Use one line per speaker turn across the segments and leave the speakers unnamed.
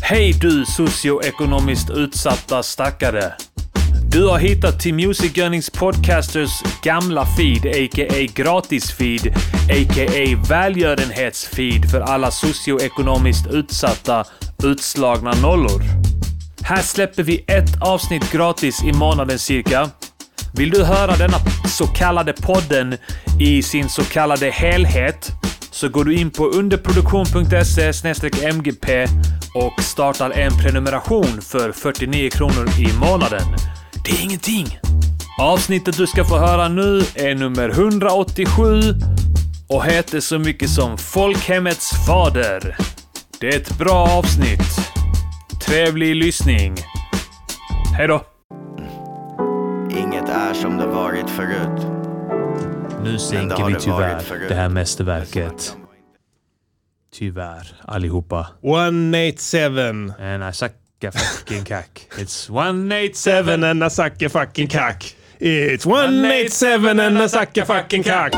Hej du socioekonomiskt utsatta stackare. Du har hittat till Music Earnings Podcasters gamla feed, a.k.a. gratisfeed, a.k.a. välgörenhetsfeed för alla socioekonomiskt utsatta, utslagna nollor. Här släpper vi ett avsnitt gratis i månaden cirka. Vill du höra denna så kallade podden i sin så kallade helhet så går du in på underproduktion.se mgp och startar en prenumeration för 49 kronor i månaden. Det är ingenting! Avsnittet du ska få höra nu är nummer 187 och heter så mycket som Folkhemmets fader. Det är ett bra avsnitt. Trevlig lyssning. Hej då!
Inget är som det varit förut.
Nu
det
sänker
har
vi
det varit
tyvärr
förut.
det här mästerverket. Tyvärr, allihopa.
187.
And I suck a fucking cack. It's
Seven
187.
and a sucker fucking kack. It's 187 and a sucker fucking kack.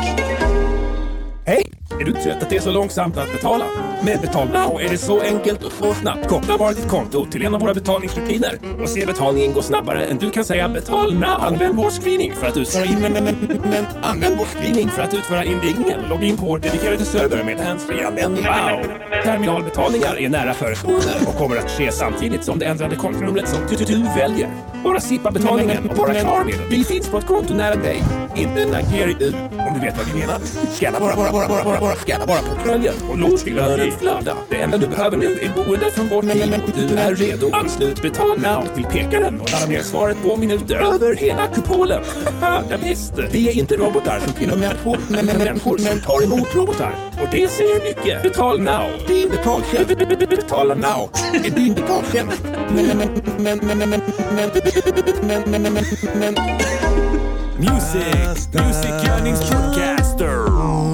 Hej! Är du trött att det är så långsamt att betala? Med Betal Now är det så enkelt och så snabbt. Koppla bara ditt konto till en av våra betalningsrutiner och se betalningen gå snabbare än du kan säga Betal Now. Använd vår screening för att utföra in... men- men- men- Använd vår screening för att utföra indringningen. Logga in på vår dedikerade server med handsfree-användning. Wow! Terminalbetalningar är nära förestående och kommer att ske samtidigt som det ändrade kontonumret som du, du, du väljer. Bara zippa betalningen och vara klar med den. Vi finns på ett konto nära dig. Inte en ageri du, om du vet vad vi menar. Scanna bara, bara, bara, bara, bara, bara, scanna bara portföljen och låt lönen flöda. Det enda du behöver nu är boende från vårt team och du är redo. Anslut betal now till pekaren och ladda ner svaret på minuter över hela kupolen. ja, visst, vi är inte robotar som till och med på men men- människor som tar emot robotar. Och det säger mycket. Betal now. Din betaltjänst. Be- be- be- Betala now. Din betaltjänst. Men, men, men, men, men, men, men, men, men, men, men, men. Music, Music Yearnings Podcaster.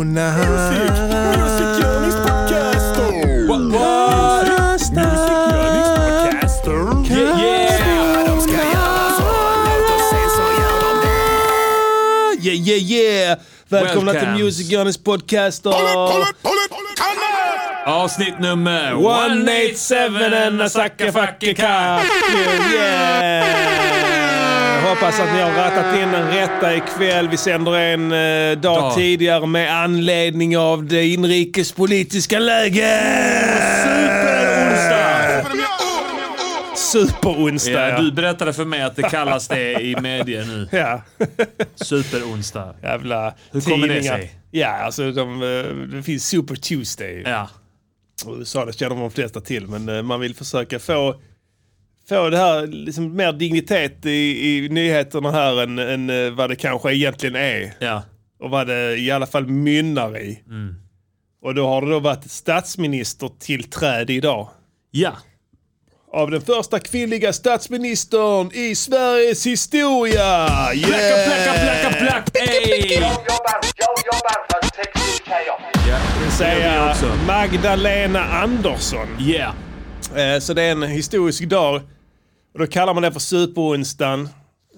Music, Music Yearnings Podcaster. What, what? Music Yearnings Podcaster. Yeah, yeah. De ska göra så, låt oss se så gör de det.
Yeah, yeah, yeah! Välkomna
Welcome.
till Music Journeys podcast och...
Avsnitt nummer
187 and a sucker fucking kack. Yeah, yeah! Hoppas att ni har rattat in den rätta ikväll. Vi sänder en eh, dag
Dag.
tidigare med anledning av det inrikespolitiska läget.
Superonsdag!
Superonsdag,
Ja, du berättade för mig att det kallas det i media nu.
Ja.
Superonsdag.
Jävla
Hur kommer det
tidningar.
sig?
Ja, alltså de, eh, det finns Super Tuesday.
Ja.
Och USA det känner de flesta till, men eh, man vill försöka få, få det här liksom mer dignitet i, i nyheterna här än, än eh, vad det kanske egentligen är.
Ja.
Och vad det i alla fall mynnar i. Och då har det då varit ett statsministertillträde idag.
Ja.
Av den första kvinnliga statsministern i Sveriges historia! Yeah!
Placka, placka, placka, plack! Ey!
jobbar, jag jobbar för teknik här jag.
Säga
också.
Magdalena Andersson.
Yeah.
Eh, Så det är en historisk dag. Och då kallar man det för superonsdagen.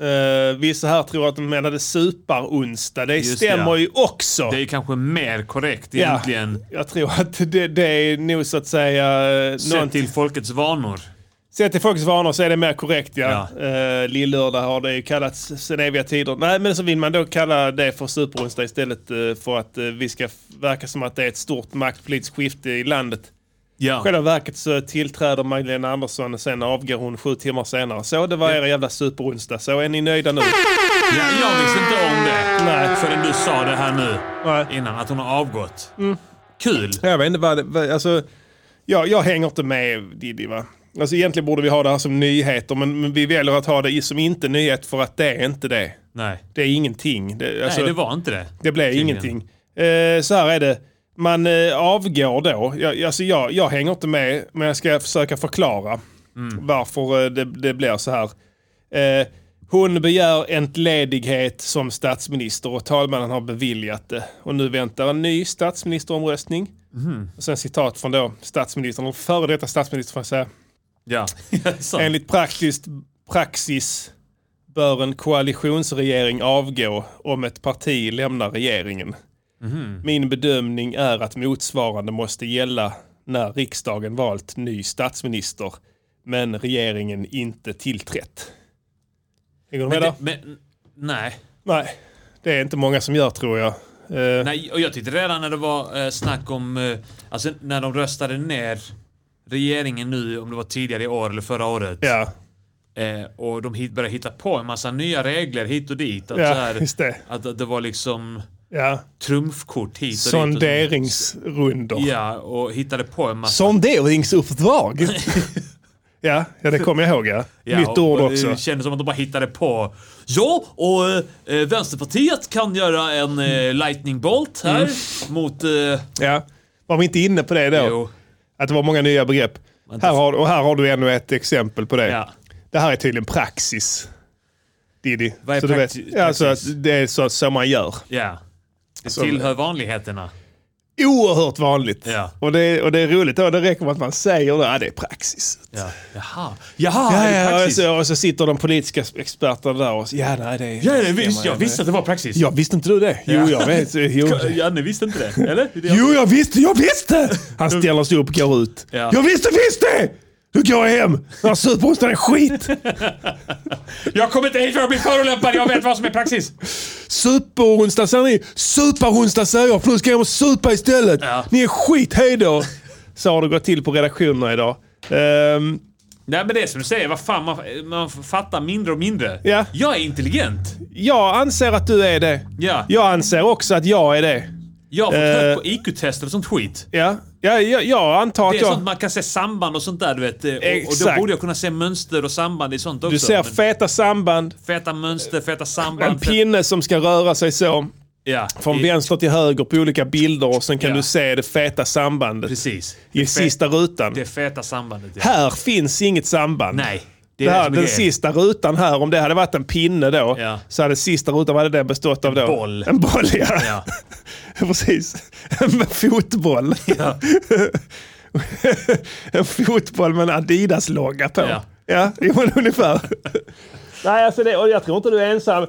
Eh, vissa här tror att de menade superonsdag. Det
Just det,
stämmer
ja.
ju också.
Det är kanske mer korrekt
Ja,
egentligen.
Jag tror att det, det är nog så att säga... eh, någon-
Sett till folkets vanor.
Sett till folks vanor så är det mer korrekt ja.
Ja.
Eh, Lillördag har det ju kallats sedan eviga tider. Nej men så vill man då kalla det för superonsdag istället eh, för att eh, vi ska f- verka som att det är ett stort maktpolitiskt skifte i landet.
Ja.
själva verket så tillträder Magdalena Andersson och sen avgår hon sju timmar senare. Så det var era jävla superonsdag. Så är ni nöjda nu?
Ja, jag visste inte om det
Nej.
förrän du sa det här nu.
Nej. Mm.
Innan, att hon har avgått. Kul!
Jag vet inte vad det, vad- alltså, jag, jag hänger inte med Diddy va. Alltså egentligen borde vi ha det här som nyheter men, men vi väljer att ha det i- som inte nyhet för att det är inte det.
Nej.
Det är ingenting. Det, alltså,
Nej, det var inte det.
det blev
Tydligen.
ingenting. Eh, så här är det. Man eh, avgår då. Jag, alltså jag, jag hänger inte med men jag ska försöka förklara varför eh, det, det blir så här. Eh, hon begär entledighet som statsminister och talmannen har beviljat det. Och nu väntar en ny statsministeromröstning. Och sen citat från då statsministern, och före detta statsminister får jag säga.
Ja. Så.
Enligt praktiskt, praxis bör en koalitionsregering avgå om ett
Mhm.
parti lämnar regeringen. Min bedömning är att motsvarande måste gälla när riksdagen valt ny statsminister men regeringen inte tillträtt. Hänger du med där?
Det, men, nej.
Nej, det är inte många som gör tror jag. Eh,
nej. Och jag tyckte redan när det var eh, snack om, eh, alltså när de röstade ner regeringen nu, om det var tidigare i år eller förra året.
ja,
Eh, och de hit, började hitta på en massa nya regler hit och dit. Att, så
ja
här,
just det.
att, att det var liksom
Ja.
trumfkort hit och dit. och så-
Sonderingsrundor.
Ja, och hittade på en massa...
Sonderingsuppdrag! ja, ja, det kommer jag ihåg ja.
Ja,
Nytt
och-
ord
och Det
också.
kändes som att de bara hittade på. Ja, och eh, Vänsterpartiet kan göra en eh, lightning bolt här mot... Eh,
Mm. Ja. Var vi inte inne på det då?
jo.
Att det var många nya begrepp.
Vänta.
Här har, och här har du ännu ett exempel på det.
Ja.
Det här är tydligen praxis. Diddy.
Vad är
så du vet,
prakti-
ja, så
praxis?
att det är så, så man gör.
Ja. Det
Som-
tillhör vanligheterna.
Oerhört vanligt.
Ja.
Och, det, och det är roligt då, det räcker med att man säger det. Ja, det är praxis.
Ja. Jaha. Jaha,
Ja,
är det
ja, och,
praxis?
så, och så sitter de politiska experterna där och säger ja, nej, det är...
Ja, det visst, jag visste att det var praxis.
Ja, visste inte du det? Jo,
Ja.
jag vet. Jo.
Janne visste inte det, eller? Är det jag-
Jo, jag visste, jag visste! Han ställer sig upp och går ut.
Ja.
Jag visste, visste! Nu går jag hem! Den här superostan är skit!
Jag kommer inte hit för att bli förolämpad, jag vet vad som är praxis.
Superonsdag säger ni. Superonsdag säger jag, för nu ska jag hem och supa istället.
Ja.
Ni är skit, hej då! Så har det gått till på redaktionerna idag. Ehm,
Nej men det är som du säger, vad fan, man, man fattar mindre och mindre.
Ja.
Jag är intelligent.
jag anser att du är det.
Ja.
Jag anser också att jag är det.
Jag har fått högt
Eh.
på IQ-tester och sånt skit.
Ja, ja, ja jag antar
Det
att
är sånt
jag...
man kan se samband och sånt där du vet. eh, Och, och då
Exakt.
borde jag kunna se mönster och samband i sånt också.
Du ser
Men
feta samband,
feta mönster, feta
en
samband. fet-
pinne som ska röra sig så.
ja.
Från
i-
vänster till höger på olika bilder och sen kan
Ja.
du se det feta sambandet
Precis.
i
Det fe-
sista rutan.
Det feta sambandet. Ja.
Här finns inget samband.
Nej. Det
Det
är det
här,
som är
den
grejen.
sista rutan här, om det hade varit en pinne då,
Ja.
så hade sista rutan, vad hade den bestått av då? En
boll.
En boll, ja.
Ja.
Precis. En fotboll.
Ja.
en fotboll med en Adidas-logga på.
Ja.
ja jo, men ungefär. Nej, alltså det, och jag tror inte du är ensam.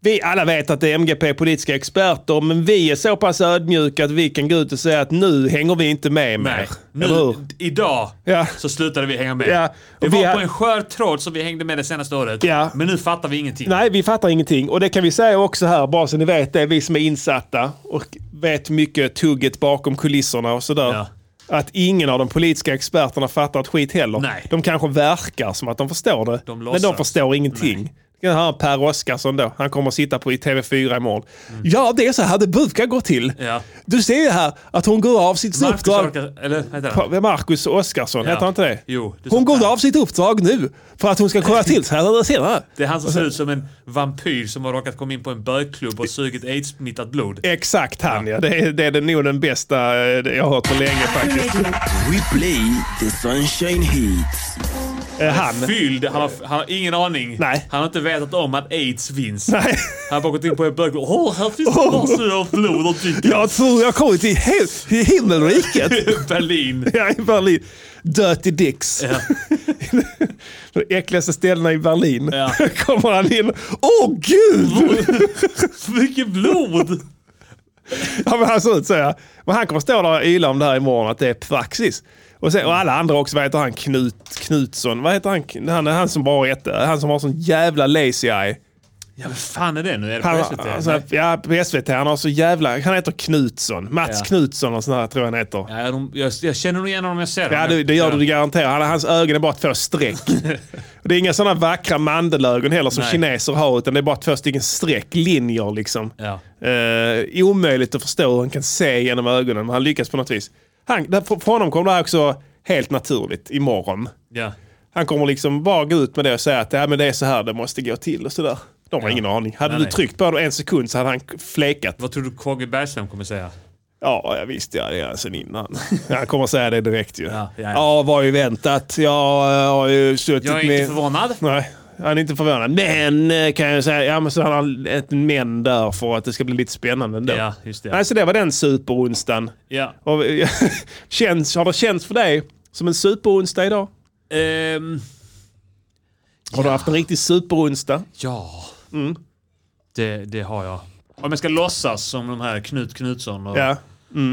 Vi alla vet att det är MGP politiska experter, men vi är så pass ödmjuka att vi kan gå ut och säga att nu hänger vi inte med
Nej.
mer.
Nu,
Eller hur?
idag
Ja.
så slutade vi hänga med.
Ja,
Det
och
var
vi
på
har-
en skör tråd som vi hängde med det senaste året.
Ja.
Men nu fattar vi ingenting.
Nej, vi fattar ingenting. Och det kan vi säga också här, bara så ni vet det, vi som är insatta och vet mycket tugget bakom kulisserna och sådär.
Ja.
Att ingen av de politiska experterna fattar ett skit heller.
Nej.
De kanske verkar som att de förstår det,
De
men de
låtsas.
förstår ingenting. Det kan höra Per Oscarsson då. Han kommer att sitta på i TV4 imorgon. Ja, det är så här det brukar gå till.
Mm. Ja.
Du ser ju här att hon går av sitt
Marcus
uppdrag.
orkar- Eller vad heter han?
Pa- Marcus Oscarsson,
Ja.
heter han inte det?
Jo, det är
hon
sant.
går av sitt uppdrag nu för att hon ska kolla till sig här senare.
Det är han som ser ut som en vampyr som har råkat komma in på en bögklubb och sugit aids-smittat blod.
Exakt han ja. Det är, det är den, nog den bästa eh, jag har hört på länge faktiskt.
We play the sunshine heat.
Eh, Han. Eh.
Fylld, han har, han har ingen aning.
Nej.
Han har inte vetat om att aids finns.
Nej.
Han har bara gått in på en bögklubb. Åh, här finns det
Åh.
massor av blod och dricka.
Jag tror jag har kommit till, hel- till himmelriket.
Berlin.
Ja, i Berlin. Dirty Dicks.
Ja.
De äckligaste ställena i Berlin.
Ja.
Kommer han in. Åh gud!
Så mycket blod!
Ja, men han ser ut så ja. Men han kommer stå där och yla om det här imorgon att det är praxis. Och, sen, och alla andra också. Vad heter han? Knut Knutsson. Vad heter han? Han, han som bara ett, Han som har sån jävla lazy eye.
Ja, vad fan är det nu? Är det på
Han,
SVT?
alltså, ja, på SVT. Han har så jävla... Han heter Knutsson. Mats
Ja.
Knutsson och sån här tror jag han heter.
Nej, de, jag, jag känner nog igen honom om jag ser
Ja,
honom.
det, det gör du garanterat. Han, hans ögon är bara två streck. Och det är inga sådana vackra mandelögon heller som
Nej.
kineser har, utan det är bara två stycken streck, linjer liksom.
Ja.
Eh, omöjligt att förstå hur han kan se genom ögonen, men han lyckas på något vis. Han, där, för för honom kommer det här också helt naturligt imorgon.
Ja.
Han kommer liksom bara gå ut med det och säga att ja, men det är så här det måste gå till och sådär. De har ingen aning. Hade
Nej,
du
nej.
tryckt på honom en sekund så hade han fläkat.
Vad tror du KG Bergström kommer säga?
Typ Ja, jag visste jag det är sen innan. Han kommer säga det direkt ju.
Ja,
Ja,
ja, ja.
vad har ju väntat. Jag eh, har ju suttit
Jag är
med...
inte förvånad.
Nej, han är inte förvånad. Men eh, kan jag säga, ja men så har han ett men där för att det ska bli lite spännande ändå.
Ja, just det.
Nej, så det var den superonsdagen.
Ja.
Och, eh, känns, har det känts för dig som en superonsdag idag?
Ehm,
Har du haft en riktig superonsdag?
ja.
Mm.
Det, det har jag. Om jag ska låtsas som de här Knut Knutsson och
Ja.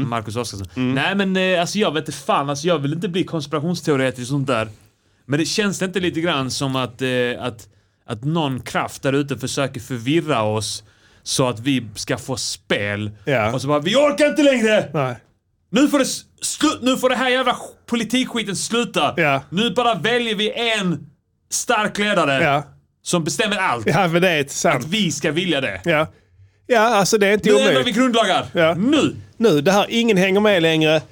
Marcus Oskarsson.
Mm.
Nej men eh, alltså jag vet inte fan, alltså jag vill inte bli konspirationsteoretiker och sånt där. Men det känns det inte lite grann som att, eh, att, att någon kraft där ute försöker förvirra oss så att vi ska få spel.
Ja.
Och så bara, vi orkar inte längre!
Nej.
Nu får, det s- slu- nu får det här jävla sk- politikskiten sluta.
Ja.
Nu bara väljer vi en stark ledare
Ja.
som bestämmer allt.
Ja, men det är sant.
Vi ska vilja det.
Ja. ja, alltså det är inte
Nu ändrar
omöjligt.
vi grundlagar.
Ja.
Nu!
nu, det här, ingen hänger med längre.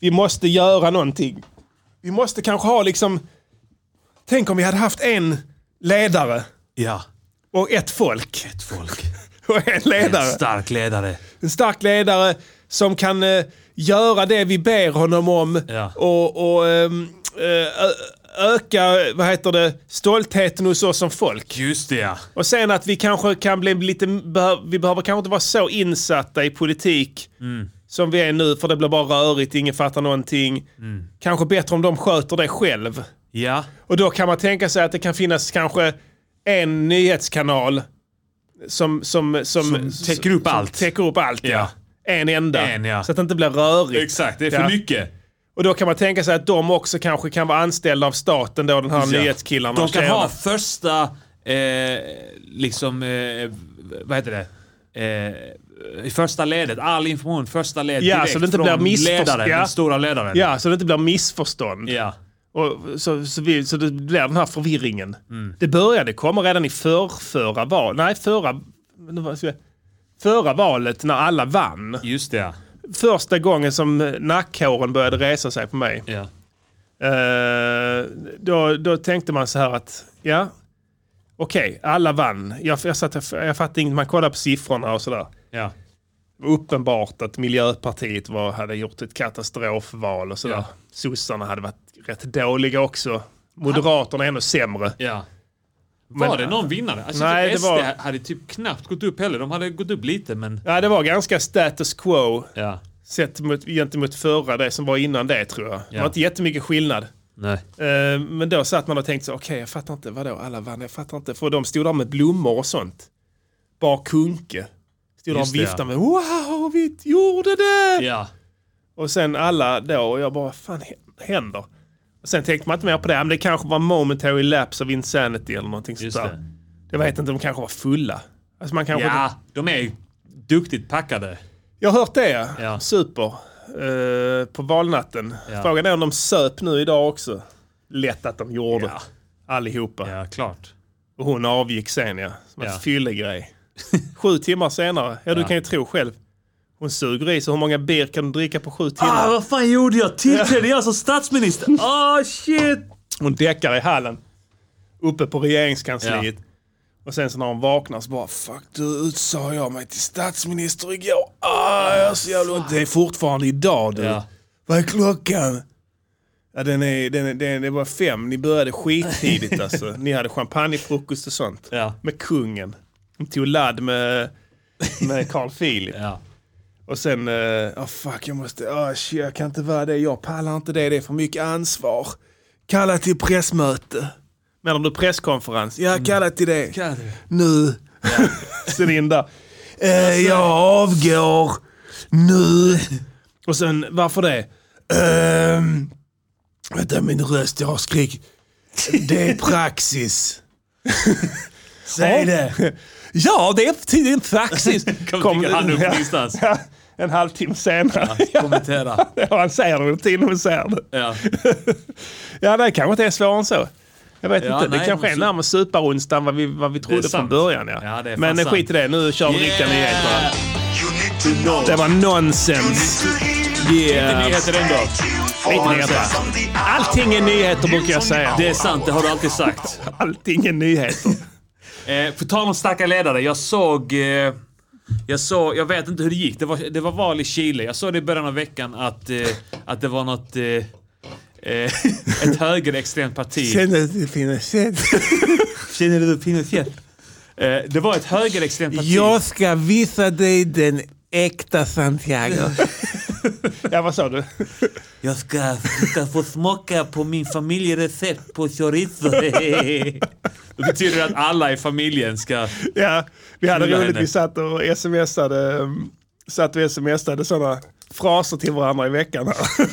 Vi måste göra någonting. Vi måste kanske ha liksom, tänk om vi hade haft en ledare
Ja,
och ett folk.
ett folk.
Och en
En
ledare.
stark ledare.
En stark ledare som kan eh, göra det vi ber honom om
Ja.
och, och ehm, eh, ö- öka vad heter det, stoltheten hos oss som folk.
Just det ja.
Och sen att vi kanske kan bli lite, behö- vi behöver kanske inte vara så insatta i politik som vi är nu för det blir bara rörigt, ingen fattar någonting. Kanske bättre om de sköter det själv.
Ja,
Och då kan man tänka sig att det kan finnas kanske en nyhetskanal som, som, som,
Som täcker upp allt.
täcker upp allt. Ja.
Ja.
En enda.
En, ja.
Så att det inte blir rörigt.
exakt. Det är för
Ja.
mycket.
Och då kan man tänka sig att de också kanske kan vara anställda av staten då, den här
Ja.
nyhetskillarna.
De
och
kan ha
tjejerna.
första, eh, liksom, eh, vad heter det? Eh, I första ledet, all information första ledet
Ja,
direkt
så det inte
från
blir missförst-
ledaren,
ja.
den stora ledaren.
Ja, så det inte blir missförstånd.
Ja.
Och så, så, vi, så det blir den här förvirringen. Det började komma redan i för, förra valet. Nej, förra, nu var jag- förra valet när alla vann.
Just det ja.
Första gången som nackhåren började resa sig på mig.
ja.
Eh, då, då tänkte man så här att, ja, okej, alla vann. Jag, jag, satt, jag fattade inget, man kollade på siffrorna och sådär.
ja.
Uppenbart att Miljöpartiet var, hade gjort ett katastrofval och sådär.
Ja.
Sossarna hade varit rätt dåliga också. Moderaterna är ännu sämre.
Ja. Var
Men-
det någon vinnare? Alltså,
Nej,
Nej,
det
SD
var-
hade typ knappt gått upp heller. De hade gått upp lite, men...
Ja, det var ganska status quo
Ja.
sett mot, gentemot förra, det som var innan det tror jag. Det var
Ja.
inte jättemycket skillnad.
Nej.
Eh, Men då satt man och tänkte så, okej jag fattar inte, vadå alla vann, jag fattar inte. För de stod där med blommor och sånt. Bar kunke. Stod där
Just
och
det, ja.
viftade med, wow vi gjorde det!
Ja.
Och sen alla då, och jag bara, vad fan hä- händer? Och sen tänkte man inte mer på det, men det kanske var momentary lapse of insanity eller någonting sånt
Just
där.
det.
Jag vet inte, de kanske var fulla. Alltså man kanske inte-
Ja, de är ju duktigt packade.
Jag har hört det, ja.
Ja.
super. Eh, på valnatten.
Ja.
Frågan är om de söp nu idag också. Lätt att de gjorde.
Ja.
Allihopa.
Ja, klart.
Och hon avgick sen ja. Som en
Ja.
fyllegrej. Sju timmar senare. Ja, du
Ja.
kan ju tro själv. Hon suger i sig. Hur många bir kan hon dricka på sju timmar?
Ah, vad fan gjorde jag? Tillträdde jag som statsminister? Ah, shit!
Hon däckar i hallen. Uppe på regeringskansliet. Och sen så när hon vaknar så bara Fuck du utsåg jag mig till statsminister igår. Ah, jag har så jävla ont. Det är fortfarande idag du.
Ja.
Vad är klockan? Ja, den är, den är, den, det var fem. Ni började skittidigt alltså. Ni hade champagnefrukost och sånt.
Ja.
Med kungen. De tog ladd med, med Carl Philip.
Ja.
Och sen, eh, ah fuck jag måste, ah shit, jag kan inte vara det, jag pallar inte det, det är för mycket ansvar. Kalla till pressmöte. Menar du presskonferens? Ja, kalla till det. Nu. sen in där. Eh, jag avgår. Nu. Och sen, varför det? Ehm, vänta min röst, jag har skrik. Det är praxis. Säg det. Ja, det är tydligen praxis.
Kom, dyker han upp någonstans.
Ja, en halvtimme senare. Ja,
Kommentera.
ja. Han säger det hela tiden hon säger det.
Ja.
Ja, det kanske inte är svårare än så. Jag vet
Ja,
inte, det
nej,
kanske är
men-
närmare superonsdagen vad vi, vad vi trodde från
sant.
början. Ja.
Ja, det är
Men
fan
skit i det, nu kör vi riktiga nyheter. Det var nonsens. Yeah.
Nyheter ändå.
Skit i detta. Allting är nyheter brukar jag säga.
Det är sant, det har du alltid sagt.
Allting är nyheter.
Eh, på tal om starka ledare. Jag såg... Eh, jag såg... Jag vet inte hur det gick. Det var, det var val i Chile. Jag såg det i början av veckan att, eh, att det var något... Eh, eh, ett högerextremt parti.
att det finns
Känner du Pinochet? Eh, det var ett högerextremt parti.
ska visa dig den äkta Santiago. ja, vad sa du?
Jag ska, du ska få smaka på min familjerecept på chorizo. Det betyder att alla i familjen ska...
Ja, vi hade
Knulla
roligt.
henne.
Vi satt och smsade, um, satt och smsade sådana fraser till varandra i veckan här.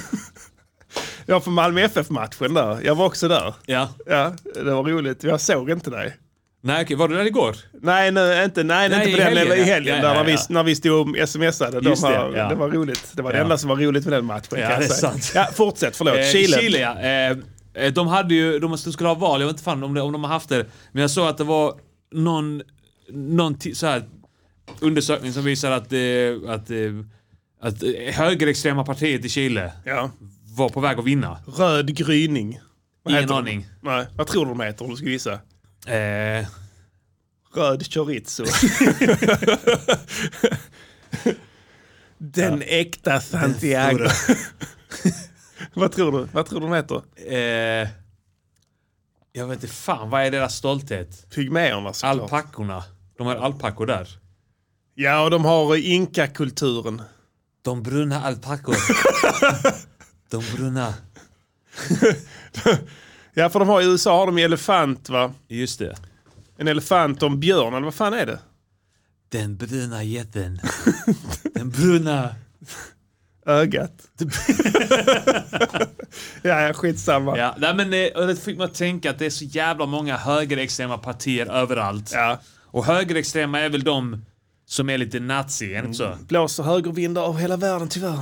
Jag var på Malmö FF-matchen där. Jag var också där.
Ja.
Ja, det var roligt. Jag såg inte dig.
Nej, okej, var du där igår?
Nej, nu, inte, nej,
Nej,
inte på
i
den
helgen,
eller i
ja.
helgen
Ja,
där
ja,
när, vi,
ja.
när vi stod och smsade. De
Just det,
här,
ja.
det var roligt. Det var
Ja.
det enda som var roligt med den matchen kan
Ja,
jag
det är
säga.
sant.
Ja, fortsätt, förlåt.
Eh,
Chile.
Chile ja. Eh, eh, de hade ju, de skulle ha val, jag vet inte fan om, det, om de har haft det. Men jag såg att det var någon, någon ti- så här, undersökning som visar att, eh, att, eh, att eh, högerextrema partiet i Chile
Ja.
var på väg att vinna.
Röd gryning. Vad
Ingen
heter de?
aning.
Nej, vad tror du de heter om du skulle gissa?
Eh,
Röd chorizo. Den äkta Santiago. vad tror du? Vad tror du de heter?
eh, jag vet inte fan, vad är deras stolthet?
Pygméerna såklart.
Alpackorna. De har alpackor där.
Ja, och de har eh, inkakulturen.
De bruna alpackor. de bruna.
Ja, för de har i USA har de ju elefant va?
Just det.
En elefant och en björn, eller vad fan är det?
Den bruna jätten. Den bruna.
Ögat. ja, ja, skitsamma.
Ja, nej men eh, och det fick mig att tänka att det är så jävla många högerextrema partier överallt.
Ja.
Och högerextrema är väl de som är lite nazi, är det inte så?
Blåser högervindar av hela världen tyvärr.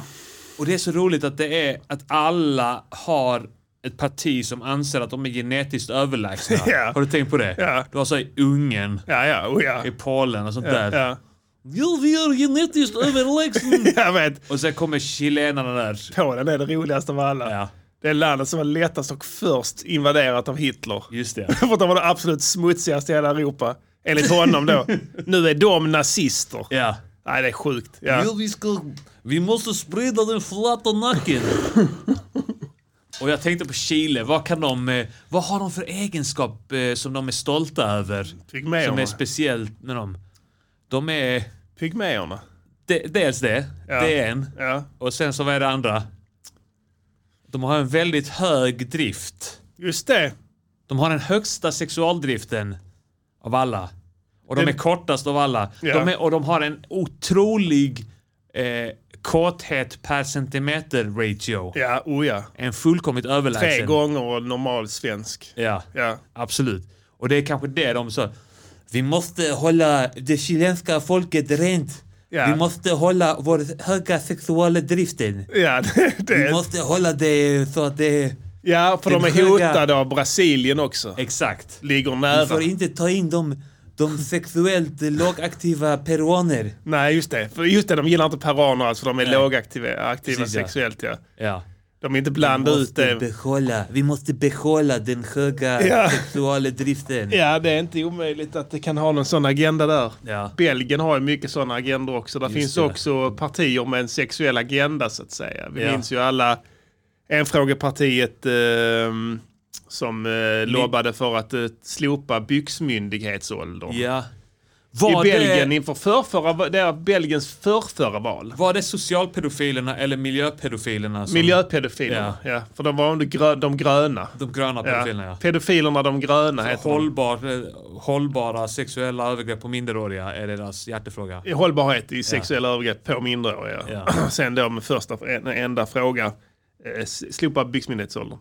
Och det är så roligt att det är att alla har ett parti som anser att de är genetiskt överlägsna.
Ja.
Har du tänkt på det?
Ja.
Du har så i Ungern,
Ja, ja, oh, ja.
i Polen och sånt där.
Ja,
Ja, vi är genetiskt överlägsna!
ja. Jag vet.
och sen kommer chilenarna där.
Polen är det roligaste av alla.
Ja,
Det är landet som var lättast och först invaderat av Hitler.
just det.
För att de var det absolut smutsigaste i hela Europa. Enligt honom då. nu är de nazister.
Ja.
Nej, det är sjukt. Ja.
Ja, vi, ska, vi måste sprida den flata nacken. Och jag tänkte på Chile, vad kan de, eh, vad har de för egenskap eh, som de är stolta över? Som
Pygméerna.
är speciellt med dem? De är,
Pygméerna.
de, dels det, det är en.
Ja,
Och sen så vad är det andra? De har en väldigt hög drift.
just det.
De har den högsta sexualdriften av alla. Och de
Det-
är kortast av alla.
Ja.
De är, och de har en otrolig eh, kåthet per centimeter ratio.
Ja, oh ja.
En fullkomligt överlägsen.
Tre gånger normal svensk.
Ja,
Ja.
absolut. Och det är kanske det de sa. Vi måste hålla det chilenska folket rent.
Ja.
Vi måste hålla vår höga sexuala driften.
Ja, det, det
Vi
är,
måste hålla det så att det...
ja, för de
den
är
höga-
hotade av Brasilien också.
Exakt.
Ligger
Vi får
nära.
inte ta in de, de sexuellt lågaktiva peruaner.
Nej, just det. För just det, de gillar inte peruaner alls för de är lågaktiva aktiva
Precis, ja.
sexuellt. Ja.
Ja.
De är inte blandade ut det.
behålla, vi måste behålla den höga
Ja.
sexuella driften.
Ja, det är inte omöjligt att det kan ha någon sån agenda där.
Ja.
Belgien har ju mycket sådana agendor också. Där finns
det.
också partier med en sexuell agenda så att säga. Vi
Ja.
minns ju alla enfrågepartiet eh, som eh, lobbade för att eh, slopa byxmyndighetsåldern.
Ja.
I
Var,
Belgien
det,
inför förrförra, va- det är Belgiens förrförra val.
var det socialpedofilerna eller miljöpedofilerna? Som,
Miljöpedofilerna, ja. För de var de, grö, de gröna.
De gröna
Ja.
pedofilerna ja.
Pedofilerna de gröna heter de.
Hållbar, eh, hållbara sexuella övergrepp på minderåriga är deras hjärtefråga.
I Hållbarhet i sexuella övergrepp på minderåriga.
Ja.
Sen då med första, en, enda fråga. eh, s- Slopa byxmyndighetsåldern.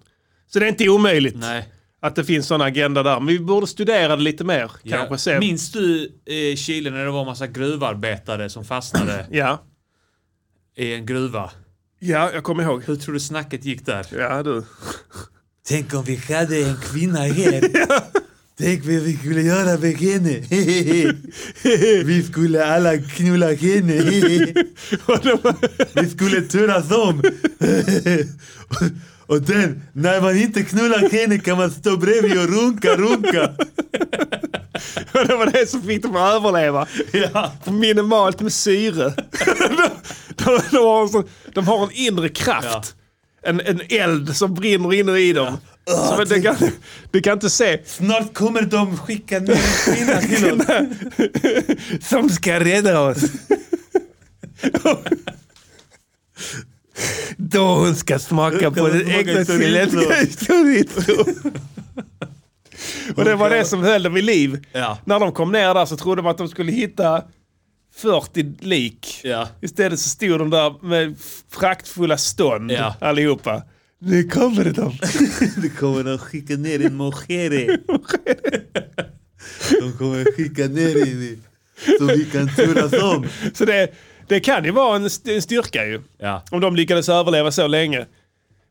Så det är inte omöjligt
Nej.
att det finns sån agenda där. Men vi borde studera det lite mer. Kanske se.
Minns du eh, Chile när det var en massa gruvarbetare som fastnade
Ja.
i en gruva?
ja, jag kommer ihåg.
Hur tror du snacket gick där?
Ja, du.
Tänk om vi hade en kvinna här. Tänk vad vi skulle göra med henne. vi skulle alla knulla henne. vi skulle turas om. och den, när man inte knullar henne kan man stå bredvid och runka, runka.
det var det som fick dem att överleva.
ja.
För minimalt med syre. de, de, de, har en sån, de har en inre kraft. En, en eld som brinner inne i dem. Så men du, kan, du kan inte se.
Snart kommer de skicka ner en kvinna till oss.
Som ska rädda oss. Då hon ska smaka på
hon
den
smaka
äkta
chorizo.
chilenska chorizo. Och det var det som höll dem vid liv.
Ja.
När de kom ner där så trodde man att de skulle hitta 40 lik.
Ja.
Istället så stod de där med fraktfulla stånd
Ja.
allihopa. Nu kommer det de.
Du kommer att skicka ner din mojere. De kommer att skicka ner din så vi kan turas om.
Så det, det kan ju vara en st- en styrka ju.
Ja.
Om de lyckades överleva så länge.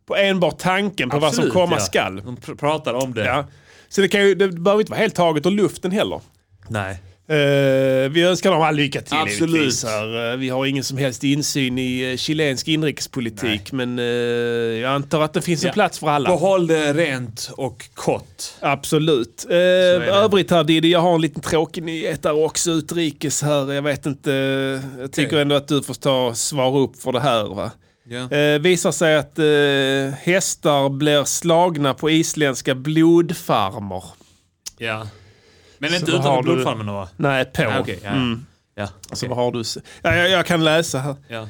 På enbart tanken på vad som
Absolut, ja.
komma
Mm.
skall.
De pr- pratar om det.
Ja. Så det, kan ju, det behöver inte vara helt taget ur luften heller.
Nej.
Eh, vi önskar dem all lycka till
Absolut.
givetvis här. Eh, vi har ingen som helst insyn i eh, chilensk inrikespolitik men eh, jag antar att det finns en
Ja.
plats för alla.
Behåll det rent och kort.
Absolut. Eh,
det.
övrigt här Diddy, jag har en liten tråkig nyhet där också utrikes här. Jag vet inte, jag tycker
Okej.
ändå att du får ta och svara upp för det här va.
Ja.
Eh, visar sig att eh, hästar blir slagna på isländska blodfarmer.
ja. Men inte
vad har
utanför
du- Mm. Alltså,
blodfarmen då, va?
Nej, på.
Ja, Okej, ja. ja.
Så
okej.
vad har du? s- Ja, jag, jag kan läsa här.
ja.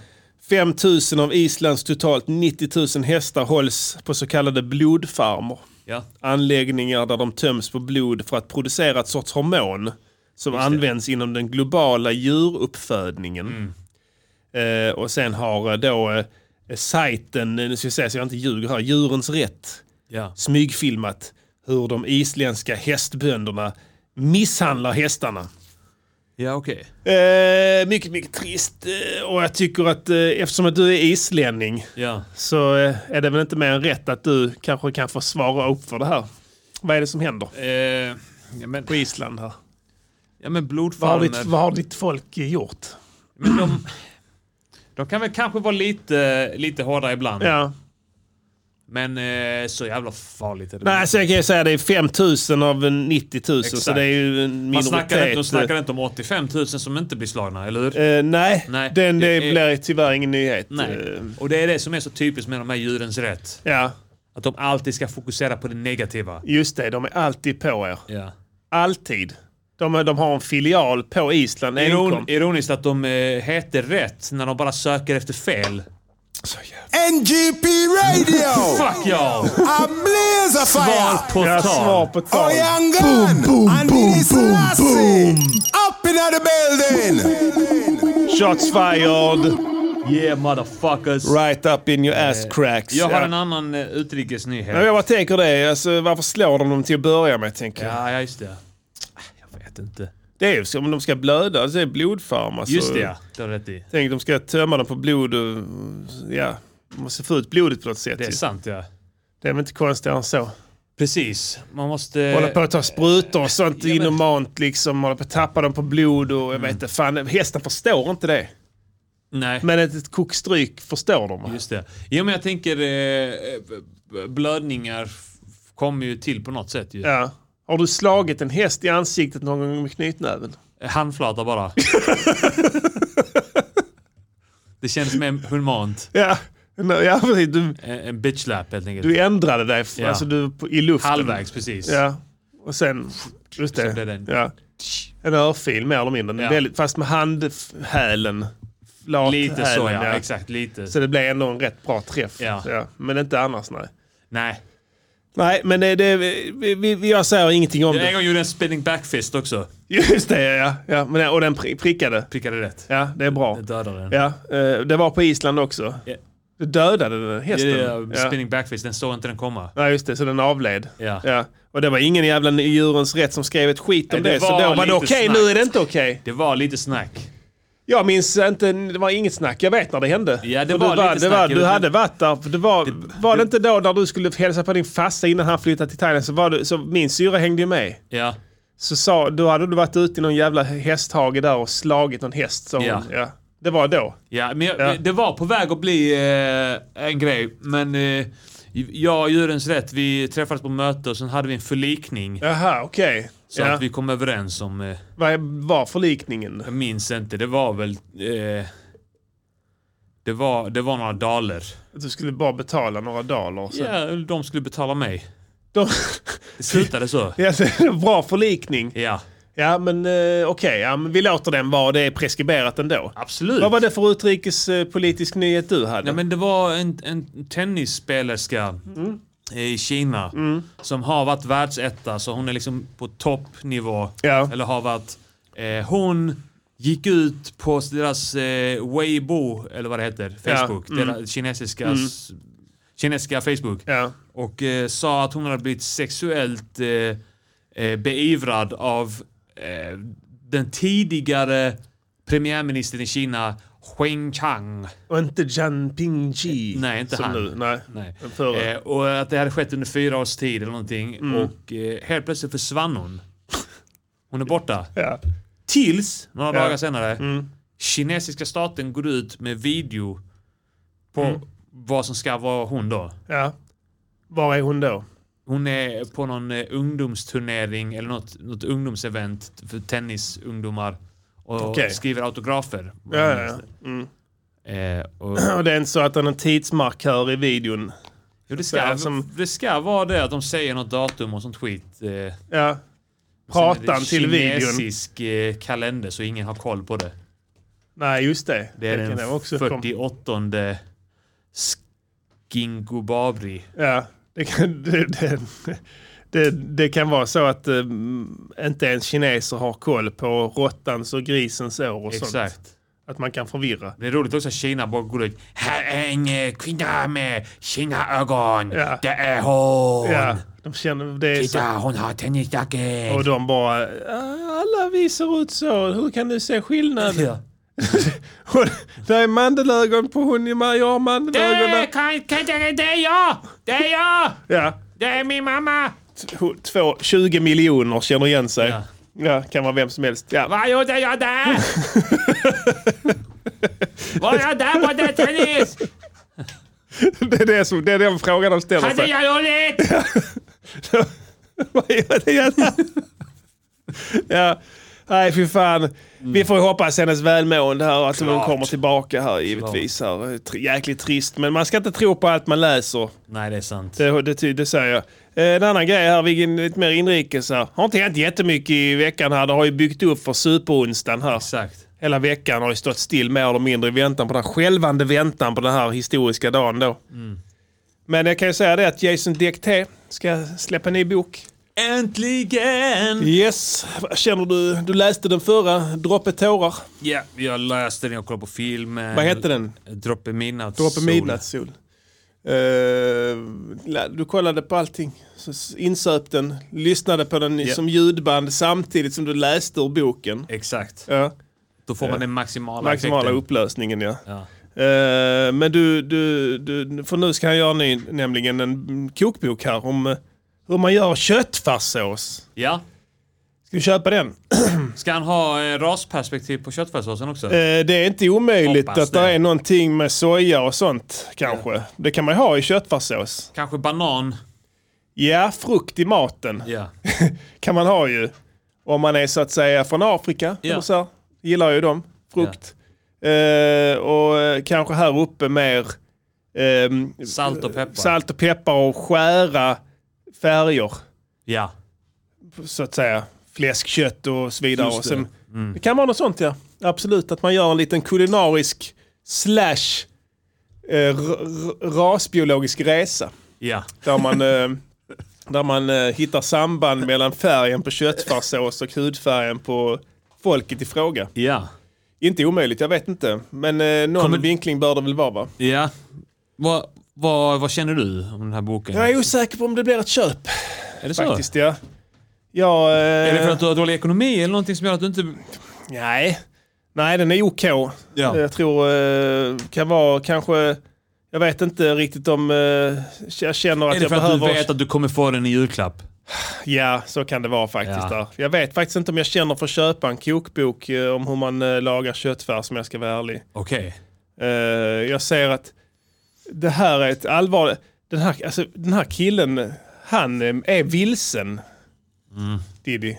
5 000 av Islands totalt 90 000 hästar hålls på så kallade blodfarmer.
ja.
Anläggningar där de töms på blod för att producera ett sorts hormon som används inom den globala djuruppfödningen.
Mm.
Eh, och sen har eh, då eh, sajten, eh, nu ska jag säga så jag inte ljuger här, Djurens Rätt
ja.
smygfilmat hur de isländska hästbönderna misshandlar hästarna.
Ja, okej.
Eh, mycket, mycket trist. Eh, och jag tycker att eh, eftersom att du är islänning
Ja.
så eh, är det väl inte mer än rätt att du kanske kan få svara upp för det här. Vad är det som händer
Eh, ja, men,
på Island här? eh,
ja, men
Vad har
blodfarmer.
ditt, vad har ditt folk
eh,
gjort?
Men de, de kan väl kanske vara lite, lite hårda ibland.
Ja.
Men eh, så jävla farligt är det
Nej,
inte.
så jag kan ju säga det är 5 000 av en 90 000 så
Exakt.
det är ju en
Man
minoritet.
snackar inte, de snackar inte om 85 000 som inte blir slagna, eller hur?
Eh, nej,
Nej,
den, det,
det är-
blir tyvärr ingen nyhet.
Nej.
Eh,
Och det är det som är så typiskt med de här djurens rätt.
ja,
Att de alltid ska fokusera på det negativa.
just det. De är alltid på er.
Ja.
Alltid. De, de har en filial på Island enkom.
Iron, ironiskt att de eh, heter rätt när de bara söker efter fel.
NGP Radio.
Fuck y'all!
A blaze of fire.
Svar på
Ja, svar
tal.
på tal.
Oh, young gun. and boom, boom, Up in the building.
Shots fired,
Yeah motherfuckers.
right up in your ass cracks.
Eh, Jag har
Ja.
en annan eh,
Men
utrikesnyhet.
jag bara tänker det, alltså, varför slår de dem till att börja med tänker jag.
Ja, ja, just det. Ah, Jag vet inte.
Det är ju som om de ska blöda, alltså, det är blodfarm. Alltså.
Just det ja. Det har du rätt i.
Tänk de ska tömma dem på blod och ja, de måste få ut blodet på något sätt.
Det är
ju.
sant Eh, ja.
det är väl inte konstigare än så.
Precis. Man måste...
Hålla på att ta sprutor och sånt
ja, men-
inhumant liksom, hålla på att tappa dem på blod och jag vet inte, fan hästen förstår inte det.
Nej.
Men ett, ett kokstryk förstår de. va?
Just det. Jo, men jag tänker eh, b- blödningar f- kommer ju till på något sätt ju.
Ja. Har du slagit en häst i ansiktet någon gång med knytnäven?
Handflata bara. det känns mer humant.
Ja, Nej, ja precis. Du,
En, en bitch slap helt enkelt.
du ändrade dig f-
Ja.
alltså, du, på- i luften.
Halvvägs precis.
Ja, och sen... Just
Så blev det
det.
en-
Ja. En örfil mer eller mindre.
Ja.
Väldigt, fast med handhälen.
Lite så ja.
Flathälen,
Exakt, lite.
Så det blev ändå en rätt bra träff.
Ja.
Men inte annars nej.
Nej.
Nej, men det, det, vi, vi, vi- jag säger ingenting om
Jag en
det.
gång gjorde en spinning back fist också.
Just det, ja. ja men, den- och den pri- prickade.
Prickade rätt.
Ja, det är bra.
Jag dödade den.
Ja, eh, det var på Island också.
Ja.
Du dödade den hästen.
Ja, eh, Spinning back fist, den såg inte den komma.
Nej, just det. Så den avled.
Ja.
Och det var ingen jävla djurens rätt som skrev ett skit om
Nej,
det.
det
så
var
då var det
lite
okej,
snack.
nu är det inte okej.
Det var lite snack.
Jag minns inte, det var inget snack. Jag vet när det hände.
Ja, det
För
var
du
lite
det var,
snack.
Du hade varit där. för Det var, var det inte då när du skulle hälsa på din farsa innan han flyttade till Thailand så, var du, så min syra hängde ju med.
Ja.
Så sa, då hade du varit ute i någon jävla hästhage där och slagit någon häst. Som, ja.
Ja.
Det var då.
Ja, men jag,
Ja.
det var på väg att bli eh, en grej, men eh, jag och Djurens Rätt, vi träffades på möte och sen hade vi en förlikning.
Jaha, okej.
Så
Ja.
att vi kom överens om, eh,
Vad var förlikningen?
jag minns inte, det var väl... Eh, det, var, det var några daler.
Att du skulle bara betala några daler. och Så.
Ja, de skulle betala mig.
De,
Det slutade så.
ja, så, bra förlikning.
Ja,
Ja, men eh, okej. ja, men vi låter den vara. Det är preskriberat ändå.
absolut.
Vad var det för utrikespolitisk nyhet du hade?
Ja, men det var en, en tennisspelerska
Mm.
i Kina som har varit världsetta, så hon är liksom på toppnivå.
Ja.
Eller har varit... Eh, hon, gick ut på deras eh, Weibo, eller vad det heter, Facebook.
mm.
Deras kinesiska, s- kinesiska Facebook.
Ja.
Och eh, sa att hon hade blivit sexuellt eh, eh, beivrad av eh, den tidigare premiärministern i Kina, Wen Chang.
Och inte Jan Pingji.
Nej, inte
som
han.
Nu. Nej.
Nej.
Den förre.
Eh, och att det hade skett under fyra års tid eller någonting.
Mm.
Och eh, helt plötsligt försvann hon. Hon är borta.
Ja.
Tills, några
Ja. Mm.
dagar senare, kinesiska staten går ut med video på
Mm.
vad som ska vara hon då.
ja. Var är hon då?
Hon är på någon eh, ungdomsturnering eller något, något ungdomsevent för tennisungdomar och
Okej.
skriver autografer.
Ja, ja, ja.
Eh, och,
Och det är inte så att han har en tidsmarkör i videon.
jo, det,
säga,
ska,
som-
det ska vara det att de säger något datum och sånt skit. Eh,
Ja.
Sen är
Pratan
det
till videon.
kinesisk eh, kalender så ingen har koll på det.
Nej, just det.
Det är
kan jag
den
också kom-
48 Skingobabri.
Ja, det kan, det, det, det, det kan vara så att um, inte ens kineser har koll på råttans och grisens år och sånt.
Exakt.
Att man kan förvirra.
Det är roligt också att Kina bara går ut. Här är en eh, kvinna med Kinaögon.
Ja.
Det är hon.
Ja, de känner det är så.
Titta, hon har tennisracket.
Och de bara, "Ah, alla vi ser ut så, hur kan du se skillnad?
Ja.
Hon- Där är mandelögon på hon, jag har
Det är,
mandelögonen.
kan, kan, det det är jag! Det är jag!
Ja,
Det är min mamma!
t- två, 20 miljoner känner igen sig.
Ja.
Ja. kan vara vem som helst. Ja.
Vad gjorde jag där? Var jag där på den tennis?
Det, är det, som, det är den frågan de ställer
Hade
sig.
jag roligt?
Vad gör det gärna? ja. Nej, fy fan. Vi får ju hoppas hennes välmående här och att hon
Klart.
kommer tillbaka här givetvis. Här. Tr- Jäkligt trist, men man ska inte tro på allt man läser.
Nej, det är sant.
Det, det, ty- det säger jag. Eh, En annan grej här, vilken, lite mer inrikes här. Har inte hänt jättemycket i veckan här. Det har ju byggt upp för superonsdagen här.
Exakt.
Hela veckan har ju stått still mer eller mindre i väntan på den här självande väntan på den här historiska dagen då.
Mm.
Men jag kan ju säga det att Jason Dekte ska släppa en ny bok.
Äntligen!
Yes, känner du? Du läste den förra, Droppe tårar.
Ja, jag läste den, jag kollade på filmen.
Vad hette den?
Droppe midnattssol.
Droppe midnattssol. Eh, du kollade på allting, så s- insöp den, lyssnade på den i-
Ja.
som ljudband samtidigt som du läste ur boken.
Exakt.
Ja,
Då får man den maximala,
maximala
effekten.
upplösningen ja.
Ja.
Eh, men du, du, du, för nu ska han göra en ny, nämligen en mm, kokbok här om eh, hur man gör köttfärssås.
ja.
Ska du köpa den?
Ska han ha eh, rasperspektiv på köttfärssåsen också?
Eh, Det är inte omöjligt
Hoppas
att det
det.
är någonting med soja och sånt kanske. Det kan man ju ha i köttfärssås.
Kanske banan?
Ja, frukt i maten
Ja.
kan man ha ju. Om man är så att säga från Afrika.
Ja.
Eller så här, gillar ju dem, frukt. Eh, och eh, kanske här uppe mer ehm,
Salt och peppar?
salt och peppar och skära färger.
Ja.
Så att säga fläskkött och så vidare.
Just
Och
det.
sen, det Mm. kan vara något sånt ja. Absolut, att man gör en liten kulinarisk slash eh, r- r- rasbiologisk resa.
Ja.
Där man, eh, där man eh, hittar samband mellan färgen på köttfärssås och hudfärgen på folket i fråga.
Ja.
Inte omöjligt, jag vet inte. Men eh, någon
Kommer-
vinkling bör det väl vara va?
Ja. Vad, vad, vad känner du om den här boken?
Jag är osäker på om det blir ett köp
är det så?
faktiskt ja. Ja, eh,
Är det för att du har dålig ekonomi eller någonting som gör att du inte...
Nej. Nej, den är OK.
Ja.
Jag tror eh, kan vara kanske... Jag vet inte riktigt om... eh, jag känner att
Är det
jag
för att
behöver...
du vet att du kommer få den i julklapp?
Ja, så kan det vara faktiskt.
Ja.
Där. Jag vet faktiskt inte om jag känner för att köpa en kokbok eh, om hur man eh, lagar köttfärs om jag ska vara ärlig.
Okej.
Eh, jag ser att det här är ett allvarligt... Den här, alltså, den här killen, han eh, är vilsen. Diddy.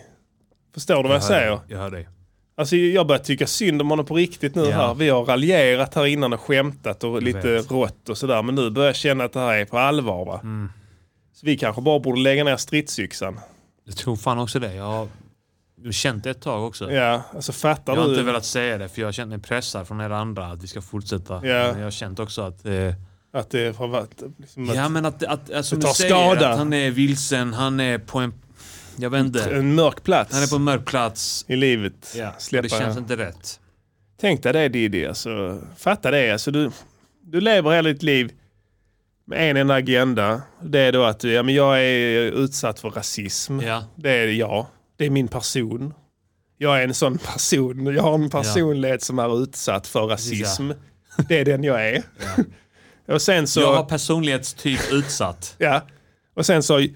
Förstår du vad jag säger?
Jag hör dig.
Alltså jag börjar tycka synd om honom på riktigt nu
Ja.
här. Vi har raljerat här innan och skämtat och lite
vet. Mm.
rått och sådär. Men nu börjar jag känna att det här är på allvar va. Så vi kanske bara borde lägga ner stridsyxan.
Jag tror fan också det. Jag har jag har känt det ett tag också.
Ja, alltså fattar
Jag har
du?
inte velat säga det för jag har känt mig pressad från er andra att vi ska fortsätta. Men jag har känt också att... Eh,
Att det har varit... Liksom,
ja
att,
men att, att, att som
Det tar
du säger,
skada.
att han är vilsen, han är på en... Jag vände.
En mörk plats
Han är på en mörk plats.
i livet.
Ja,
Släppa.
det känns inte rätt.
Tänk dig det Diddy, alltså. fatta det. Alltså, du, du lever hela ditt liv med en enda agenda. Det är då att ja, men jag är utsatt för rasism.
Ja.
Det är jag. Det är min person. Jag är en sån person. Jag har en personlighet som är utsatt för rasism. Det är den jag är. Och sen så...
Jag har personlighetstyp utsatt.
Ja. Och sen så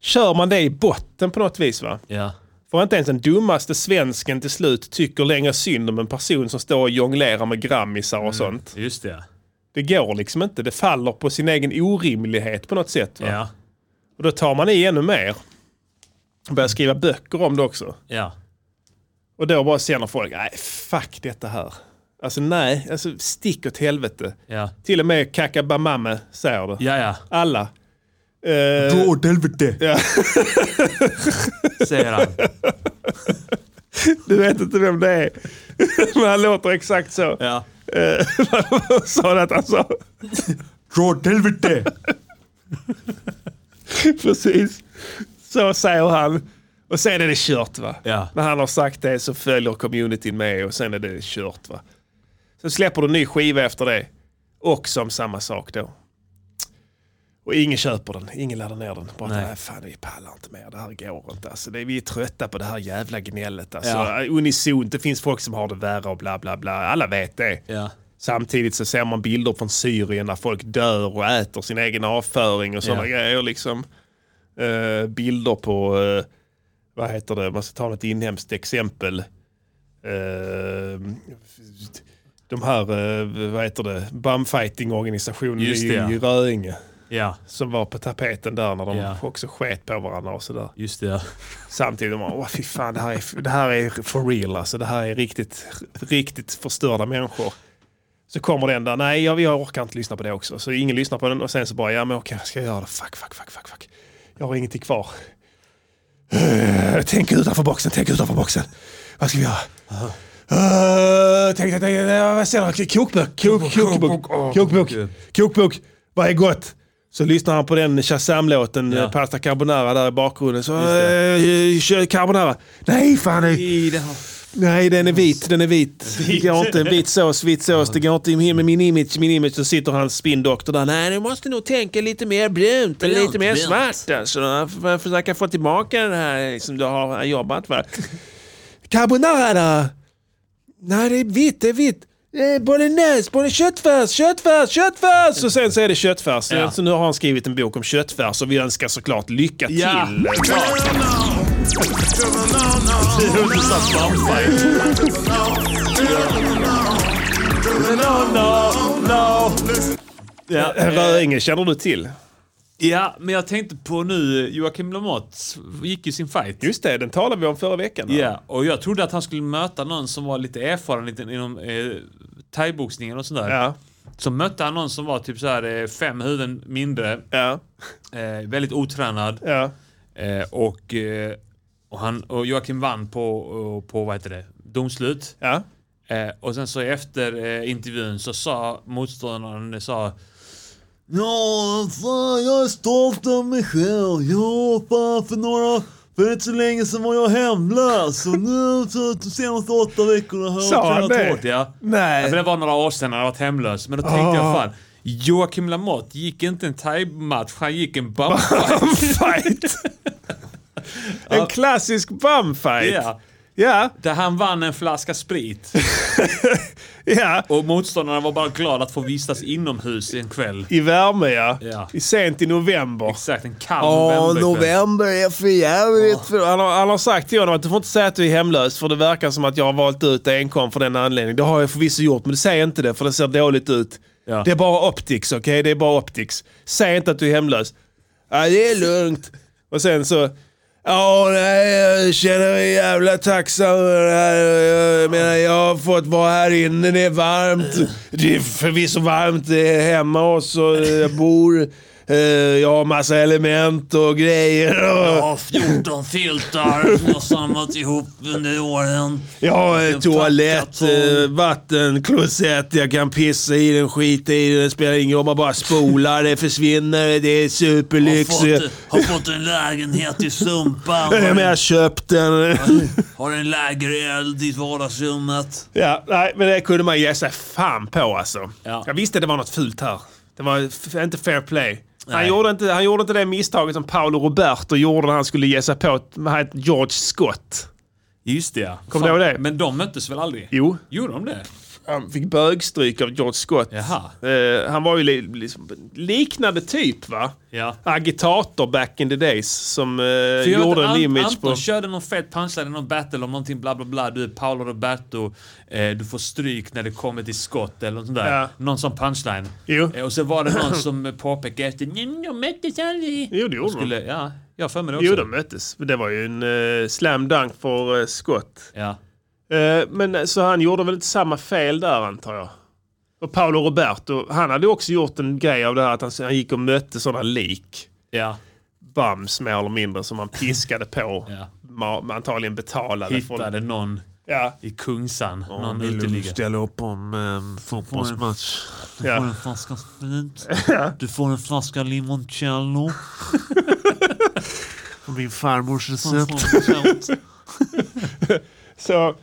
kör man det i botten på något vis va?
Ja.
För inte ens den dummaste svensken till slut tycker längre synd om en person som står och jonglerar med grammisar och sånt.
Just det.
Det går liksom inte. Det faller på sin egen orimlighet på något sätt. Va?
Ja.
Och då tar man i ännu mer. Och börjar skriva böcker om det också.
Ja.
Och då bara känner folk, nej fuck detta här. Alltså nej, alltså stick åt helvete.
Ja.
Till och med Kakabamame säger det.
Ja, ja.
Alla. Eh,
Åh, åt helvete.
Säger han.
du vet inte vem det är. Men han låter exakt så.
Ja.
sa det att han sa.
Dra åt helvete.
Precis. Så säger han. Och sen är det kört va.
Ja.
När han har sagt det så följer communityn med och sen är det kört va. Sen släpper du en ny skiva efter det. Också om samma sak då. Och ingen köper den, ingen laddar ner den. Bara, nej. fan vi pallar inte mer, det här går inte. Alltså, det, vi är trötta på det här jävla gnället. Alltså,
Ja.
Unisont, det finns folk som har det värre och bla bla bla. Alla vet det.
Ja.
Samtidigt så ser man bilder från Syrien där folk dör och äter sin egen avföring och sådana
Ja.
grejer. Liksom. Eh, bilder på, eh, vad heter det, man ska ta något inhemskt exempel. Eh, de här, eh, vad heter det, bumfighting-organisationen
Just
i,
det, ja.
i Röinge.
Ja.
Som var på tapeten där när de
Ja.
också sket på varandra och sådär.
Just det.
Samtidigt, man, åh fy fan, det här, är, det här är for real alltså. Det här är riktigt, riktigt förstörda människor. Så kommer den där, nej jag, jag orkar inte lyssna på det också. Så ingen lyssnar på den och sen så bara, ja men okej, vad ska jag göra då? Fuck, fuck, fuck, fuck, fuck. Jag har ingenting kvar. Eh, Tänk utanför boxen, tänk utanför boxen. Vad ska vi göra? Uh, tänk, tänk, tänk, eh, vad säger du? Kokbok, kok- kokbok, kokbok, kokbok. Vad är gott? Så lyssnar han på den Shazam-låten,
Ja.
eh, Pasta Carbonara där i bakgrunden. Så, eh, kör carbonara. Nej, fan. Nej.
I det här.
Nej, den är vit. Den är vit. Det går inte. Vit sås, vit sås. Det går inte in med min image. Min image. Så sitter hans spindoktor där. Nej, du måste nog tänka lite mer brunt eller lite mer svart. Alltså, för att försöka få tillbaka det här som du har jobbat för. Carbonara! Nej, det är vitt. Det är vitt. Eh, Bolognese, både köttfärs, köttfärs, köttfärs! Och sen så är det köttfärs.
Ja.
Så nu har han skrivit en bok om köttfärs och vi önskar såklart lycka till.
Ja. Ja.
Röinge känner du till?
ja, men jag tänkte på nu, Joakim Lamotte gick ju sin fight.
Just det, den talade vi om förra veckan.
Ja, och jag trodde att han skulle möta någon som var lite erfaren lite inom eh, thaiboxningen och sådär.
Ja.
Så mötte han någon som var typ så här eh, fem huvuden mindre,
Ja.
eh, väldigt otränad.
Ja.
Eh, och, eh, och, han, och Joakim vann på, och- på vad heter det, domslut.
Ja.
Eh, och sen så efter eh, intervjun så sa motståndaren sa Ja, fan jag är stolt över mig själv. Ja, fan för några... För inte så länge sedan var jag hemlös och nu så, de senaste åtta veckorna har
Sa han
jag
det?
tränat hårt. Ja.
Nej. Ah.
Ja, men det var några år sedan han hade varit hemlös. Men då tänkte jag fan, Joakim Lamotte gick inte en thai-match, han gick en bumfight.
Fight. En klassisk bumfight.
ja,
Ja.
där han vann en flaska sprit.
ja.
Och motståndarna var bara glada att få vistas inomhus en kväll.
I värme ja.
Ja.
I sent i november.
Exakt, en kall
Åh,
novemberkväll.
november är för jävligt. för- Han, har, han har sagt till honom att du får inte säga att du är hemlös för det verkar som att jag har valt ut det enkom för den anledningen. Det har jag förvisso gjort men du säger inte det för det ser dåligt ut.
Ja.
Det är bara optics, okej? Det är bara optics. Säg inte att du är hemlös. Ja, det är lugnt. Och sen så... Ja, nej, jag känner mig jävla tacksam över det här. Jag menar, jag har fått vara här inne. Det är varmt. Det är förvisso varmt eh, hemma hos oss och eh, jag bor. eh, jag har massa element och grejer. Och,
har 14 filtar som jag har samlat ihop under åren.
jag har eh, toalett,
packkartong.
eh, vatten, klosett, jag kan pissa i den, skita i den, det spelar ingen roll. Man bara spolar, det försvinner, det är
Har
superlyx.
fått, har fått en lägenhet i Sumpan. Har
Jag menar, jag
en,
har köpt den.
har en lägereld i vardagsrummet.
Ja, nej, men det kunde man ge sig fan på alltså.
Ja.
Jag visste det var något fult här. Det var f- inte fair play. Han gjorde, inte, han gjorde inte det misstaget som Paolo Roberto gjorde när han skulle ge sig på ett- han hette George Scott.
Just det ja.
Kommer du ihåg det?
Men de möttes väl aldrig?
Jo.
Gjorde de det?
Han fick bögstryk av George Scott.
Jaha.
Eh, han var ju li, liksom, liknande typ va?
Ja.
Agitator back in the days som eh,
Jag vet
gjorde
att
en
Ant-
image
Anton
på...
körde någon fet punchline i någon battle om någonting bla bla bla. Du är Paolo Roberto, eh, du får stryk när det kommer till skott eller något sånt där.
Ja.
Någon sån punchline.
Jo.
Eh, och så var det någon som eh, påpekade efter, "Nej, jag möttes aldrig.
Jo, det gjorde de.
Skulle, ja, jag har för mig det också.
Jo, de möttes. Det var ju en eh, slam dunk för eh, Scott.
Ja.
Eh, Men så han gjorde väl inte samma fel där antar jag. Och Paolo Roberto, han hade också gjort en grej av det här att han, han gick och mötte sådana lik.
Ja.
Bums mer eller mindre som han piskade på.
Ja.
Ma- Antagligen betalade.
Hittade någon
Ja.
i Kungsan. någon uteliggare.
ställa upp om um,
fotbollsmatch? Du får
Ja.
en flaska sprit. Du får en flaska limoncello.
Min farmors
Sen får du sånt.
Så,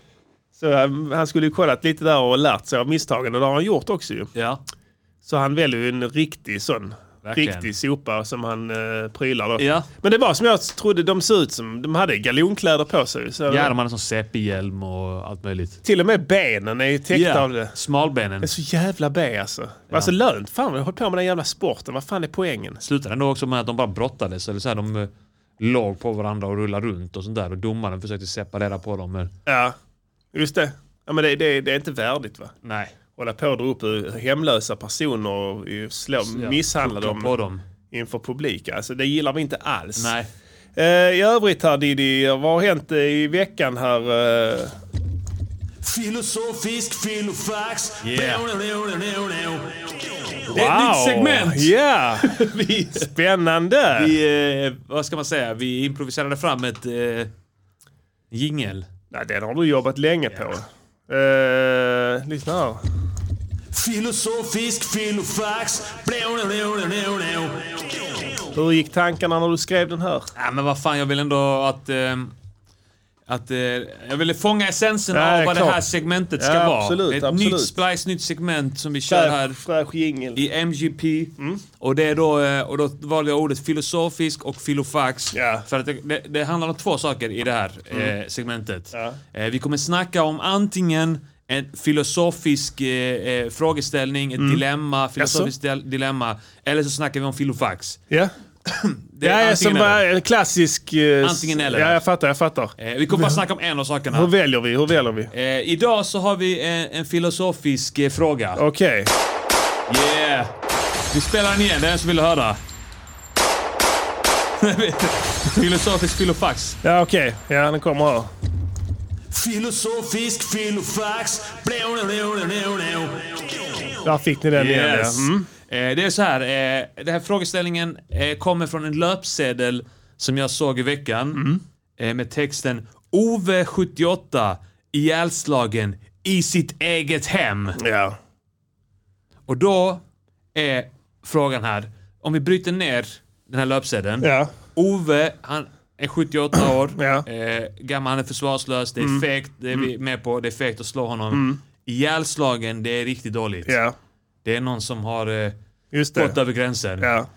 så han, han skulle ju kollat lite där och lärt sig av misstagen och det har han gjort också ju.
Ja.
Så han väljer ju en riktig sån.
Verkligen.
Riktig sopa som han eh, prylar då.
Ja.
Men det var som jag trodde de såg ut som. De hade galonkläder på sig. Så
ja, de hade sån CP-hjälm och allt möjligt.
Till och med benen är ju täckta
Ja,
av det.
Smalbenen.
Det är så jävla B alltså. Det var så lönt. Fan vad jag har hållit på med den jävla sporten. Vad fan är poängen?
slutade ändå också med att de bara brottades. Eller så här, de eh, låg på varandra och rullade runt och sånt där. Och domaren försökte separera på dem. Men
Ja, just det. Ja, men det, det, det är inte värdigt va?
nej.
Hålla på och dra upp hur hemlösa personer och ju slå, misshandla
Dem. På
dem
dem.
inför publik. Alltså det gillar vi inte alls.
Nej.
Eh, I övrigt här Diddy, vad har hänt eh, i veckan här? eh?
Filosofisk filofax.
Yeah.
Det är
nytt segment.
Ja! Spännande!
Vi, eh, vad ska man säga? Vi improviserade fram ett eh, jingel.
Nej, den har du jobbat länge på. Eh, lyssna här.
Filosofisk filofax.
Hur gick tankarna när du skrev den här?
Nej men vad fan, jag vill ändå att... Eh, att, eh, jag ville fånga essensen
Nej,
av vad
klart.
det här segmentet ska
Ja,
vara.
absolut,
ett
absolut.
nytt splice, nytt segment som vi kör här.
Fräsch jingel.
i MGP.
Mm.
Och, det är då, eh, och då valde jag ordet filosofisk och filofax.
Ja. Mm.
För att det, det, det handlar om två saker i det här eh, segmentet. Eh, vi kommer snacka om antingen en filosofisk eh, eh, frågeställning, ett
Mm.
dilemma, filosofiskt del- dilemma. Eller så snackar vi om filofax.
Ja.
Det
Det
är
är
antingen
som
eller.
var en klassisk... eh,
Antingen eller.
Ja, jag fattar, jag fattar.
eh, vi kommer bara snacka om en av
Hur
sakerna.
väljer vi? Hur väljer vi?
Eh, idag så har vi eh, en, en filosofisk eh, fråga.
Okej.
Yeah! Vi spelar den igen, det är den som vill höra. Filosofisk filofax.
Ja, okej. Ja, den kommer här.
Filosofisk filofax.
Där fick ni den igen.
Yes.
Ja. Mm.
Eh, det är så här, eh, den här frågeställningen eh, kommer från en löpsedel som jag såg i veckan.
Mm.
Eh, med texten Ove 78 ihjälslagen i sitt eget hem.
Mm, ja.
Och då är frågan här, om vi bryter ner den här löpsedeln.
Ja.
Ove, han är 78 år.
Ja. Mm.
eh, gammal, han är försvarslös. Det är fegt, det är vi med på. Det är fegt att slå honom. Ihjälslagen, det är riktigt dåligt.
Ja.
Det är någon som har eh,
Just
gått
det.
över gränsen.
Ja.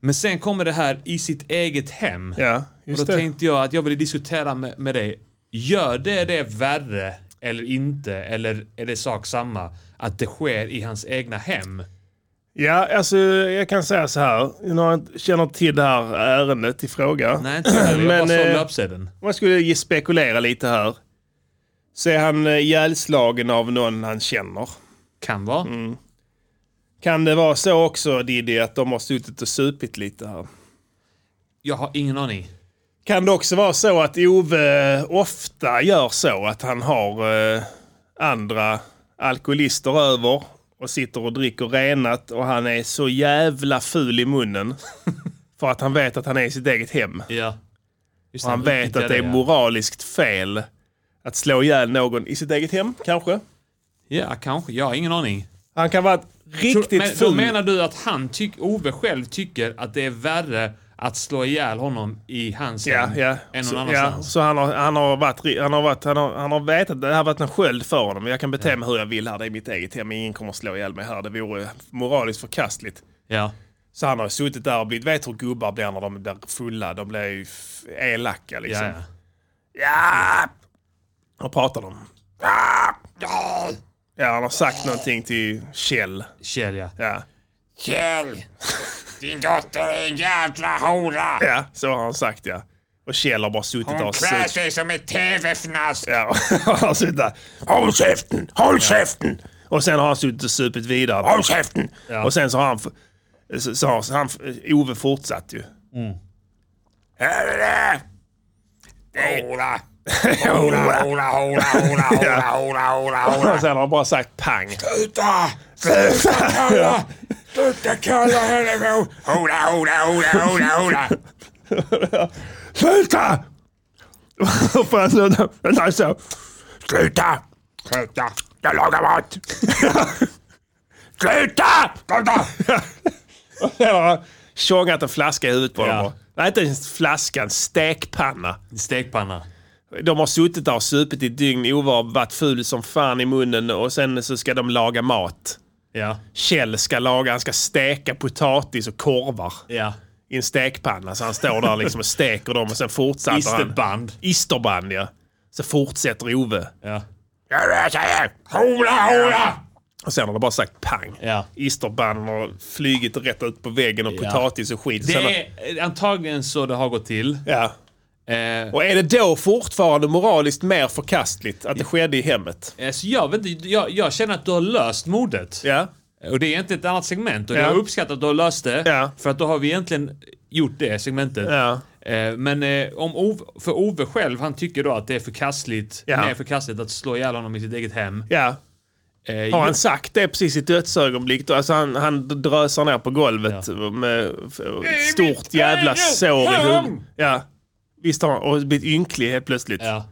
Men sen kommer det här i sitt eget hem.
Ja,
Och då
just det.
tänkte jag att jag ville diskutera med, med dig. Gör det det värre eller inte? Eller är det sak samma? Att det sker i hans egna hem?
Ja, alltså jag kan säga så här. Jag känner inte till det här ärendet i fråga.
Nej, inte heller. Jag
Men,
bara såg
eh,
löpsedeln.
Om jag skulle ge- spekulera lite här. Så är han eh, ihjälslagen av någon han känner.
Kan vara.
mm. Kan det vara så också Diddy att de har suttit och supit lite här?
Jag har ingen aning.
Kan det också vara så att Ove ofta gör så att han har eh, andra eh, alkoholister över och sitter och dricker renat och han är så jävla ful i munnen. för att han vet att han är i sitt eget hem.
Ja. Just
Och han vet
utnyttjar
att det är
ja.
moraliskt fel att slå ihjäl någon i sitt eget hem, kanske.
Ja, kanske. Jag har ingen aning.
Han kan vara riktigt
Men då
ful.
menar du att han tyck, Ove själv tycker att det är värre att slå ihjäl honom i hans
Ja,
hem
ja.
än någon
så, ja.
annanstans?
så han har, han har varit, ri- han har varit, han har, han har vetat att det här har varit en sköld för honom. Jag kan bete mig hur jag vill här, det är mitt eget hem, ingen kommer att slå ihjäl mig här. Det vore moraliskt förkastligt.
Ja.
Så han har suttit där och blivit, vet hur gubbar blir när de blir fulla, de blir ju f- elaka
Ja,
liksom.
ja.
Ja! Vad pratar de?
Ah!
Ja! Ja, han har sagt någonting till Kjell.
Kjell, ja.
Ja.
Kjell! Din dotter är en jävla hora!
ja, så har han sagt ja. Och Kjell har bara suttit där
Hon
och
klär
suttit.
sig som ett TV-fnask!
Ja, och han har suttit där. Håll käften! Håll käften! Och sen har han suttit och supit vidare. Håll käften! Och sen så har han... f- Så, så har så har han, f- Ove fortsatt ju. Mm.
Hora! Hora, hora, hora, hora, hora, hora, hora, hora!
Och sen har han bara sagt pang.
Sluta! Sluta kalla! Sluta kalla henne för hora, hora, hora, hora, hora!
Sluta! Och får jag sluta? Jag tar så. Sluta!
Sluta!
Jag lagar mat!
Sluta! Sluta!
Sen har han tjongat en flaska i huvudet på
Ja.
dem. Nej, inte ens flaska, en stekpanna.
Stekpanna.
De har suttit där och supit i ett dygn ovar, varit ful som fan i munnen och sen så ska de laga mat.
Ja.
Kjell ska laga, han ska steka potatis och korvar
Ja.
i en stekpanna. Så han står där liksom och steker dem och sen fortsätter han.
Isterband.
Isterband. ja. Så fortsätter Ove.
Ja.
Hora, hora!
Och sen har de bara sagt pang.
Ja.
Isterband har flugit rätt ut på väggen och
Ja.
potatis och skit.
Det
Sen har-
är antagligen så det har gått till.
Ja.
Eh,
Och är det då fortfarande moraliskt mer förkastligt att det skedde i hemmet?
eh, så jag, vet inte, jag, jag känner att du har löst mordet.
Ja.
Och det är egentligen ett annat segment och
Ja.
jag uppskattar att du har löst det.
Ja.
För att då har vi egentligen gjort det segmentet.
Ja.
Eh, Men eh, om Ove, för Ove själv, han tycker då att det är förkastligt,
Ja.
mer förkastligt att slå ihjäl honom i sitt eget hem.
Ja.
Eh,
Har han sagt det precis i dödsögonblick? Då? Alltså han, han drösar ner på golvet med f- ett stort jävla sår i huvudet. Ja. Visst har han och blivit ynklig helt plötsligt.
Ja.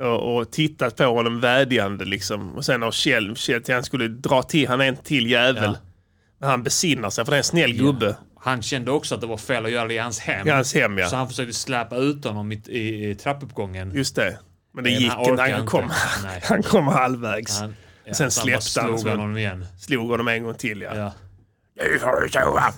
Och, och tittat på honom vädjande liksom. Och sen har Kjell, Kjell till han skulle dra till, han är en till jävel.
Ja.
Men han besinnar sig för det är en snäll gubbe.
Han kände också att det var fel att göra det i hans hem.
I hans hem ja.
Så han försökte släpa ut honom i, i, i trappuppgången.
Just det. Men det
Men
gick
han
inte.
orkar
Han kom,
inte. Nej.
han kom halvvägs.
Han, ja,
Sen
så
släppte
bara
han
slog
så-
honom igen.
Slog honom en gång till ja.
Ja.
Nu får du sova.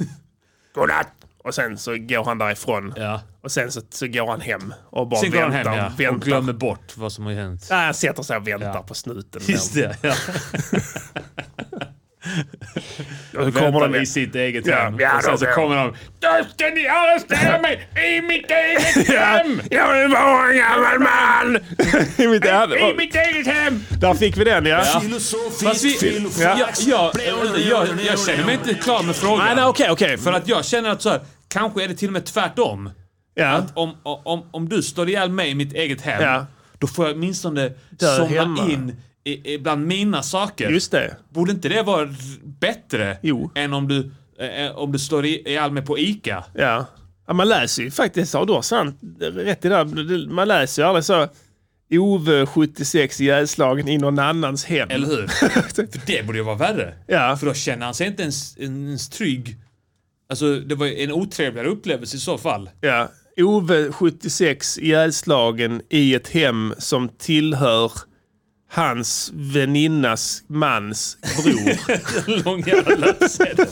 Godnatt. Och sen så går han därifrån.
Ja.
Och sen så, så går han hem och bara
Sen går
väntar.
han hem ja, och
väntar.
glömmer bort vad som har hänt.
Nej, han sätter sig och väntar
Ja.
på snuten.
Just det, ja.
Och så kommer
Väntar
de
i sitt eget
Ja,
hem.
ja,
och sen
då-
så kommer de. Då ska ni arrestera mig i mitt eget hem!
Jag vill vara en gammal man! I mitt hem.
I mitt eget hem!
Där fick vi den ja.
Ja. Fast vi,
Ja.
jag, jag, jag, jag känner mig inte klar med frågan.
Nej, nej, okej, okej.
För att jag känner att så här, kanske är det till och med tvärtom.
Ja.
Att om, om, om du slår ihjäl mig i mitt eget hem,
Ja.
då får jag åtminstone
Dö
somna
hemma.
in i, i bland mina saker.
Just det.
Borde inte det vara r- bättre
Jo.
än om du, eh, om du slår i- ihjäl mig på ICA?
Ja. ja man läser ju faktiskt, ja, du har sant rätt i det. här. Man läser ju aldrig så Ove 76 ihjälslagen i någon annans hem.
Eller hur? För det borde ju vara värre.
Typ. Ja.
För då känner han sig inte ens, ens trygg. Alltså, det var ju en otrevligare upplevelse i så fall.
Ja. Ove 76 ihjälslagen i ett hem som tillhör hans väninnas mans bror.
lång jävla löpsedel.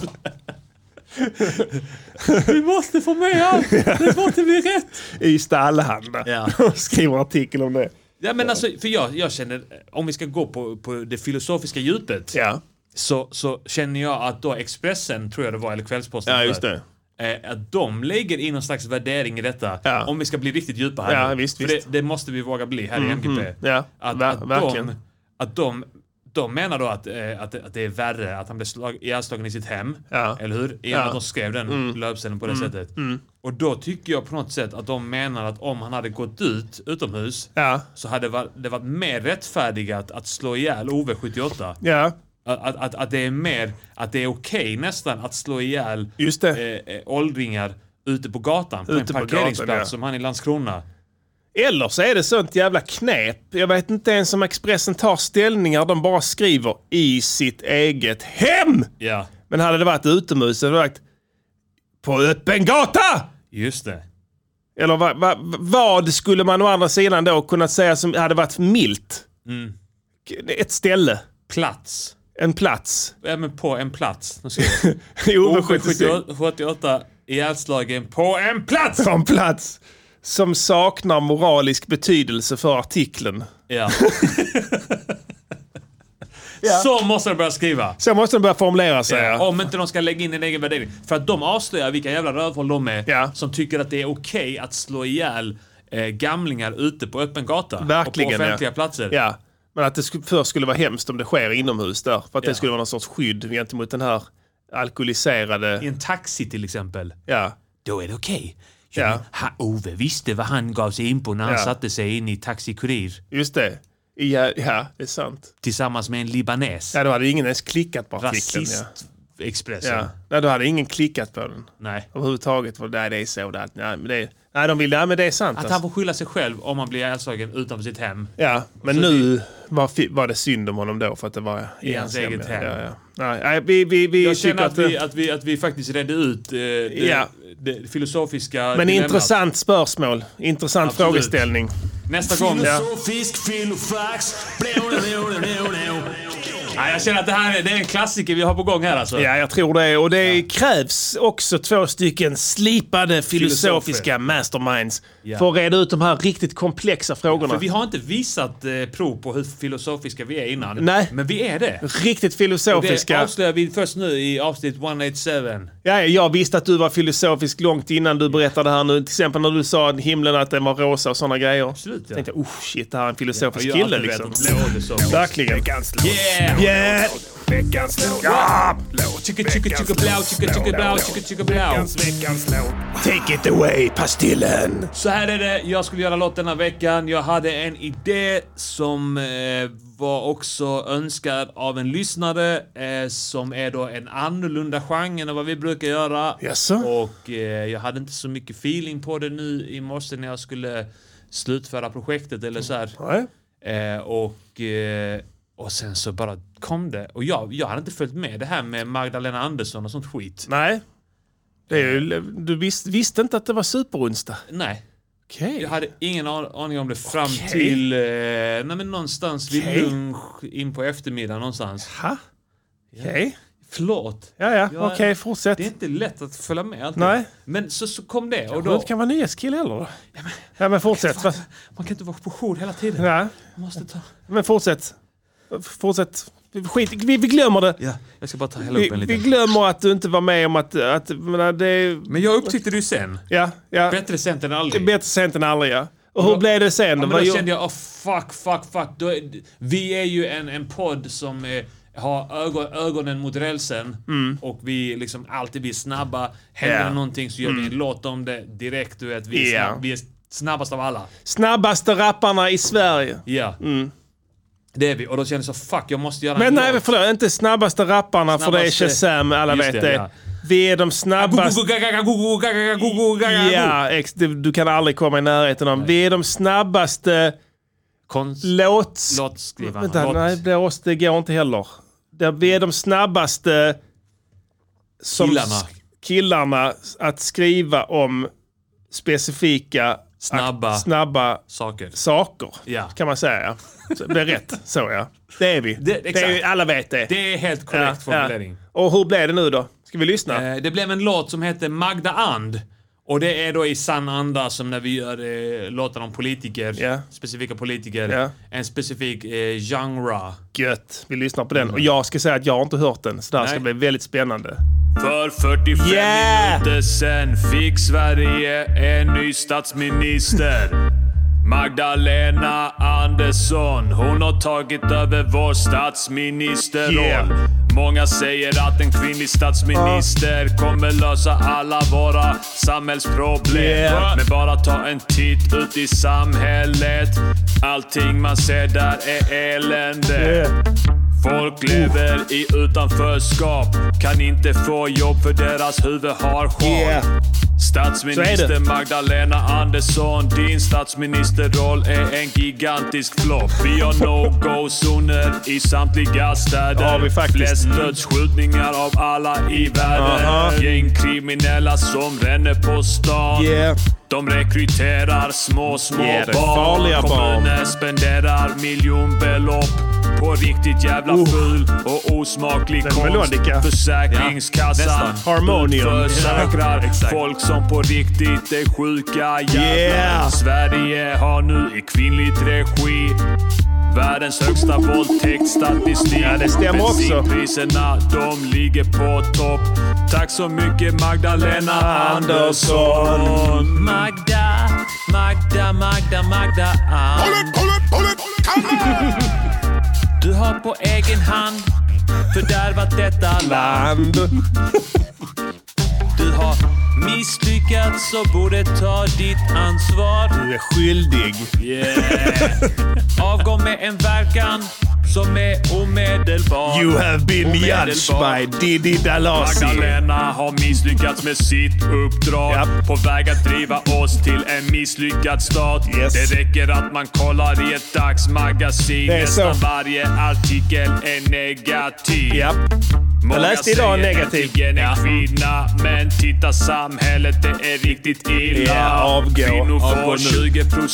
Vi måste få med allt! Det måste bli rätt!
I Stallhanda.
Ja.
Och skriver artikel om det.
Ja, men alltså, för jag, jag känner, om vi ska gå på, på det filosofiska djupet,
Ja,
så, så känner jag att då Expressen, tror jag det var, eller Kvällsposten,
ja just det.
eh, att de lägger in någon slags värdering i detta,
Ja.
om vi ska bli riktigt djupa här.
Ja,
nu.
visst,
för
visst. Mhm,
Det, det måste vi våga bli här i MGP.
Ja,
Att,
ver-
att,
verkligen.
de, att de, de menar då att, eh, att, det- att det är värre att han blev slag, ihjälslagen i sitt hem.
Ja. Mm.
Eller hur? I och med att de skrev den löpsedeln på det sättet. Och då tycker jag på något sätt att de menar att om han hade gått ut utomhus
Ja.
så hade det varit, det varit mer rättfärdigat att slå ihjäl Ove 78
Ja.
Att, att, att, att det är mer, att det är okej nästan att slå ihjäl
Just det.
eh, eh, åldringar ute på gatan på
Ute på
en
gatan,
parkeringsplats
ja.
som han i Landskrona.
Eller så är det sånt jävla knep. Jag vet inte ens om Expressen tar ställningar. De bara skriver i sitt eget hem.
Ja,
Men hade det varit utomhus hade det varit på öppen gata!
just det.
Eller va, va, vad skulle man å andra sidan då kunna säga som hade varit milt? Mm. Ett ställe.
Plats.
En plats.
Ja, men på en plats. Nu ska
I
jag-
Ove 76.
78 ihjälslagen på en plats!
På en plats som saknar moralisk betydelse för artikeln.
Ja. Så måste de börja skriva.
Så måste den börja formulera sig. Ja.
Eh, Om inte de ska lägga in en egen värdering. För att de avslöjar vilka jävla rövhål de är
Ja.
som tycker att det är okej att slå ihjäl eh, gamlingar ute på öppen gata.
Verkligen,
Och på offentliga
ja.
platser.
Ja. Men att det sku- först skulle vara hemskt om det sker inomhus där. För att det skulle vara någon sorts skydd gentemot den här
I
alkoholiserade...
en taxi till exempel.
Ja.
Då är det okej.
Ja.
Ja. Ja. Ove visste vad han gav sig in på när han
Ja.
satte sig in i Taxi Kurir
Just det. Ja, ja, det är sant.
tillsammans med en libanes.
Ja, då hade ingen ens klickat på artikeln. Ja.
Rasistexpressen.
Ja. Nej, då hade ingen klickat på den.
Nej.
Överhuvudtaget. Var, nej, det är så. Det, nej, men det, nej, de ville... Nej, men det är sant.
Att han
alltså.
får skylla sig själv om han blir ihjälslagen utanför sitt hem.
Ja, men nu var, fi- var det synd om honom då för att det var i,
hans eget
ja.
hem.
Ja, ja. Nej, nej, vi, vi, vi
Jag
tycker
känner
att... eh,
att vi, att, vi, att vi faktiskt redde ut eh, det,
Ja.
det filosofiska
men
dilemmat.
intressant spörsmål. Intressant
Absolut.
frågeställning.
Nästa gång.
Ja.
Filosofisk filofax. ja, jag känner att det här är, det är en klassiker vi har på gång här alltså.
Ja, jag tror det. Och det krävs också två stycken slipade filosofiska masterminds
Ja.
för att reda ut de här riktigt komplexa frågorna.
För vi har inte visat eh, prov på hur filosofiska vi är innan.
Nej.
Men vi är det.
Riktigt
Det
filosofiska.
avslöjar vi först nu i avsnitt 187.
Ja, jag visste att du var filosofisk långt innan du berättade här nu. Till exempel när du sa att himlen att den var rosa och sådana grejer.
Absolut, ja.
Tänkte jag, oh shit, det här är en
Och
filosofisk
jag har
kille
alltid
liksom.
vetat att det låter så.
Verkligen.
Yeah!
Yeah!
Veckans låt.
Chicka chicka chicka blau, chicka chicka blau, chicka chicka blau.
Veckans låt.
Take it away, pastillen!
Så här är det, jag skulle göra låt denna veckan. Jag hade en idé som eh, var också önskad av en lyssnare eh, som är då en annorlunda genre än vad vi brukar göra.
Jaså?
Och eh, jag hade inte så mycket feeling på det nu i morse när jag skulle slutföra projektet eller så här.
Nej.
Eh, och, eh, och sen så bara kom det. Och jag, jag hade inte följt med det här med Magdalena Andersson och sånt skit.
Nej. Det är ju, du vis, visste inte att det var superonsdag?
Nej.
Okej.
Jag hade ingen an- aning om det fram till eh, nej, men någonstans
Okej.
vid lunch in på eftermiddagen någonstans.
Ha? Okej.
Förlåt.
Ja, ja.
Jag-
Okej, fortsätt.
Det är inte lätt att följa med alltid.
Nej.
Men så, så kom det och
Du
då...
inte kan vara nyhetskille heller då? Ja, men fortsätt. Va?
Man kan inte vara på jour hela tiden.
Ja,
Jag måste ta...
men fortsätt. Fortsätt. Skit, vi, vi glömmer det.
Ja. Jag ska bara ta hälla upp en
Vi, vi
liten.
glömmer att du inte var med om att... att men det,
Men jag upptäckte det ju sen.
ja, ja.
Bättre sent än aldrig.
Bättre sent än aldrig, ja. Och hur
då-
blev det sen?
Ja,
Vad
men då
gjorde-
kände jag, oh, fuck, fuck, fuck. Då är, vi är ju en, en podd som eh, har ögon, ögonen mot rälsen och vi liksom alltid blir snabba. Händer
Mm. Ja. Mm.
det någonting så gör vi en låt om det direkt. Du vet, vi, är
Ja.
snabb, vi är snabbast av alla.
Snabbaste rapparna i Sverige.
Ja. Det är vi. Och då kände jag så, fuck, jag måste göra
Mm. Men
en
nej,
låt.
förlåt. Inte snabbaste rapparna, för det är
Snabbaste-
Shazam. Alla
Just
vet det.
det, ja.
Vi är de snabbaste...
Ja.
Ja, ex, du, du kan aldrig komma i närheten av. Vi är de snabbaste
Konst...
låts...
Låtskrivarna.
Vänta,
Låt-
nej, blås, det går inte heller. Det- Vi är de snabbaste som
Killarna.
sk- killarna att skriva om specifika
Snabba.
ak- snabba
Saker.
saker.
Ja.
Kan man säga. ja. Så, det är rätt, så ja. Det är vi.
Det-
det är,
exakt.
ju- alla vet det.
Det är helt
Ja,
korrekt formulering.
ja. Och hur blev det nu då? Ska vi lyssna?
Eh, Det blev en låt som hette Magda And. Och det är då i sann anda som när vi gör eh, låtar om politiker,
Ja.
specifika politiker,
Ja.
en specifik eh, genre.
Gött. Vi lyssnar på den. Och jag ska säga att jag har inte hört den, så det här ska
Mm. Nej.
bli väldigt spännande.
För 45
Yeah!
minuter sen fick Sverige en ny statsminister. Magdalena Andersson, hon har tagit över vår statsministerroll.
Yeah.
Många säger att en kvinnlig statsminister kommer lösa alla våra samhällsproblem.
Yeah.
Men bara ta en titt ut i samhället. Allting man ser där är elände.
Folk lever i utanförskap. Kan inte få jobb för deras huvud har sjal.
Yeah. Så är
Statsminister
det.
Magdalena Andersson, din statsministerroll är en gigantisk flopp. Vi har no-go-zoner i samtliga städer.
Ja, vi faktiskt. Mm.
Flest dödsskjutningar av alla i världen.
Aha. Mm.
Gängkriminella som ränner på stan.
Yeah.
De rekryterar små, små
Yeah, det är
barn.
farliga barn.
Kommuner spenderar miljonbelopp på riktigt jävla ful och osmaklig
Uh. Den melodica.
konst.
Ja,
Försäkringskassan
nästan.
Harmonium.
försäkrar folk som på riktigt är sjuka jävlar.
Yeah.
Sverige har nu i kvinnligt regi Världens högsta våldtäktsstatistik.
Ja, det stämmer också.
Bensinpriserna, de ligger på topp. Tack så mycket Magdalena Andersson. Magda, Magda, Magda, Magda
Bullet, bullet, bullet, come on!
Du har på egen hand fördärvat detta land. Du har misslyckats och borde ta ditt ansvar.
Du är skyldig.
Avgå med en verkan som är omedelbar.
You have been
Omedelbart.
judged by Didi Dalasi.
Magdalena har misslyckats med sitt uppdrag.
Japp.
På väg att driva oss till en misslyckad stat.
Yes.
Det räcker att man kollar i ett dagsmagasin.
Det är
Nästan
så.
varje artikel är negativ.
Japp.
Många
läste idag
säger
negativ.
äntligen en kvinna, men titta samhället, det är riktigt illa.
Ja, avgå.
Kvinnor
Avgå nu.
får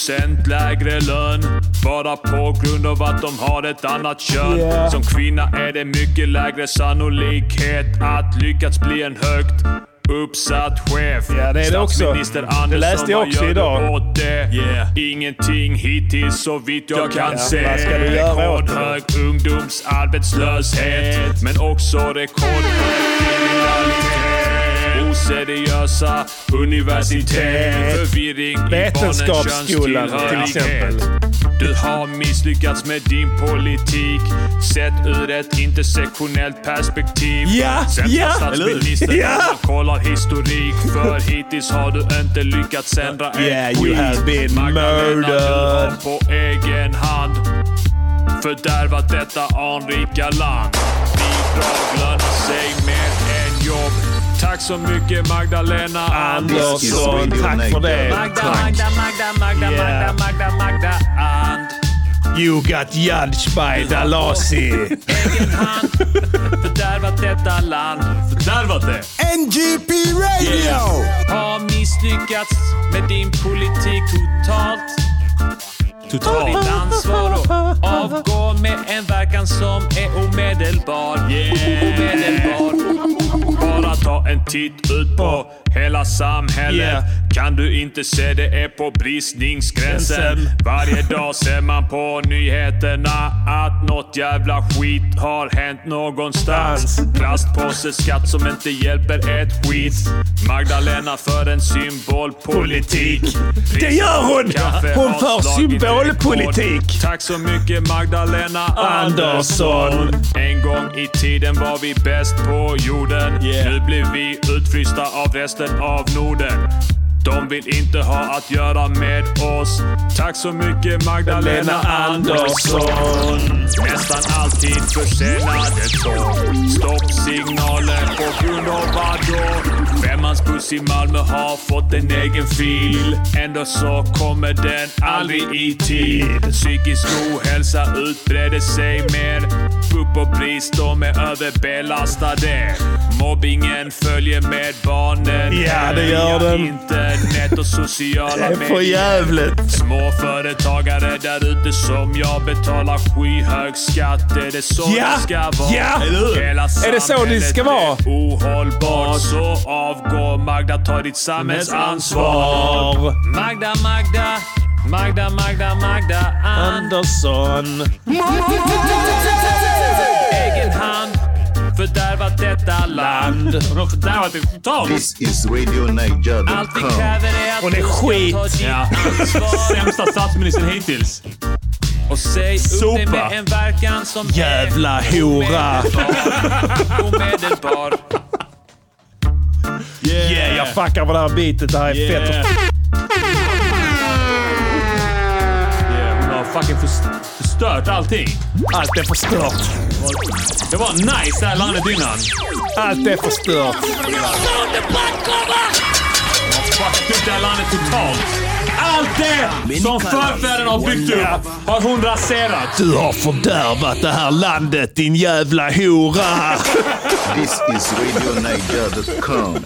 20% lägre lön, bara på grund av att de har ett annat kön.
Ja.
Som kvinna är det mycket lägre sannolikhet att lyckats bli en högt uppsatt chef.
Ja, det är det också.
Statsminister
Det
Andersson,
läste jag
vad
också
gör
idag.
du åt det? Ingenting hittills så vitt jag, kan
Ja,
se.
vad ska du göra åt det?
Rekordhög ungdomsarbetslöshet, men också rekordhög kriminalitet. Oseriösa universitet, förvirring i barnens
Vetenskapsskolan, till exempel.
Du har misslyckats med din politik, sett ur ett intersektionellt perspektiv.
Ja,
Sämsta
ja,
statsministern
eller hur? Ja.
som kollar historik, för hittills har du inte lyckats ändra ett
Yeah, you have been
Magdalena, du har
murdered.
på egen hand fördärvat detta anrika land. Bidrag lönar sig mer än jobb. Tack så mycket Magdalena
Andersson, tack för det.
Magda, Magda, Magda, Magda,
Yeah.
Magda, Magda, Magda, and
You got judged by Dalasi.
egen hand fördärvat detta land. Fördärvat det.
NGP Radio!
Har misslyckats med din politik totalt. Ta ditt ansvar och avgå med en verkan som är omedelbar. Omedelbar. Bara ta en titt ut på hela samhället.
Yeah.
Kan du inte se det är på bristningsgränsen. Varje dag ser man på nyheterna att något jävla skit har hänt någonstans. Plastpåseskatt som inte hjälper ett skit. Magdalena för en symbolpolitik.
Det gör hon!
Kaffe
Hon
har
för
slagit
symbolpolitik.
rekord. Tack så mycket Magdalena Andersson. En gång i tiden var vi bäst på jorden.
Yeah.
Nu blir vi utfrysta av resten av Norden. De vill inte ha att göra med oss. Tack så mycket Magdalena Andersson. Nästan alltid försenade tåg. Stoppsignaler på grund av vadå? Femmansbuss i Malmö har fått en egen fil. Ändå så kommer den aldrig i tid. Psykisk ohälsa utbreder sig mer. Upp och bris, de är överbelastade. Mobbingen följer med barnen.
Ja, det gör
Via
den.
Internet och sociala
Det är för
medier.
jävligt.
Småföretagare där ute som jag betalar skyhög skatt. Är det så
Ja,
det ska vara?
ja. Eller hur?
Hela
Är det så det ska
samhället
vara?
är Ohållbart. Så avgå Magda, ta ditt samhällsansvar. Magda, Magda, Magda, Magda, Magda. And
Andersson.
egen hand fördärvat detta land. Och de har fördärvat det totalt.
is RadioNiger.com.
Allt vi kräver är att
Och det är
du ska
skit.
ta ditt
Ja.
ansvar.
Sämsta statsministern hittills.
Och säg upp dig
Sopa.
med en verkan som
Jävla
är
hora.
omedelbar. Omedelbar.
Yeah, jag fuckar med det här beatet. Det här är fett.
Yeah. Yeah, hon har fucking först- förstört
förstört allting.
Allt är förstört.
Det var nice det här landet innan.
Allt är förstört.
Fuck upp det här landet totalt. Allt det som förfäderna har byggt upp har hon raserat.
Du har fördärvat det här landet din jävla hora!
This is RadioNiger.com.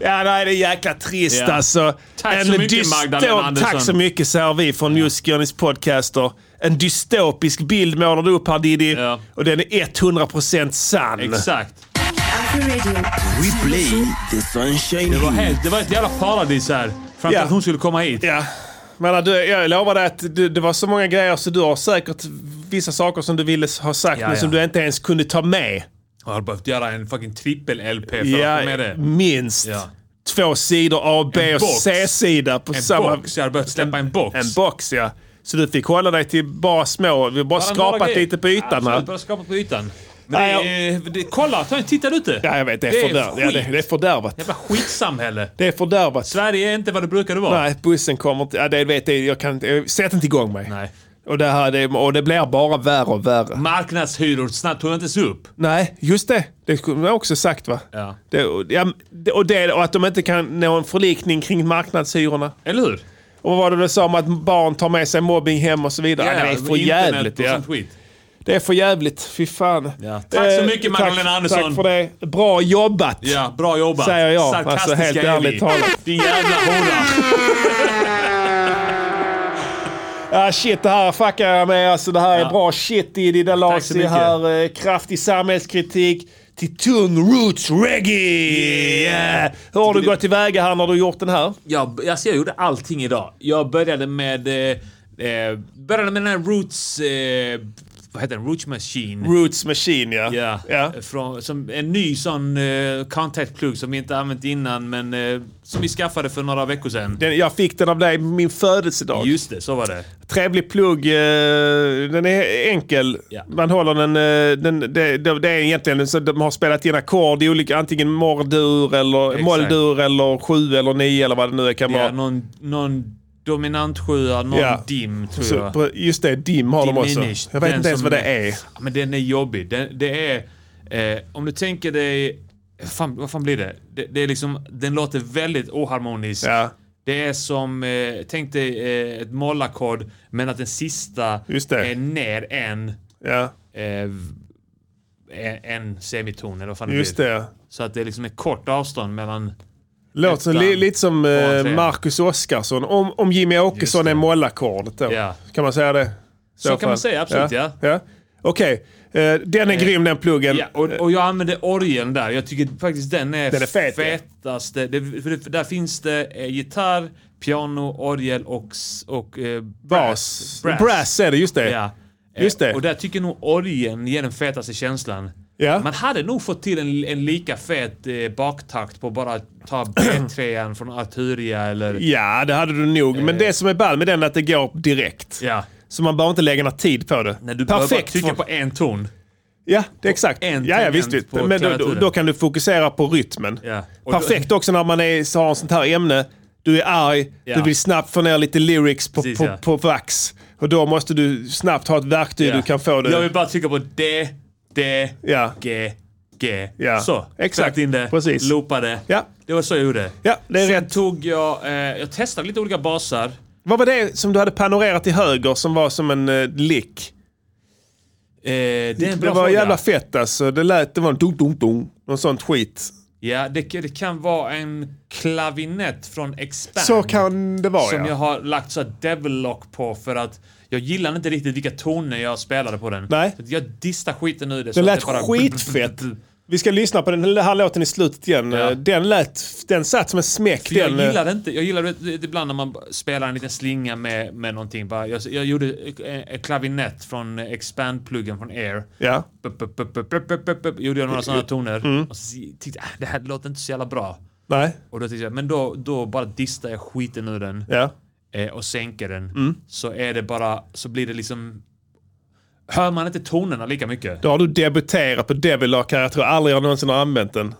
Ja, nej, det är jäkla trist
Ja.
alltså.
Tack så mycket,
dysto-
Magdalena Andersson.
Tack så mycket säger vi från Just Skånes podcaster. En dystopisk bild målar du upp här Diddy.
Ja.
Och den är 100% sann.
Exakt.
We play the sunshine.
Det var, helt, det var ett jävla paradis här. Fram till
Ja.
att hon skulle komma hit.
Ja. Men äh, du, jag lovar dig att du, det var så många grejer så du har säkert vissa saker som du ville ha sagt
Ja,
men
ja.
som du inte ens kunde ta med.
Jag hade behövt göra en fucking trippel-LP för att
Ja,
få med det.
minst.
Ja.
Två sidor A, B
En
och
box.
C-sida på
En
samma...
box. Jag hade behövt släppa en box.
En box, ja. Så du fick hålla dig till bara små. Vi har bara
Bara några
skrapat
grejer.
lite på ytan
Absolut,
här.
bara skrapat på ytan. Men
Nej,
det, är, det, kolla, ta en titt där ute.
Ja, jag vet. Det är,
Det är
fördärvat. Ja, det,
skit.
det är fördärvat.
Jävla skitsamhälle.
Det är fördärvat.
Sverige är inte vad det brukade vara.
Nej, bussen kommer inte... Ja, det vet jag. Jag kan inte... jag- Sätt inte igång mig.
Nej. Mm.
Och det, här, det, och det blir bara värre och värre.
Marknadshyror snabbt tog inte ens upp.
Nej, just det. Det skulle man också sagt va?
Ja.
Det, och, ja, men det, och, det, och att de inte kan nå en förlikning kring marknadshyrorna.
Eller hur?
Och vad var det du sa om att barn tar med sig mobbing hem och så vidare? Ja, det är för
internet
jävligt.
och
Ja.
sånt skit.
Det är för jävligt. Fy fan.
Ja. Tack så
Eh,
mycket, Magdalena
tack,
Andersson.
Tack för det. Bra jobbat.
Ja, bra jobbat.
Säger jag. Alltså,
Sarkastiska
helt
är vi.
ärligt talat.
Din jävla hora.
Ah, shit, det här fuckar jag med. Alltså, det här är
Ja.
bra shit i det
så
Lasi
mycket.
här. Eh, kraftig samhällskritik till tung roots reggae. Yeah. Hur har du gått tillväga här när du gjort den här?
Jag, alltså jag gjorde allting idag. Jag började med... Eh, eh, började med den här Roots... Eh, vad heter den? Roots Machine.
Roots Machine, ja.
Ja, Eh,
ja.
Från, som en ny sån eh, kontaktplugg som vi inte använt innan men eh, som vi skaffade för några veckor sedan.
Den, jag fick den av dig på min födelsedag.
Just det, så var det.
Trevlig plugg. eh, Den är enkel.
Ja.
Man håller den... eh, den det, det, det är egentligen så att de har spelat in ackord i olika, antingen mordur eller
Exakt.
molldur eller sju eller nio eller vad det nu kan vara.
Ja, någon, någon dominant sjua, någon
Ja.
dim tror
så,
jag.
på- just det, dim har de också.
Diminished.
Jag vet
Den
inte ens
som
vad det är.
Ja, Men den är jobbig. Den, det är... Eh, om du tänker dig... Fan, vad fan blir det? det? Det är liksom... Den låter väldigt oharmonisk.
Ja,
Det är som, eh, tänk dig eh, ett mollackord men att den sista
Just det.
är ner en,
ja.
eh, en, en semiton eller vad fan
just
det blir.
det.
Så att det är liksom ett kort avstånd mellan...
Låter som, li,
Ettan.
lite som
Tvåan,
eh,
trean.
Marcus Oskarsson. Om, om Jimmy Åkesson
det.
är mollackordet då.
Ja.
Kan man säga det?
Så kan man säga, absolut, ja.
ja. Okej, eh, den är grym den pluggen.
Ja, och, och jag använde orgeln där. Jag tycker faktiskt den är,
Den är fet, ja.
fetaste. Det, för det, för där finns det eh, gitarr, piano, orgel och, s- och eh,
Bas.
brass.
Brass. är det, just det.
Ja. Eh,
Just det.
Och där tycker nog orgeln ger den fetaste känslan.
Ja.
Man hade nog fått till en, en lika fet eh, baktakt på bara att ta B3 från Arturia eller...
Ja, det hade du nog. Men det som är ball med den är att det går direkt.
Eh. Ja.
Så man behöver inte lägga någon tid på det.
När du behöver bara
Perfekt.
trycka
för-
på en ton.
ja, det är exakt.
en
ja, ja, visst.
tangent på
Men då, då,
klaviaturen.
då kan du fokusera på rytmen.
Ja. Och då-
Perfekt också när man är, så har en sånt här ämne. Du är arg,
Ja.
du vill snabbt få ner lite lyrics på,
Precis,
på,
ja.
på vax. Och då måste du snabbt ha ett verktyg
Ja.
du kan få det.
Jag vill bara trycka på D, D,
Ja.
G, G.
Ja.
Så.
Exakt.
Satt in det,
Precis.
loopade.
Ja.
Det var så jag gjorde.
Ja, det är
Sen
rätt.
tog jag... Eh, jag testade lite olika basar. Eh,
Vad var det som du hade panorerat till höger som var som en eh, lick?
Eh, det är en bra
Det var
fråga.
jävla fett alltså. Det lät, det var en dunk dunk dunk. Någon sånt skit.
Ja, det, det kan vara en klavinett från Expand.
Så kan det vara
Som
ja.
jag har lagt så här devil lock på för att jag gillar inte riktigt vilka toner jag spelade på den.
Nej.
Så att jag distar skiten ur det. så
Den
att det
lät
bara-
skitfett. Vi ska lyssna på den här låten i slutet igen.
Ja.
Den lät, den satt som en smäck.
För jag
Den, eh,
gillar det inte. Jag gillar det ibland när man spelar en liten slinga med, med någonting. Bara, jag, jag gjorde eh, eh, klavinett från eh, Expand-pluggen från Air.
Ja.
Bup, bup, bup, bup, bup, bup, bup, bup. Gjorde jag några sådana toner. Och så tyckte jag "Ah, det här låter inte så jävla bra.
Nej.
Och då tyckte jag, men då, då bara distar jag skiten ur den.
Ja.
eh, och sänker den så är det bara, så blir det liksom Hör man inte tonerna lika mycket?
Då har du debuterat på Devil Lock här. Jag tror aldrig jag någonsin har använt den.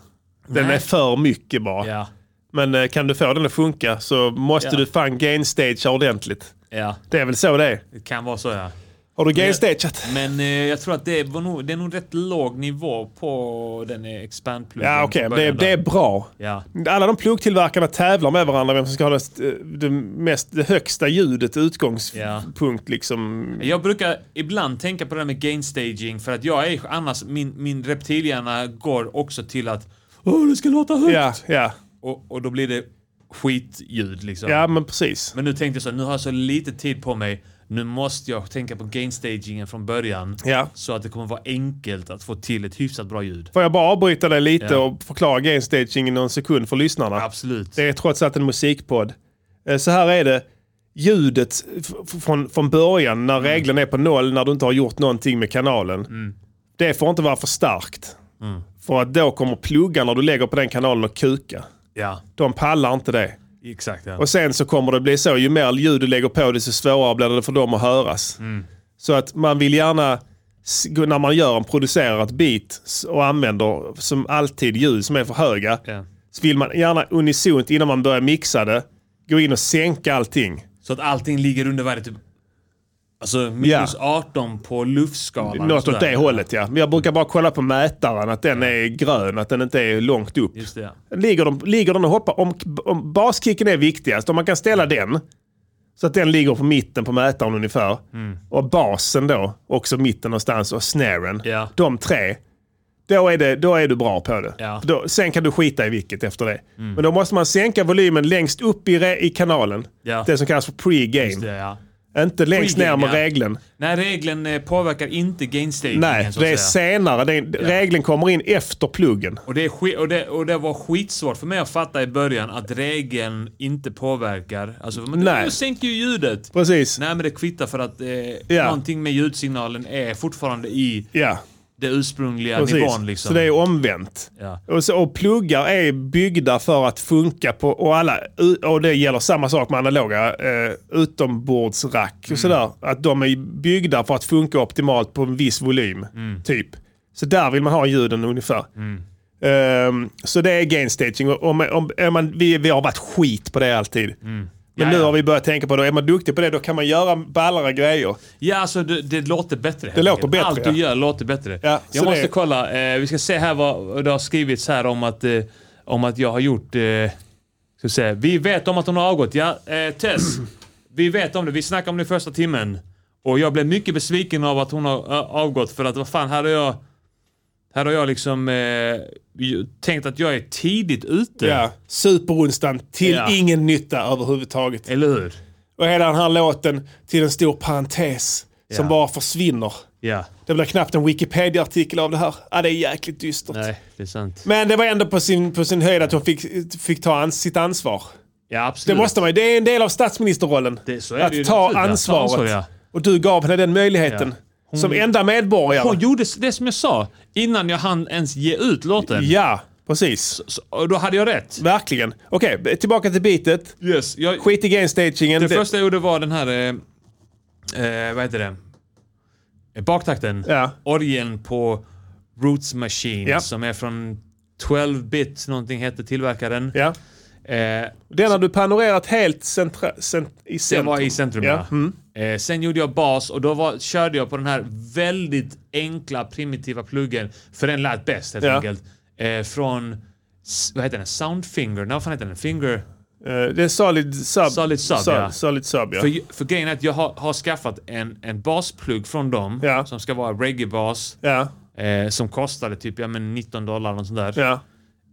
Den
Nej.
är för mycket bara.
Ja.
Men eh, kan du få den att funka så måste
Ja.
du fan gainstagea ordentligt.
Ja,
Det är väl så det är.
det kan vara så ja.
Har du G-stageat?
Men eh, jag tror att det, var nog, det är nog rätt låg nivå på den eh, expand-pluggen.
Ja, okej.
från
Det, är-
början
det är
där.
bra.
Ja.
Alla de plugtillverkarna tävlar med varandra vem som ska ha det, det, mest, det högsta ljudet
Ja.
utgångspunkt. Liksom.
Jag brukar ibland tänka på det här med gain staging för att jag är annars, min, min reptilhjärna går också till att Åh, det ska låta högt!
Ja, ja.
Och, och då blir det skitljud liksom.
ja, men precis.
Men nu tänkte jag så, nu har jag så lite tid på mig. Nu måste jag tänka på gain stagingen från början.
Ja.
Så att det kommer vara enkelt att få till ett hyfsat bra ljud.
Får jag bara avbryta dig lite
Ja.
och förklara gainstaging i någon sekund för lyssnarna?
Absolut.
Det är trots allt en musikpodd. Eh, Så här är det. Ljudet f- f- från, från början när
Mm.
regeln är på noll, när du inte har gjort någonting med kanalen. Det får inte vara för starkt.
Mm.
För att då kommer pluggarna du lägger på den kanalen att kuka.
Ja,
De pallar inte det.
exakt. Ja.
Och sen så kommer det bli så, ju mer ljud du lägger på desto svårare blir det för dem att höras.
Mm.
Så att man vill gärna, s- när man gör en producerat beat s- och använder som alltid ljud som är för höga,
Ja.
så vill man gärna unisont innan man börjar mixa det, gå in och sänka allting.
Så att allting ligger under varje typ... Alltså minus 18 på luftskalan. och
Något
sådär.
åt det hållet ja. Men jag brukar bara kolla på mätaren, att den är grön, att den inte är långt upp.
Just det, ja.
Ligger de, ligger de och hoppar, om, om baskicken är viktigast, om man kan ställa den så att den ligger på mitten på mätaren ungefär.
Mm.
Och basen då, också mitten någonstans och snaren.
Ja.
De tre. Då är, det, då är du bra på det.
Ja. Mm.
Då, sen kan du skita i vilket efter det. Men då måste man sänka volymen längst upp i, re, i kanalen.
Ja.
Det som kallas för
Just
pre-game.
det, ja.
Inte längst ner
Pre-game,
med
ja.
regeln.
Nej, regeln eh, påverkar inte gainstagingen
Nej,
så att
det
säga.
är senare. Det är, Regeln kommer in efter pluggen.
Och det, är ski- och, det, och det var skitsvårt för mig att fatta i början att regeln inte påverkar. Alltså, men
Nej.
du sänker ju ljudet.
Precis.
Nej, men det kvittar för att eh,
Ja.
någonting med ljudsignalen är fortfarande i
Ja,
det ursprungliga
precis.
nivån liksom.
Så det är omvänt.
Ja.
Och, så, och pluggar är byggda för att funka på, och, alla, och det gäller samma sak med analoga eh, utombordsrack och sådär. Att de är byggda för att funka optimalt på en viss volym. Typ. Så där vill man ha ljuden ungefär. Ehm, så det är gain staging. Och Om, om, är man, vi, vi har varit skit på det alltid. Men nu
Jaja.
har vi börjat tänka på det. Är man duktig på det då kan man göra ballare grejer.
Ja, alltså det, det låter bättre.
Det låter bättre,
Allt
ja.
du gör låter bättre.
Ja, så
jag måste
det-
kolla. Eh, vi ska se här vad det har skrivits här om att, eh, om att jag har gjort... Eh, ska vi se. Vi vet om att hon har avgått. Ja, eh, Tess. vi vet om det. Vi snackade om det i första timmen. Och jag blev mycket besviken av att hon har eh, avgått för att vad fan, här har jag... Här har jag liksom eh, ju- tänkt att jag är tidigt ute.
Ja. Superonsdagen till
Ja.
ingen nytta överhuvudtaget.
Eller hur?
Och hela den här låten till en stor parentes som
Ja.
bara försvinner.
Ja.
Det blir knappt en Wikipedia-artikel av det här. Ja, det är jäkligt dystert.
Nej, det är sant.
Men det var ändå på sin, på sin höjd att hon fick, fick ta ans sitt ansvar.
Ja,
Det
absolut.
måste man ju. Det är en del av statsministerrollen.
Det- så är det ju
att ta
naturligt, ja. Ta
ansvaret.
ansvar, ja.
Och du gav henne den möjligheten.
Ja. Hon-
Som enda medborgare.
Hon gjorde det som jag sa innan jag hann ens ge ut låten.
Ja, precis.
Så, och då hade jag rätt.
Verkligen. Okej, tillbaka till bitet.
Yes, jag,
Skit i gamestagingen.
det
Det-
första jag gjorde var den här... Eh, eh, vad heter det? Eh, Baktakten.
Ja.
Orgeln på Roots Machine
Ja.
som är från 12-bit, någonting hette tillverkaren.
Ja.
Eh,
Den har du panorerat helt centra, cent, i
den
centrum.
var i centrum
Ja. Mm.
ja. Eh, sen gjorde jag bas och då var, körde jag på den här väldigt enkla primitiva pluggen. För den lät bäst helt
Ja.
enkelt. Eh, från, s- vad heter den? Soundfinger? Nej, vad fan heter den? Finger?
Eh, Det är Solid Sub.
Solid Sub, ja.
Solid Sub, ja.
För, för grejen är att jag har, har skaffat en, en basplugg från dem
Ja.
som ska vara reggae-bas.
ja,
Eh, som kostade typ ja, men 19 dollar eller sånt där.
ja.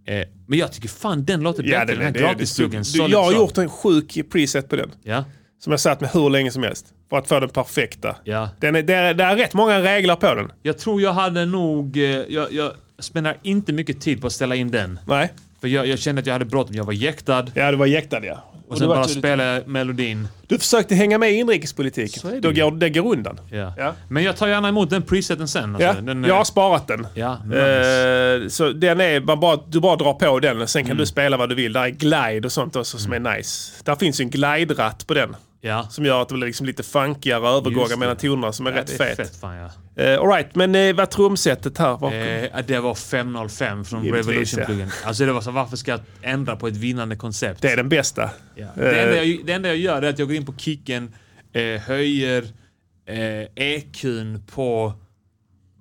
Eh, men jag tycker fan den låter
ja
bättre. den här gratispluggen.
du,
Solid
jag har
Sub.
gjort en sjuk preset på den.
Ja,
Som jag satt med hur länge som helst. För att få den perfekta.
ja.
Den är, det, är, det är rätt många regler på den.
Jag tror jag hade nog... Eh, jag, jag spenderar inte mycket tid på att ställa in den.
Nej.
För jag, jag kände att jag hade bråttom. Jag var jäktad.
Ja, du var jäktad ja.
Och
du,
sen
var
bara
tydligt-
spelade jag melodin.
du försökte hänga med i inrikespolitiken.
Så är det
Då
ju.
går, det går undan.
Ja.
Ja.
Men jag tar gärna emot den preseten sen. Alltså.
Ja,
Den, eh,
jag har sparat den.
ja, nice. Mm.
Eh, så den är, man bara, du bara drar på den och sen kan du spela vad du vill. Där är glide och sånt också som är nice. Där finns ju en glide-ratt på den.
ja.
Som gör att det blir liksom lite funkigare övergångar
det.
mellan tonerna som är rätt
det är
fet.
fett fan ja.
Eh, all right, men eh, vad trumsetet här? Var,
Eh, det var 505 från
Givetvis,
Revolution-pluggen. Alltså det var så, varför ska jag ändra på ett vinnande koncept?
det eh, är den bästa.
Ja. det, enda jag, det enda jag gör är att jag går in på kicken eh, höjer eh, EQn på,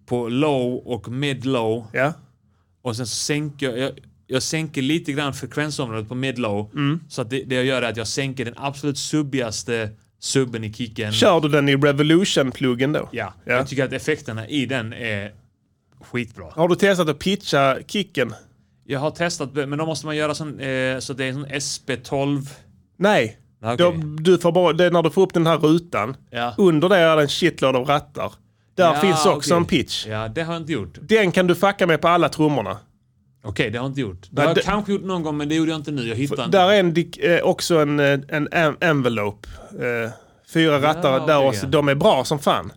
på low och mid-low.
Ja.
Och sen så sänker jag, jag, jag sänker lite grann frekvensområdet på mid-low.
Mm.
Så att det, det jag gör är att jag sänker den absolut subbigaste subben i kicken.
Kör du den i revolution-pluggen då?
Ja.
Ja.
Jag tycker att effekterna i den är skitbra.
Har du testat att pitcha kicken?
Jag har testat, men då måste man göra sån, eh, så det är en sån SP12.
Nej.
Ja, okej.
Då, du får bara, det är när du får upp den här rutan.
Ja.
Under det är det en shitload av rattar. Där
Ja,
finns också
okej.
en pitch.
Ja, det har jag inte gjort. Okej,
Den kan du fucka med på alla trummorna.
det har jag inte gjort. Det har jag
det-
kanske gjort någon gång, men det gjorde jag inte nu. Jag hittade inte.
Där är en, dik- eh, också en, eh, en en- envelope. Eh, fyra rattar
okej, Mm.
där och
ja.
så- de är bra som fan.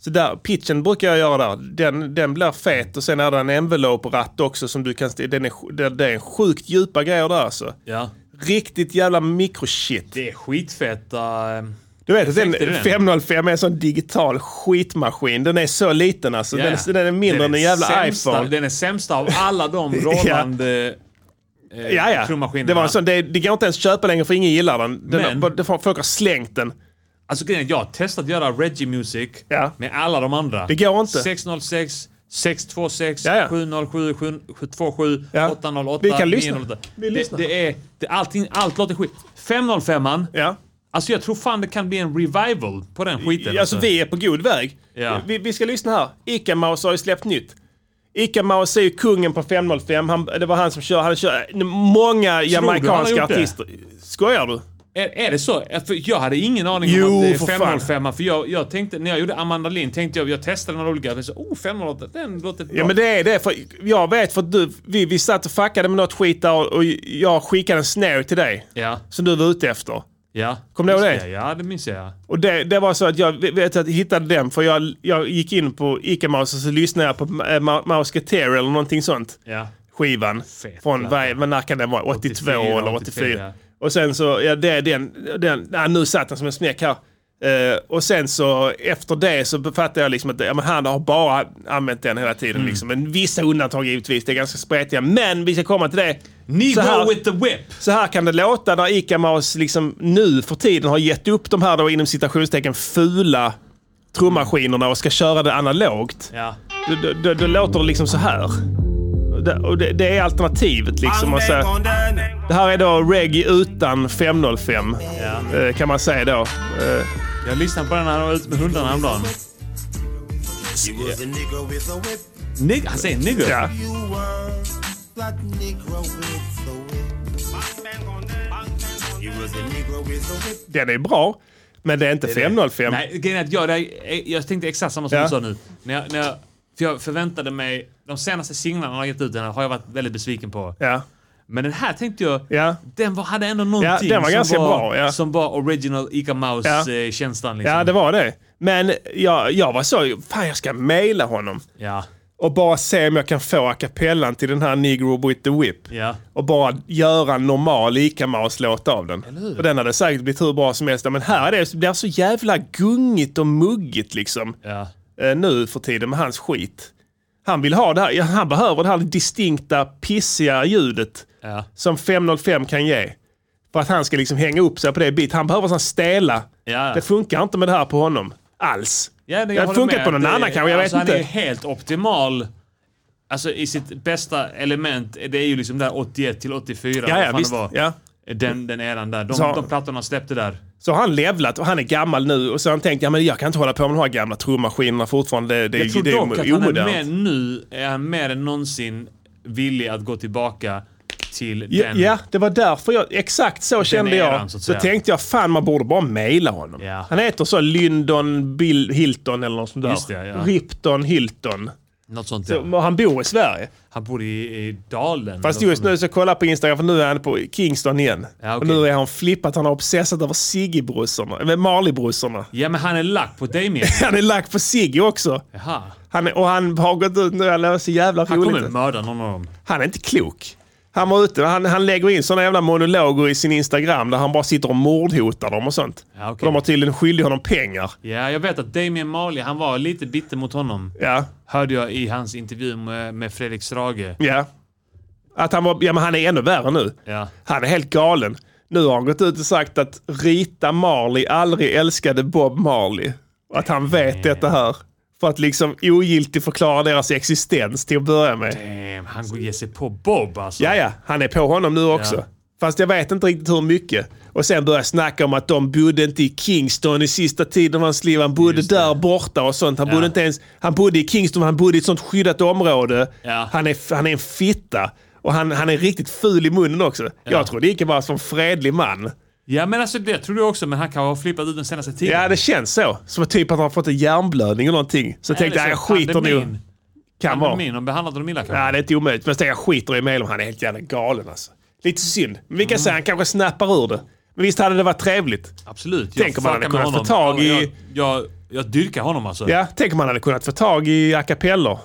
Så där, pitchen brukar jag göra där. Den, den blir fet och sen är det en envelope-ratt också som du kan... st- Den är, sj- det, det är sjukt djupa grejer där alltså.
Ja.
Riktigt jävla mikroshit.
Det är skitfeta... eh,
Du vet att den
Tänkte du den?
505 är en sån digital skitmaskin. Den är så liten alltså.
ja,
Den,
ja.
är- den är mindre än
är
en jävla
sämsta,
iPhone.
Den är sämsta av alla de rådande eh,
Ja, ja.
trummaskinerna.
Det, var en sån, det, det går inte ens att köpa längre för ingen gillar den. den
Men-
har- det, folk har slängt den.
Alltså grejen är att jag har testat att göra Reggie Music
Ja.
med alla de andra.
Det går inte.
606, 626,
Ja, ja.
707, 727,
Ja.
808,
Vi kan lyssna.
908.
Vi lyssnar.
Det, det är, det, allting, allt låter skit. 505an.
Ja.
Alltså jag tror fan det kan bli en revival på den skiten.
Alltså vi är på god väg.
Ja.
Vi, vi ska lyssna här. Ica Mouse har ju släppt nytt. Ica Mouse är ju kungen på 505. Han, det var han som kör. Han kör många
han har
jamaicanska
gjort det?
artister. Skojar du?
Är, är det så? För jag hade ingen aning om
Jo,
att det är
för fan.
505 för jag, jag tänkte, när jag gjorde Amanda Lind tänkte jag, jag testade några olika, och så, oh 508, den låter bra.
Ja men det är det. För jag vet för att du, vi, vi satt och fuckade med något skit där och- och jag skickade en snare till dig.
ja,
Som du var ute efter.
ja.
Kommer du ihåg
Minns
det?
Ja, det minns jag.
Och det, det var så att jag vet att jag hittade den för jag, jag gick in på Ica Mouse och så lyssnade jag på eh, Ma- Mouseketeer eller någonting sånt.
Ja.
Skivan.
Fet
från,
platta.
vad, vad när kan den vara? 82
84,
eller 84.
84.
Och sen så, ja det är den, den ja, nu satt den som en smäck här. Eh, och sen så efter det så fattade jag liksom att ja, men han har bara använt den hela
Mm.
tiden. Liksom. Men vissa undantag givetvis, det är ganska spretiga. Men vi ska komma till det.
Ni
Så här-
go with the whip!
så här kan det låta när Ica Mouse liksom nu för tiden har gett upp de här då inom citationstecken fula trummaskinerna och ska köra det analogt.
Ja.
Då, då, då, då låter det liksom så här. Och Det, och det, det är alternativet liksom. Och så, det här är då reggae utan 505 eh, kan man säga då. Eh,
Jag lyssnade på den när han var ute med hundarna häromdagen. Nig- han säger nigger?
ja. Den är bra, men det är inte 505.
Nej, grejen är att jag, jag, jag tänkte exakt samma som
Ja.
du sa nu. När jag, när jag, för jag förväntade mig, de senaste singlarna han har gett ut den här har jag varit väldigt besviken på.
Ja.
Men den här tänkte jag,
Ja.
den var, hade ändå någonting
Ja, den var
som,
ganska
var,
bra, ja.
som var original Ica
Ja.
Mouse-känslan. Liksom.
Ja, det var det. Men jag, jag var så, fan jag ska mejla honom.
Ja,
Och bara se om jag kan få a cappellan till den här Negro with the Whip.
ja.
Och bara göra en normal Ica-Mouse-låt av den. Och den hade säkert blivit hur bra som helst. Men här är det, det är så jävla gungigt och muggigt liksom.
ja.
Eh, nu för tiden med hans skit. Han vill ha det här, ja, han behöver det här distinkta, pissiga ljudet.
Ja.
Som 505 kan ge. För att han ska liksom hänga upp sig på det bit. Han behöver sån stela.
Ja.
Det funkar inte med det här på honom. Alls.
Ja,
Det
håller
funkar
med
på någon
att det-
annan kanske, jag
alltså,
vet
Han är ju
inte.
helt optimal. Alltså i sitt bästa element, det är ju liksom där 81 till 84.
Ja,
vad
ja,
fan
visst.
Det var.
Ja.
Den, den eran där. De,
Så-
de plattorna han släppte där.
Så har han levlat och han är gammal nu och så har han tänkt ja men jag kan inte hålla på med de här gamla trummaskinerna fortfarande. Det, det,
Jag tror
det
dock att
är
han är
omodernt.
mer, nu är han mer än någonsin villig att gå tillbaka till
Ja,
den.
ja, det var därför jag, exakt så kände jag.
eran, så
så,
att säga.
tänkte jag, fan man borde bara mejla honom.
Ja.
Han heter så Lyndon Bill Hilton eller något sånt där.
Just det, ja.
Ripton Hilton.
Något sånt
Så,
ja.
och Han bor i Sverige.
Han bor i, i Dalen.
Fast
eller
just nu så kolla på Instagram för nu är han på Kingston igen.
Ja,
Och
okej.
nu är han flippat, han har obsessat över Siggy-brorsorna, eller Marley-brorsorna.
Ja men han är lack på Damien.
Han är lack på Siggy också.
Jaha.
Han, är- och han har gått ut nu, han är så jävla
Han
roligt.
kommer mörda någon av dem.
Han är inte klok. Han var ute, han, han lägger in sådana jävla monologer i sin Instagram där han bara sitter och mordhotar dem och sånt.
Ja, okej.
För de har tydligen skyldig honom pengar.
Ja, jag vet att Damien Marley, han var lite bitter mot honom.
Ja,
Hörde jag i hans intervju med, med Fredrik Strage.
ja. Att han var, ja men han är ännu värre nu.
Ja.
Han är helt galen. Nu har han gått ut och sagt att Rita Marley aldrig älskade Bob Marley. Och Att han vet detta här. För att liksom ogiltigt förklara deras existens till att börja med.
Damn, Ehm, han går och ger sig på Bob alltså.
Ja, ja, han är på honom nu också.
Ja.
Fast jag vet inte riktigt hur mycket. Och sen börjar jag snacka om att de bodde inte i Kingston i sista tiden av hans liv. Han bodde där borta och sånt. Han bodde inte ens... Han bodde i Kingston, han bodde i ett sånt skyddat område.
Ja.
Han, är, han är en fitta. Och han, han är riktigt ful i munnen också. Jag trodde det gick bara som fredlig man.
ja men alltså det tror du också, men han kan ha flippat ut den senaste tiden.
Ja, det känns så. Som typ att han har fått en hjärnblödning eller någonting. Så jag tänkte jag, jag skiter nu. Kan vara.
Pandemin, de behandlade dem illa kanske.
Ja, det är inte omöjligt. Men jag tänker, jag skiter i Melom. Han är helt jävla galen alltså. Lite synd. Men vi kan säga han kanske snappar ur det. Men visst hade det varit trevligt?
Absolut.
Tänk om man hade
fuckar med
kunnat få
honom.
tag i-
Jag, jag, jag dyrkar honom alltså.
Ja, tänk om han hade kunnat få tag i a cappellor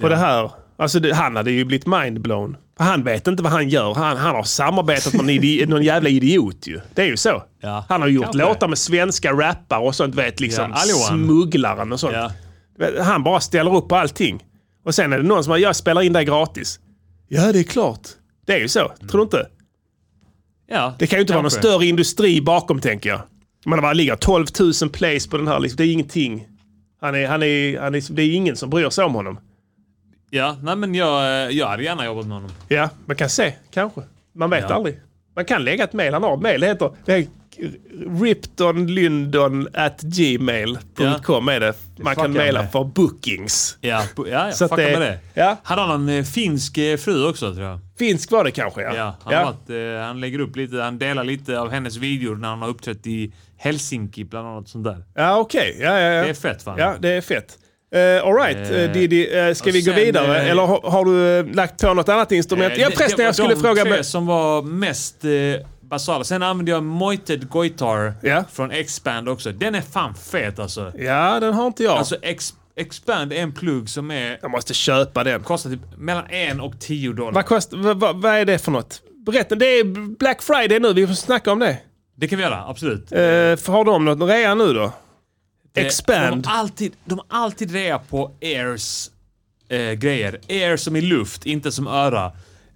på det här. Alltså det, han hade ju blivit mindblown. Han vet inte vad han gör. Han, han har samarbetat med någon, idi- någon jävla idiot ju. Det är ju så.
Ja,
Han har gjort
kanske.
låtar med svenska rappare och sånt. Vet, liksom
Ja, Aliwan.
smugglaren och sånt.
Ja.
Vet, Han bara ställer upp på allting. Och sen är det någon som bara, jag spelar in det gratis. Ja, det är klart. Det är ju så. Tror du inte?
Ja,
Det kan ju inte vara någon
kanske.
större industri bakom tänker jag. Man bara ligger 12 000 plays på den här. Liksom. Det är ingenting. Han är, han är, han är, det är ingen som bryr sig om honom.
Ja, nej men jag, eh, jag hade gärna jobbat med honom.
Ja, man kan se. Kanske. Man vet
Ja.
aldrig. Man kan lägga ett mail. Han har ett mail. Det heter det är riptonlyndon.gmail.com är det. Man kan
fuckar
mejla
med.
för bookings.
Ja, bo- ja, ja
Så att
fucka
det-
med det.
ja.
Han har någon eh, finsk eh, fru också tror jag.
Finsk var det kanske ja.
Ja, han,
Ja.
Har varit, eh, han lägger upp lite, han delar lite av hennes videor när han har uppträtt i Helsinki bland annat sånt där.
Ja, okej. Ja, ja, ja.
Det är fett fan.
Ja, det är fett. Uh, Alright,
Eh,
Diddy. eh, ska
och
vi gå
sen,
vidare?
eh,
eller har, har du eh, lagt på något annat instrument?
Eh,
ja,
det-
förresten,
det
jag
var
skulle
de
fråga...
tre
men-
som var mest eh, basala. Sen använde jag Moited Goitar
Ja.
från X-Band också. Den är fan fet alltså.
Ja, den har inte jag.
Alltså X- X-Band är en plugg som är,
jag måste köpa den.
kostar typ mellan en och 10 dollar.
Vad, kost, vad, vad, vad är det för något? Berätta, det är Black Friday nu. Vi får snacka om det.
Det kan vi göra, absolut.
Eh, har de något rea nu då?
Eh,
Expand.
De har alltid, de har alltid rea på airs eh, grejer. Air som i luft, inte som öra.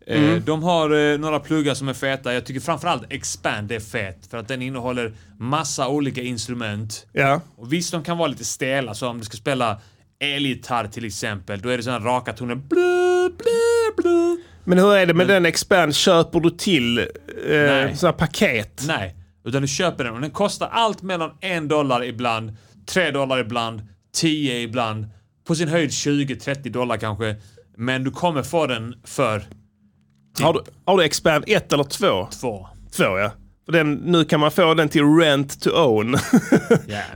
Eh,
Mm.
De har eh, några pluggar som är feta. Jag tycker framförallt Expand är fet för att den innehåller massa olika instrument.
Ja.
Och visst, de kan vara lite stela, så om du ska spela elgitarr till exempel, då är det sådana raka toner. Blu, blu, blu.
Men hur är det med den Expand? Köper du till eh,
Nej.
sådana här paket?
Nej, utan du köper den och den kostar allt mellan en dollar ibland, tre dollar ibland, 10 ibland, på sin höjd 20-30 dollar kanske. Men du kommer få den för
Har, du, har du Expand 1 eller 2?
två.
Två ja. För Den, nu kan man få den till rent to own.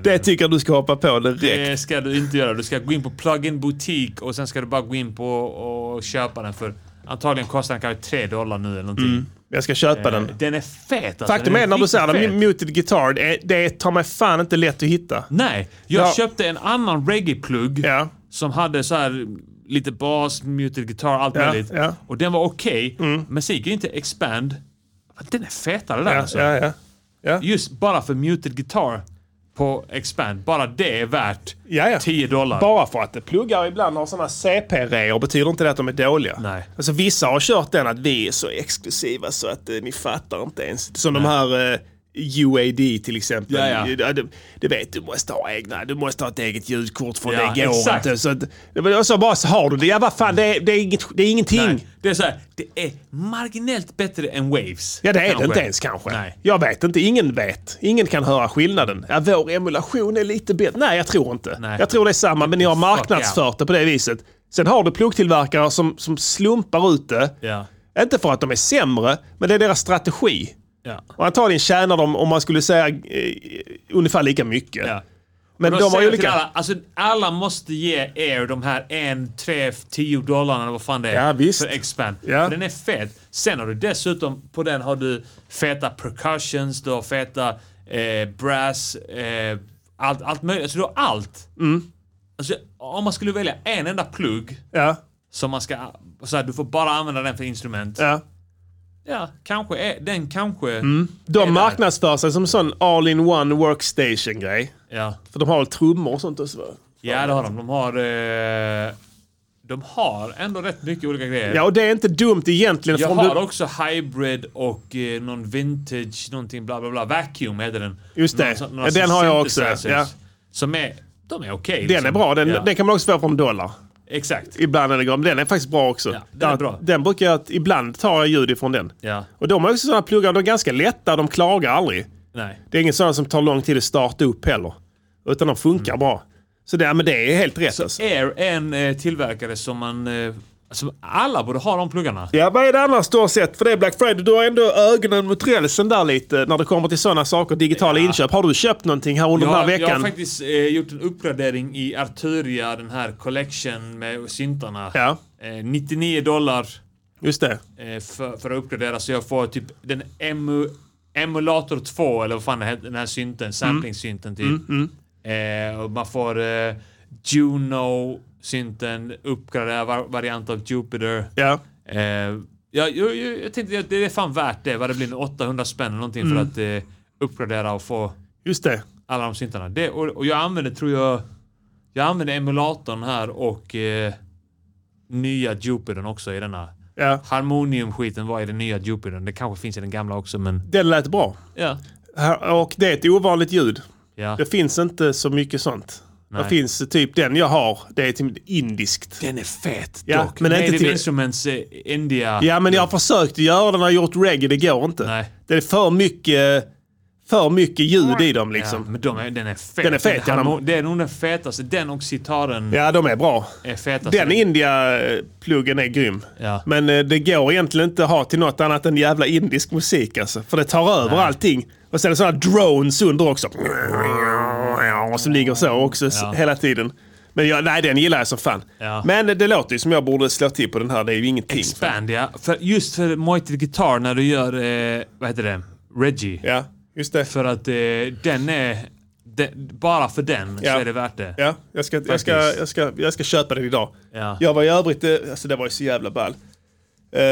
det tycker jag du ska hoppa på direkt.
Det ska du inte göra. Du ska gå in på plug-in butik och sen ska du bara gå in på och köpa den för antagligen kostar den kanske tre dollar nu eller någonting.
Jag ska köpa Mm, den.
Den är fet alltså.
Faktum
Eh, Den
är när du
riktigt
säger det,
fet.
muted guitar, det, är- det tar mig fan inte lätt att hitta.
Nej, jag
Ja.
köpte en annan reggae-plugg
Ja.
som hade så här lite bas, muted guitar, allt
Ja,
möjligt.
ja. Mm.
Och den var okej, men sen gick jag in till expand. Den är fetare där
Ja,
alltså.
ja, ja.
Just bara för muted guitar på expand, bara det är värt
Ja, ja.
10 dollar.
Bara för att det pluggar ibland har sådana CP-reor betyder inte det att de är dåliga.
Nej.
Alltså vissa har kört den att vi är så exklusiva så att eh, ni fattar inte ens. Som de här eh, UAD till exempel.
Ja, ja.
Du, du vet, du måste ha egna, du måste ha ett eget ljudkort för
Ja,
det går
exakt.
inte. Så, att- och så bara så har du det. Ja, vad fan, det är, det är, inget, det är ingenting.
Nej, det är så här, det är marginellt bättre än waves.
Ja, det är
kanske.
det inte ens kanske.
Nej.
Jag vet inte. Ingen vet. Ingen kan höra skillnaden. Ja, vår emulation är lite bättre. Nej, jag tror inte.
Nej.
Jag tror det är samma, men ni har marknadsfört det på det viset. Sen har du plugtillverkare som, som slumpar ut det.
Ja.
Inte för att de är sämre, men det är deras strategi.
Ja.
Och antagligen tjänar de, om man skulle säga, eh, ungefär lika mycket.
Ja.
Men
Då säger
de har
jag till
olika...
Alla, alltså, alla måste ge er de här en, tre, tio dollarna eller vad fan det är.
Ja, visst.
För expand.
Ja.
För den är fet. Sen har du dessutom, på den har du feta percussions, du har feta eh, brass, eh, allt, allt möjligt. Alltså du har allt.
Mm.
Alltså, om man skulle välja en enda plugg
Ja,
som man ska, så här, du får bara använda den för instrument.
ja.
Ja, kanske är, den kanske.
De
där.
marknadsför sig som en sån all-in-one workstation-grej.
Ja.
För de har väl trummor och sånt också va?
Ja, det har de. De har... Eh, de har ändå rätt mycket olika grejer.
Ja, och det är inte dumt egentligen.
Jag
för om
har
du...
också hybrid och eh, någon vintage, någonting bla bla bla. Vacuum heter den.
Just det.
Någon sån- några
Ja, den har jag också,
synthesizers
ja.
Som är, de är okej. liksom.
Den är bra. Den,
ja.
den kan man också få på en dollar.
Exakt.
Ibland är det gram. Den är faktiskt bra också.
Ja, den är
Där-
bra.
den brukar jag... Ibland tar jag ljud ifrån den.
Ja.
Och de har också sådana pluggar. De är ganska lätta. De klagar aldrig.
Nej.
Det är ingen sån som tar lång tid att starta upp heller. Utan de funkar
Mm.
bra. Så det, ja, men det är helt rätt alltså.
Air är en eh, tillverkare som man... Eh, alltså, alla borde ha de pluggarna.
Ja, vad är det annars du har sett? För det är Black Friday. Du har ändå ögonen mot rälsen där lite när det kommer till sådana saker. Digitala inköp. Har du köpt någonting här under
Jag,
den här
har- jag har
veckan?
faktiskt eh, gjort en uppgradering i Arturia, den här collection med syntarna.
Ja,
Eh, 99 dollar
just det.
eh, för, för att uppgradera så jag får typ den emu, emulator 2 eller vad fan det heter, den här synten, samplingssynten typ. Eh, och man får eh, Juno-synten, uppgraderad var- variant av Jupiter.
Ja.
Eh, jag, jag, jag, jag tänkte att det är fan värt det, vad det blir nu, 800 spänn eller någonting för att eh, uppgradera och få
Just det.
alla de syntarna. Det, och, och jag använder, tror jag, jag använder emulatorn här och eh, nya Jupitern också i denna.
Ja.
Harmonium-skiten var i den nya Jupitern. Det kanske finns i den gamla också, men...
Det lät bra.
Ja.
Här- Och det är ett ovanligt ljud.
ja.
Det finns inte så mycket sånt. Det
Nej.
finns typ den jag har. Det är typ indiskt.
Den är fet
Ja,
dock.
men
Men
inte
Native
till-
Instruments eh, India.
Ja, men jag har försökt att göra den. Jag har gjort reggae. Det går inte.
Nej.
Det är för mycket, för mycket ljud i dem liksom.
Ja, men de är, den är fet.
Den är fet, ja, de-
harmo- Det är nog den fetaste. Den och sitarren
Ja, de är bra.
är fetast.
Den India-pluggen är grym.
Ja.
Men eh, det går egentligen inte att ha till något annat än jävla indisk musik alltså. För det tar över allting. Och sen är det sådana drones under också. Som ligger så också s-
Ja.
hela tiden. Men jag, nej, den gillar jag som fan.
Ja.
Men det låter ju som jag borde slå till på den här. Det är ju ingenting.
Expand, ja. För, just för Moited Guitar när du gör, eh, vad heter det, Reggie.
Ja, just det.
För att eh, den är... Den, bara för den
Ja.
så är det värt det.
Ja, jag ska, jag, ska,
Faktiskt.
jag, ska, jag ska köpa den idag.
Ja.
Jag var i övrigt, eh, alltså det var ju så jävla ball. Eh,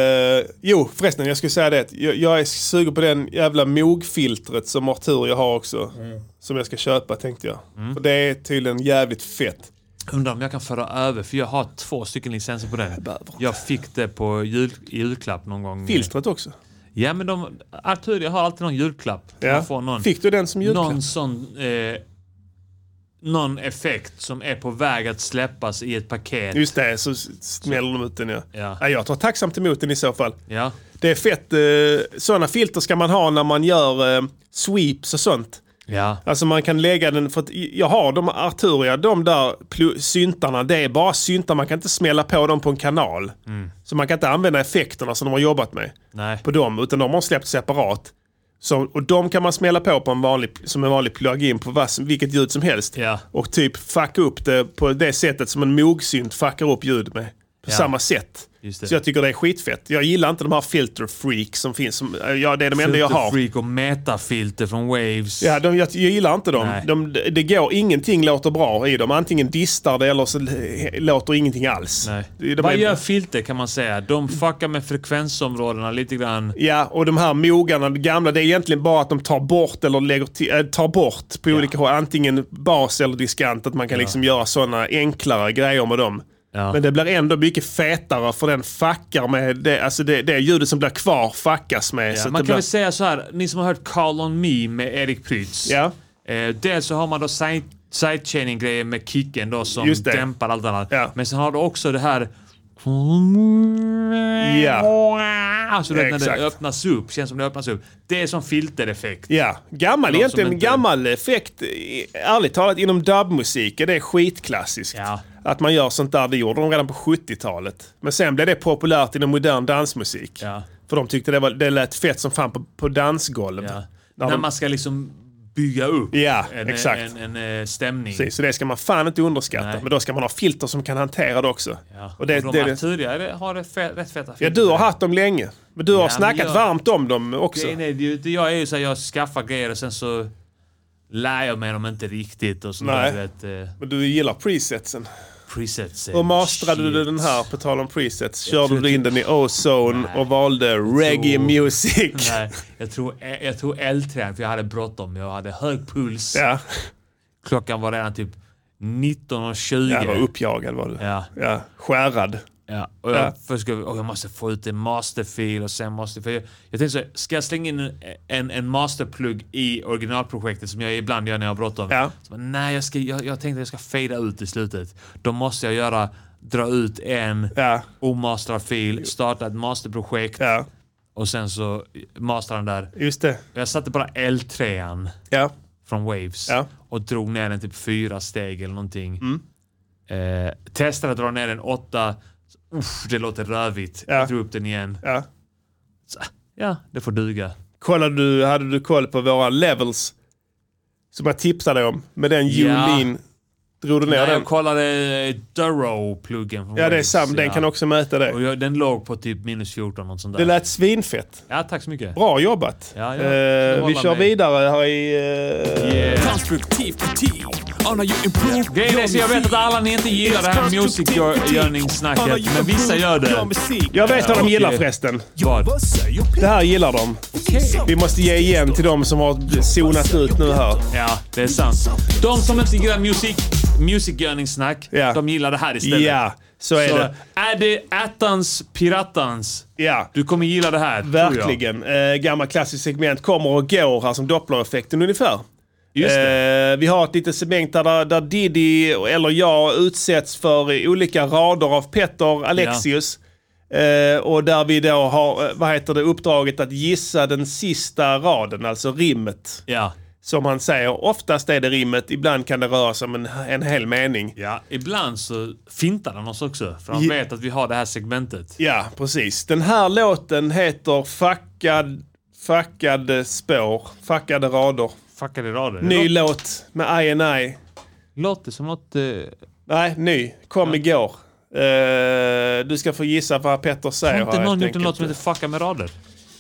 jo, förresten jag skulle säga det. Jag, jag är sugen på den jävla mogfiltret som Artur jag har också.
Mm.
Som jag ska köpa tänkte jag. För det är tydligen jävligt fett.
Undrar om jag kan föra över, för jag har två stycken licenser på den.
behöver inte.
Jag fick det på jul, i julklapp någon gång.
Filtret också.
Ja, men de... Artur, jag har alltid någon julklapp.
Ja.
Man får någon,
Fick du den som julklapp?
någon sån... Eh, någon effekt som är på väg att släppas i ett paket.
Just det, så s- smäller de ut den ja.
Ja.
Nej, jag tar tacksamt emot den i så fall.
Ja.
Det är fett. Eh, sådana filter ska man ha när man gör eh, sweeps och sånt.
Ja.
Alltså man kan lägga den, för att jag har de Arturia, de där plu- syntarna, det är bara syntar, man kan inte smälla på dem på en kanal.
Mm.
Så man kan inte använda effekterna som de har jobbat med
Nej.
på dem, utan de har släppt separat. Så, och de kan man smälla på, på en vanlig, som en vanlig plugin på vad, som- vilket ljud som helst.
Ja.
Och typ fucka upp det på det sättet som en mogsynt fuckar upp ljud med. På
Ja.
samma sätt.
Just det.
Så jag tycker det är skitfett. Jag gillar inte de här filter freaks som finns. Som, ja, det är de enda jag har.
Filterfreak och metafilter från Waves.
Ja, de, jag, jag gillar inte dem.
Nej.
De, det går, ingenting låter bra i dem. Antingen distar det eller så l- låter ingenting alls.
Nej.
De
Vad
är-
gör filter kan man säga? De fuckar med frekvensområdena lite grann.
Ja, och de här mogarna, de gamla, det är egentligen bara att de tar bort eller lägger till, äh, tar bort på olika håll. Antingen bas eller diskant. Att man kan liksom göra sådana enklare grejer med dem.
Ja.
Men det blir ändå mycket fetare för den fuckar med det, alltså det, det ljudet som blir kvar fuckas med.
Ja,
så
man
att det
kan
blir,
väl säga så här, ni som har hört Call On Me med Erik Prytz.
Ja.
Eh, dels så har man då side- sidechaining-grejer med kicken då som
Just det.
dämpar allt annat.
Ja.
Men sen har du också det här... Alltså, du vet, när
Exakt.
det öppnas upp, känns som det öppnas upp. Det är som filtereffekt.
Ja, gammal
som
egentligen.
inte-
Gammal effekt, i- ärligt talat, inom dubmusik är det skitklassiskt.
Ja.
Att man gör sånt där, det gjorde de redan på 70-talet. Men sen blev det populärt inom modern dansmusik.
Ja.
För de tyckte det, var, det lät fett som fan på, på dansgolv.
Ja.
När
När
de,
man ska liksom bygga upp
Ja,
en,
exakt.
en, en, eh, stämning.
precis, så det ska man fan inte underskatta.
Nej.
Men då ska man ha filter som kan hantera det också.
Ja.
Och det,
de
det,
här
det,
tidigare har det fe- rätt feta
ja, du har haft dem länge. Men du har
men
snackat
jag-
varmt om dem också.
Grejen är ju, det- jag är ju såhär, jag skaffar grejer och sen så lär jag mig dem inte riktigt och sånt
Nej.
där, du vet, eh,
Men du gillar presetsen.
presets. eh,
Hur mastrade du
shit.
den här, på tal om presets? Körde du in den i Ozone och valde reggae
tror-
music?
Nej, jag tror, eh, jag tror L-trän för jag hade bråttom. Jag hade hög puls.
Ja.
Klockan var redan typ 19.20.
Ja, vad uppjagad var du.
Ja.
Ja, skärrad.
Ja, och jag,
Ja.
Först ska, och jag måste få ut en masterfil och sen måste... För jag, jag tänkte så här, ska jag slänga in en, en, en masterplugg i originalprojektet som jag ibland gör när jag har bråttom?
Ja.
Så bara, Nej, jag, ska, jag, jag tänkte att jag ska fejda ut i slutet. Då måste jag göra, dra ut en
Ja,
omastrad fil, starta ett masterprojekt
ja.
och sen så mastera den där.
Just det.
Jag satte bara L3an
Ja.
från Waves
Ja. Mm.
och drog ner den typ fyra steg eller någonting. Eh, testade att dra ner den åtta. Uff, det låter rövigt.
Ja.
Jag drog upp den igen.
Ja.
Så, ja, det får duga.
Kollade du, hade du koll på våra levels? Som jag tipsade dig om. Med den
Ja.
Julin. Drog du ner
Nej, jag
den?
kollade Durrow-pluggen från
Ja, det är
Waves,
sam. Den
ja.
kan också mäta
Och
det.
jag, den låg på typ minus 14, något sånt
Det
där.
lät svinfett.
Ja, tack så mycket.
Bra jobbat.
Ja, ja.
Eh,
Jag
vi
håller
kör
med.
vidare här i... eh,
Yeah.
Konstruktiv kritik. Anna, you improve
Grejen är så jag vet att alla ni inte gillar det här music-görning-snacket, men vissa gör det.
Jag vet vad de
Okej.
gillar förresten.
Vad?
Det här gillar de. Vi måste ge igen till de som har zonat ut nu här.
Ja, det är sant. De som inte gillar musik, music-görning-snack,
Ja.
de gillar det här istället.
Ja, så är
Så
det.
är det attans piratans.
Ja.
Du kommer gilla det här. tror jag.
Verkligen. Eh, gamla klassiskt segment kommer och går här som dopplereffekten ungefär.
Just det.
Eh, vi har ett litet segment där, där Diddy eller jag utsätts för olika rader av Petter Alexius. Eh, och där vi då har, eh, vad heter det, uppdraget att gissa den sista raden, alltså rimmet.
Ja.
Som han säger, oftast är det rimmet, ibland kan det röra sig om en, en hel mening.
ja. Ibland så fintar han oss också. För han
Ja.
vet att vi har det här segmentet.
Ja, precis. Den här låten heter Fackad, Fackade spår, Fackade rader.
Fuckade rader.
Ny
Lå-
låt med I and I.
Låter som något... Eh,
Nej, ny. Kom igår. Eh, du ska få gissa vad Petter säger
har
här,
inte
helt
någon gjort en
enkelt.
låt som heter Fucka med rader?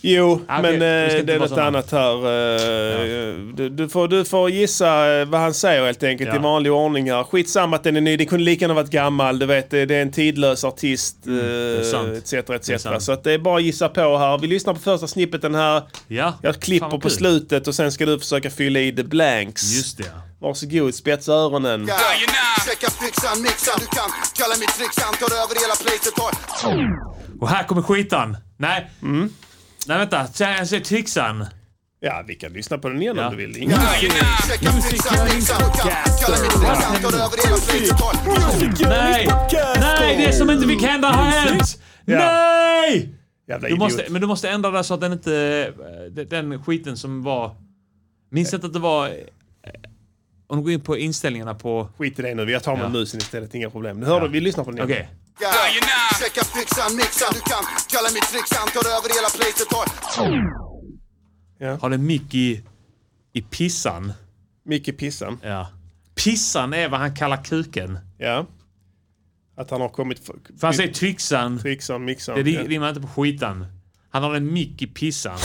Jo,
Ah,
men
okej, vi ska
eh,
inte
det är
vara
något
såna.
annat här. eh, du, du, får, du får gissa eh, vad han säger helt enkelt
Ja.
i vanlig ordning här. Skitsamma att den är ny, den kunde lika gärna varit gammal. Du vet, det det är en tidlös artist
Mm,
eh,
sant.
etc.
är
etc.
sant.
Så att det är bara att gissa på här. Vi lyssnar på första snippeten här.
Ja.
Jag klipper
Fan, vad
på
kul.
slutet och sen ska du försöka fylla i the blanks.
Just det.
Varsågod, spetsa öronen.
Checka fixan, mixan, du kan kalla mig trixan, tar över hela placet, tar
Och här kommer skitan. Nej.
Mm.
Nej, vänta. Så här- Jag ser trixan.
Ja, vi kan lyssna på den igen
Ja.
om du vill. Inga
Checka fixan, mixan, du kan kalla mig trixan, tar över hela placet, tar
Nej! Nej, det som inte fick hända har hänt!
Ja.
Nej!
jävla
Du
idiot.
måste, men du måste ändra det så att den inte... eh, de- Den skiten som var... Minns inte att det var... eh, Om du går in på inställningarna på...
Skit i det nu, jag tar med
Ja.
musen istället. Inga problem. Nu hör du, vi lyssnar på den igen.
Okej.
Checka fixan, mixan, du kan kalla mig trixan, tar över hela placet, tar
Har den mick i... I pissan?
Micke Pissan.
Ja. Pissan är vad han kallar kuken.
Ja. Att han har kommit... För,
För han säger tryxan.
Trixan, mixan.
Det
ja.
ri- rimmar inte på skitan. Han har en mick i pissan.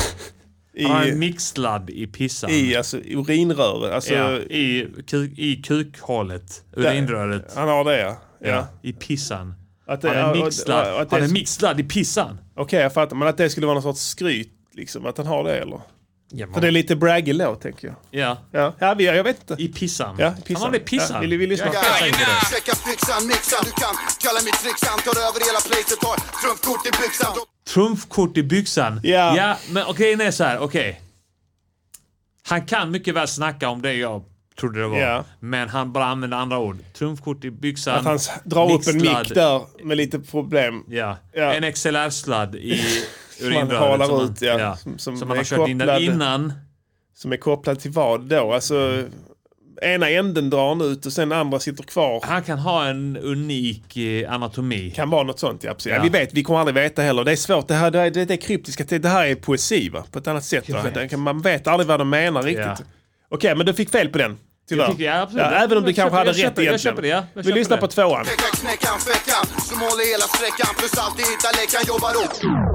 Han har en
I,
mixladd i pissan.
I alltså urinröret. Alltså,
ja, i, ku, I kukhålet. Urinröret.
Han har det ja. ja.
Ja. I pissan.
Att
Han
ja,
är
och- och- och
mixladd.
att det
Han
är-
är mixladd i pissan.
Okej, jag fattar. Men att det skulle vara någon sorts skryt. Liksom, att han har det eller?
Ja,
För det är lite braggig låt tänker jag.
ja,
Ja, ja vi, jag vet inte.
i pissan.
Ja,
Han
pissan.
var det pissan.
Ja, vill vi lyssna?
Jag är helt säker på det.
Checka fixan, mixan, du kan kalla mig trixan, tar över hela placet, tar trumfkort i byxan.
Trumfkort i byxan.
Ja.
Ja, men okej, nej så här, okej. Han kan mycket väl snacka om det jag trodde det var.
Ja.
Men han bara använder andra ord. Trumfkort i byxan.
Att han s- drar upp en
mixladd-
mick där med lite problem.
Ja.
Ja.
En XLR-sladd i
man
urinröret.
halar
som han-
ut, ja.
ja.
Som-
Som,
som
han
är
har kört in den
kopplad-
innan.
Som är kopplad till vad då? Alltså, ena änden drar han ut och sen andra sitter kvar.
Han kan ha en unik eh, anatomi.
Kan vara något sånt, ja, precis. Ja.
Ja.
vi vet, vi kommer aldrig veta heller. Det är svårt, det här det, är- det är kryptiska, det det här är poesi va? På ett annat sätt. Va? Det kan- Man vet aldrig vad de menar riktigt.
Ja.
Okej, men du fick fel på den. Tyvärr.
Jag tycker- ja, absolut.
även om du
Jag
kanske
köper-
hade
jag
rätt
köper- jag
egentligen.
köper det, ja. Jag
Vi
köper
lyssnar
det.
på tvåan.
Checka knäckan, fläckan, som håller hela sträckan, plus alltid hitta läckan, jobbar upp.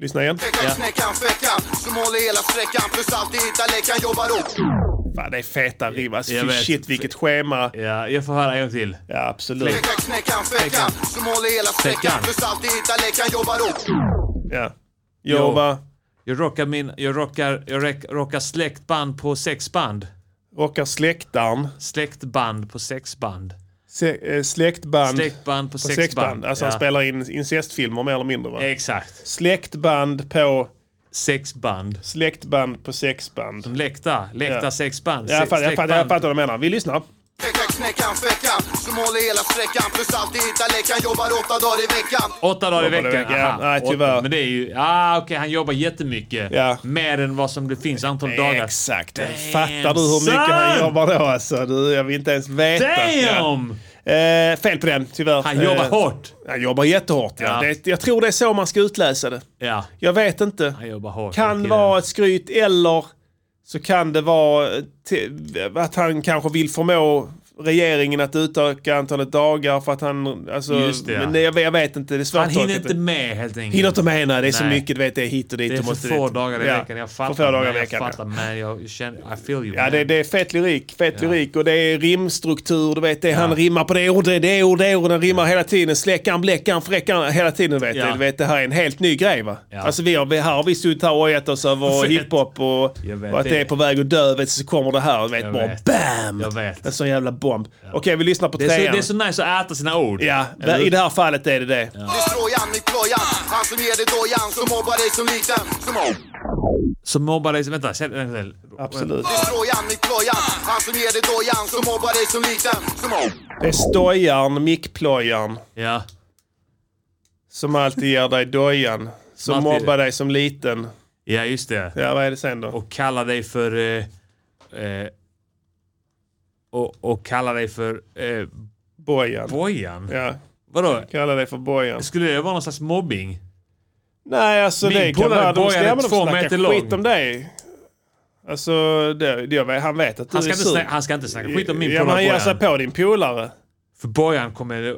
Lyssna igen.
Checka knäckan, fläckan, som håller hela sträckan, plus alltid hitta läckan, jobbar upp.
Fan, det är feta rim. Alltså,
Jag
fy
vet.
shit vilket schema.
Ja, jag får höra en gång till.
Ja, absolut.
Checka knäckan, fläckan, som håller hela sträckan,
Sträckan.
plus alltid hitta läckan, jobbar upp.
Ja. Jobba.
Jag rockar min... Jag rockar... Jag rek- rockar släktband på sex band.
Rockar släktaren.
Släktband på sexband.
Se, eh, släktband.
Släktband på
på
sexband.
sexband. Alltså
ja.
han spelar in incestfilmer mer eller mindre va?
Exakt.
Släktband på
Sexband.
släktband på sexband.
Som läkta. Läkta
Ja.
sexband.
Ja, Jag
Se-
fattar, jag fattar, jag
släktband.
fattar vad du menar. Vi lyssnar.
Knäckan, fläckan, som håller hela sträckan Plus alltid hittar läckan, jobbar åtta dagar i veckan
Åtta dagar i
Jobbar i
veckan.
veckan.
Aha.
Nej, tyvärr.
Åtta. Men det är ju... Ah, okej, han jobbar jättemycket.
Ja.
Mer än vad som det finns antal dagar.
Exakt.
Damn,
Fattar du hur mycket han
son!
jobbar då alltså? Du, jag vill inte ens veta. Ja.
Damn!
Eh, fel på den, tyvärr.
Han jobbar
eh,
hårt.
Han jobbar jättehårt, ja.
Ja.
Det, jag tror det är så man ska utläsa det.
Ja,
Jag vet inte.
han jobbar hårt.
Kan
Okej.
vara ett skryt eller så kan det vara te- att han kanske vill förmå regeringen att utöka antalet dagar för att han... Alltså,
Just det, ja.
Men det, jag, vet- jag vet inte, det är svårt
Han
att tolka
hinner inte
det.
med helt enkelt.
Hinner inte med, nej. Det är så
Nej.
mycket, du vet, det är hit och dit.
Det är
och
för
måste
få
dit.
dagar i
Ja,
veckan. Jag
För få
fattar.
dagar
men
i veckan.
Jag
ja.
fattar, men jag känner... I feel you.
Ja,
man.
det, det är fet lyrik, fet
Ja.
lyrik och det är rimstruktur, du vet. Det, Han rimmar på det ordet, det ordet, det ordet. Han rimmar hela tiden. Släckan, bläckan, fräckan, hela tiden. Du vet.
Ja.
Du vet, det här är en helt ny grej va?
Ja.
Alltså vi har, vi, här har vi suttit här och ojat oss över
Fett.
hiphop och, och
Jag vet
att det
det.
är på väg att dö. Vet, du, så kommer det här, du vet,
Jag
bara
vet.
BAM!
Jag vet.
En sån jävla bomb. Okej, vi lyssnar på
Det är, så,
trean.
det är så nice att äta sina ord.
Ja,
Eller
i det här fallet är det det.
Det är Trojan, mitt plojan Han som ger dig dojan, som mobbar dig som liten Som
Som mobbar dig... liksom- Vänta, känn en till.
Absolut.
Det är Trojan, mitt plojan Han som ger dig dojan, som mobbar dig som liten Som
Det är stojan, mickplojan,
Ja.
som alltid ger dig dojan. Som
Alltid.
mobbar dig som liten.
ja, just det.
Ja, vad är det sen då?
Och kalla dig för... Eh, eh, och, och kalla dig för eh,
Bojan.
bojan?
Ja,
Vadå?
kalla dig för bojan.
Skulle det vara någon slags mobbing?
Nej, alltså
Min
det kan
polare
vara... De,
Bojan är
ja, men de
två
snackar
meter lång.
skit om dig. Alltså, det, det, jag vet- han vet att du
Han ska,
är
inte
sur.
snacka, han ska inte snacka skit om min
ja, men
polare
han ger sig
Bojan.
på din polare.
För Bojan kommer...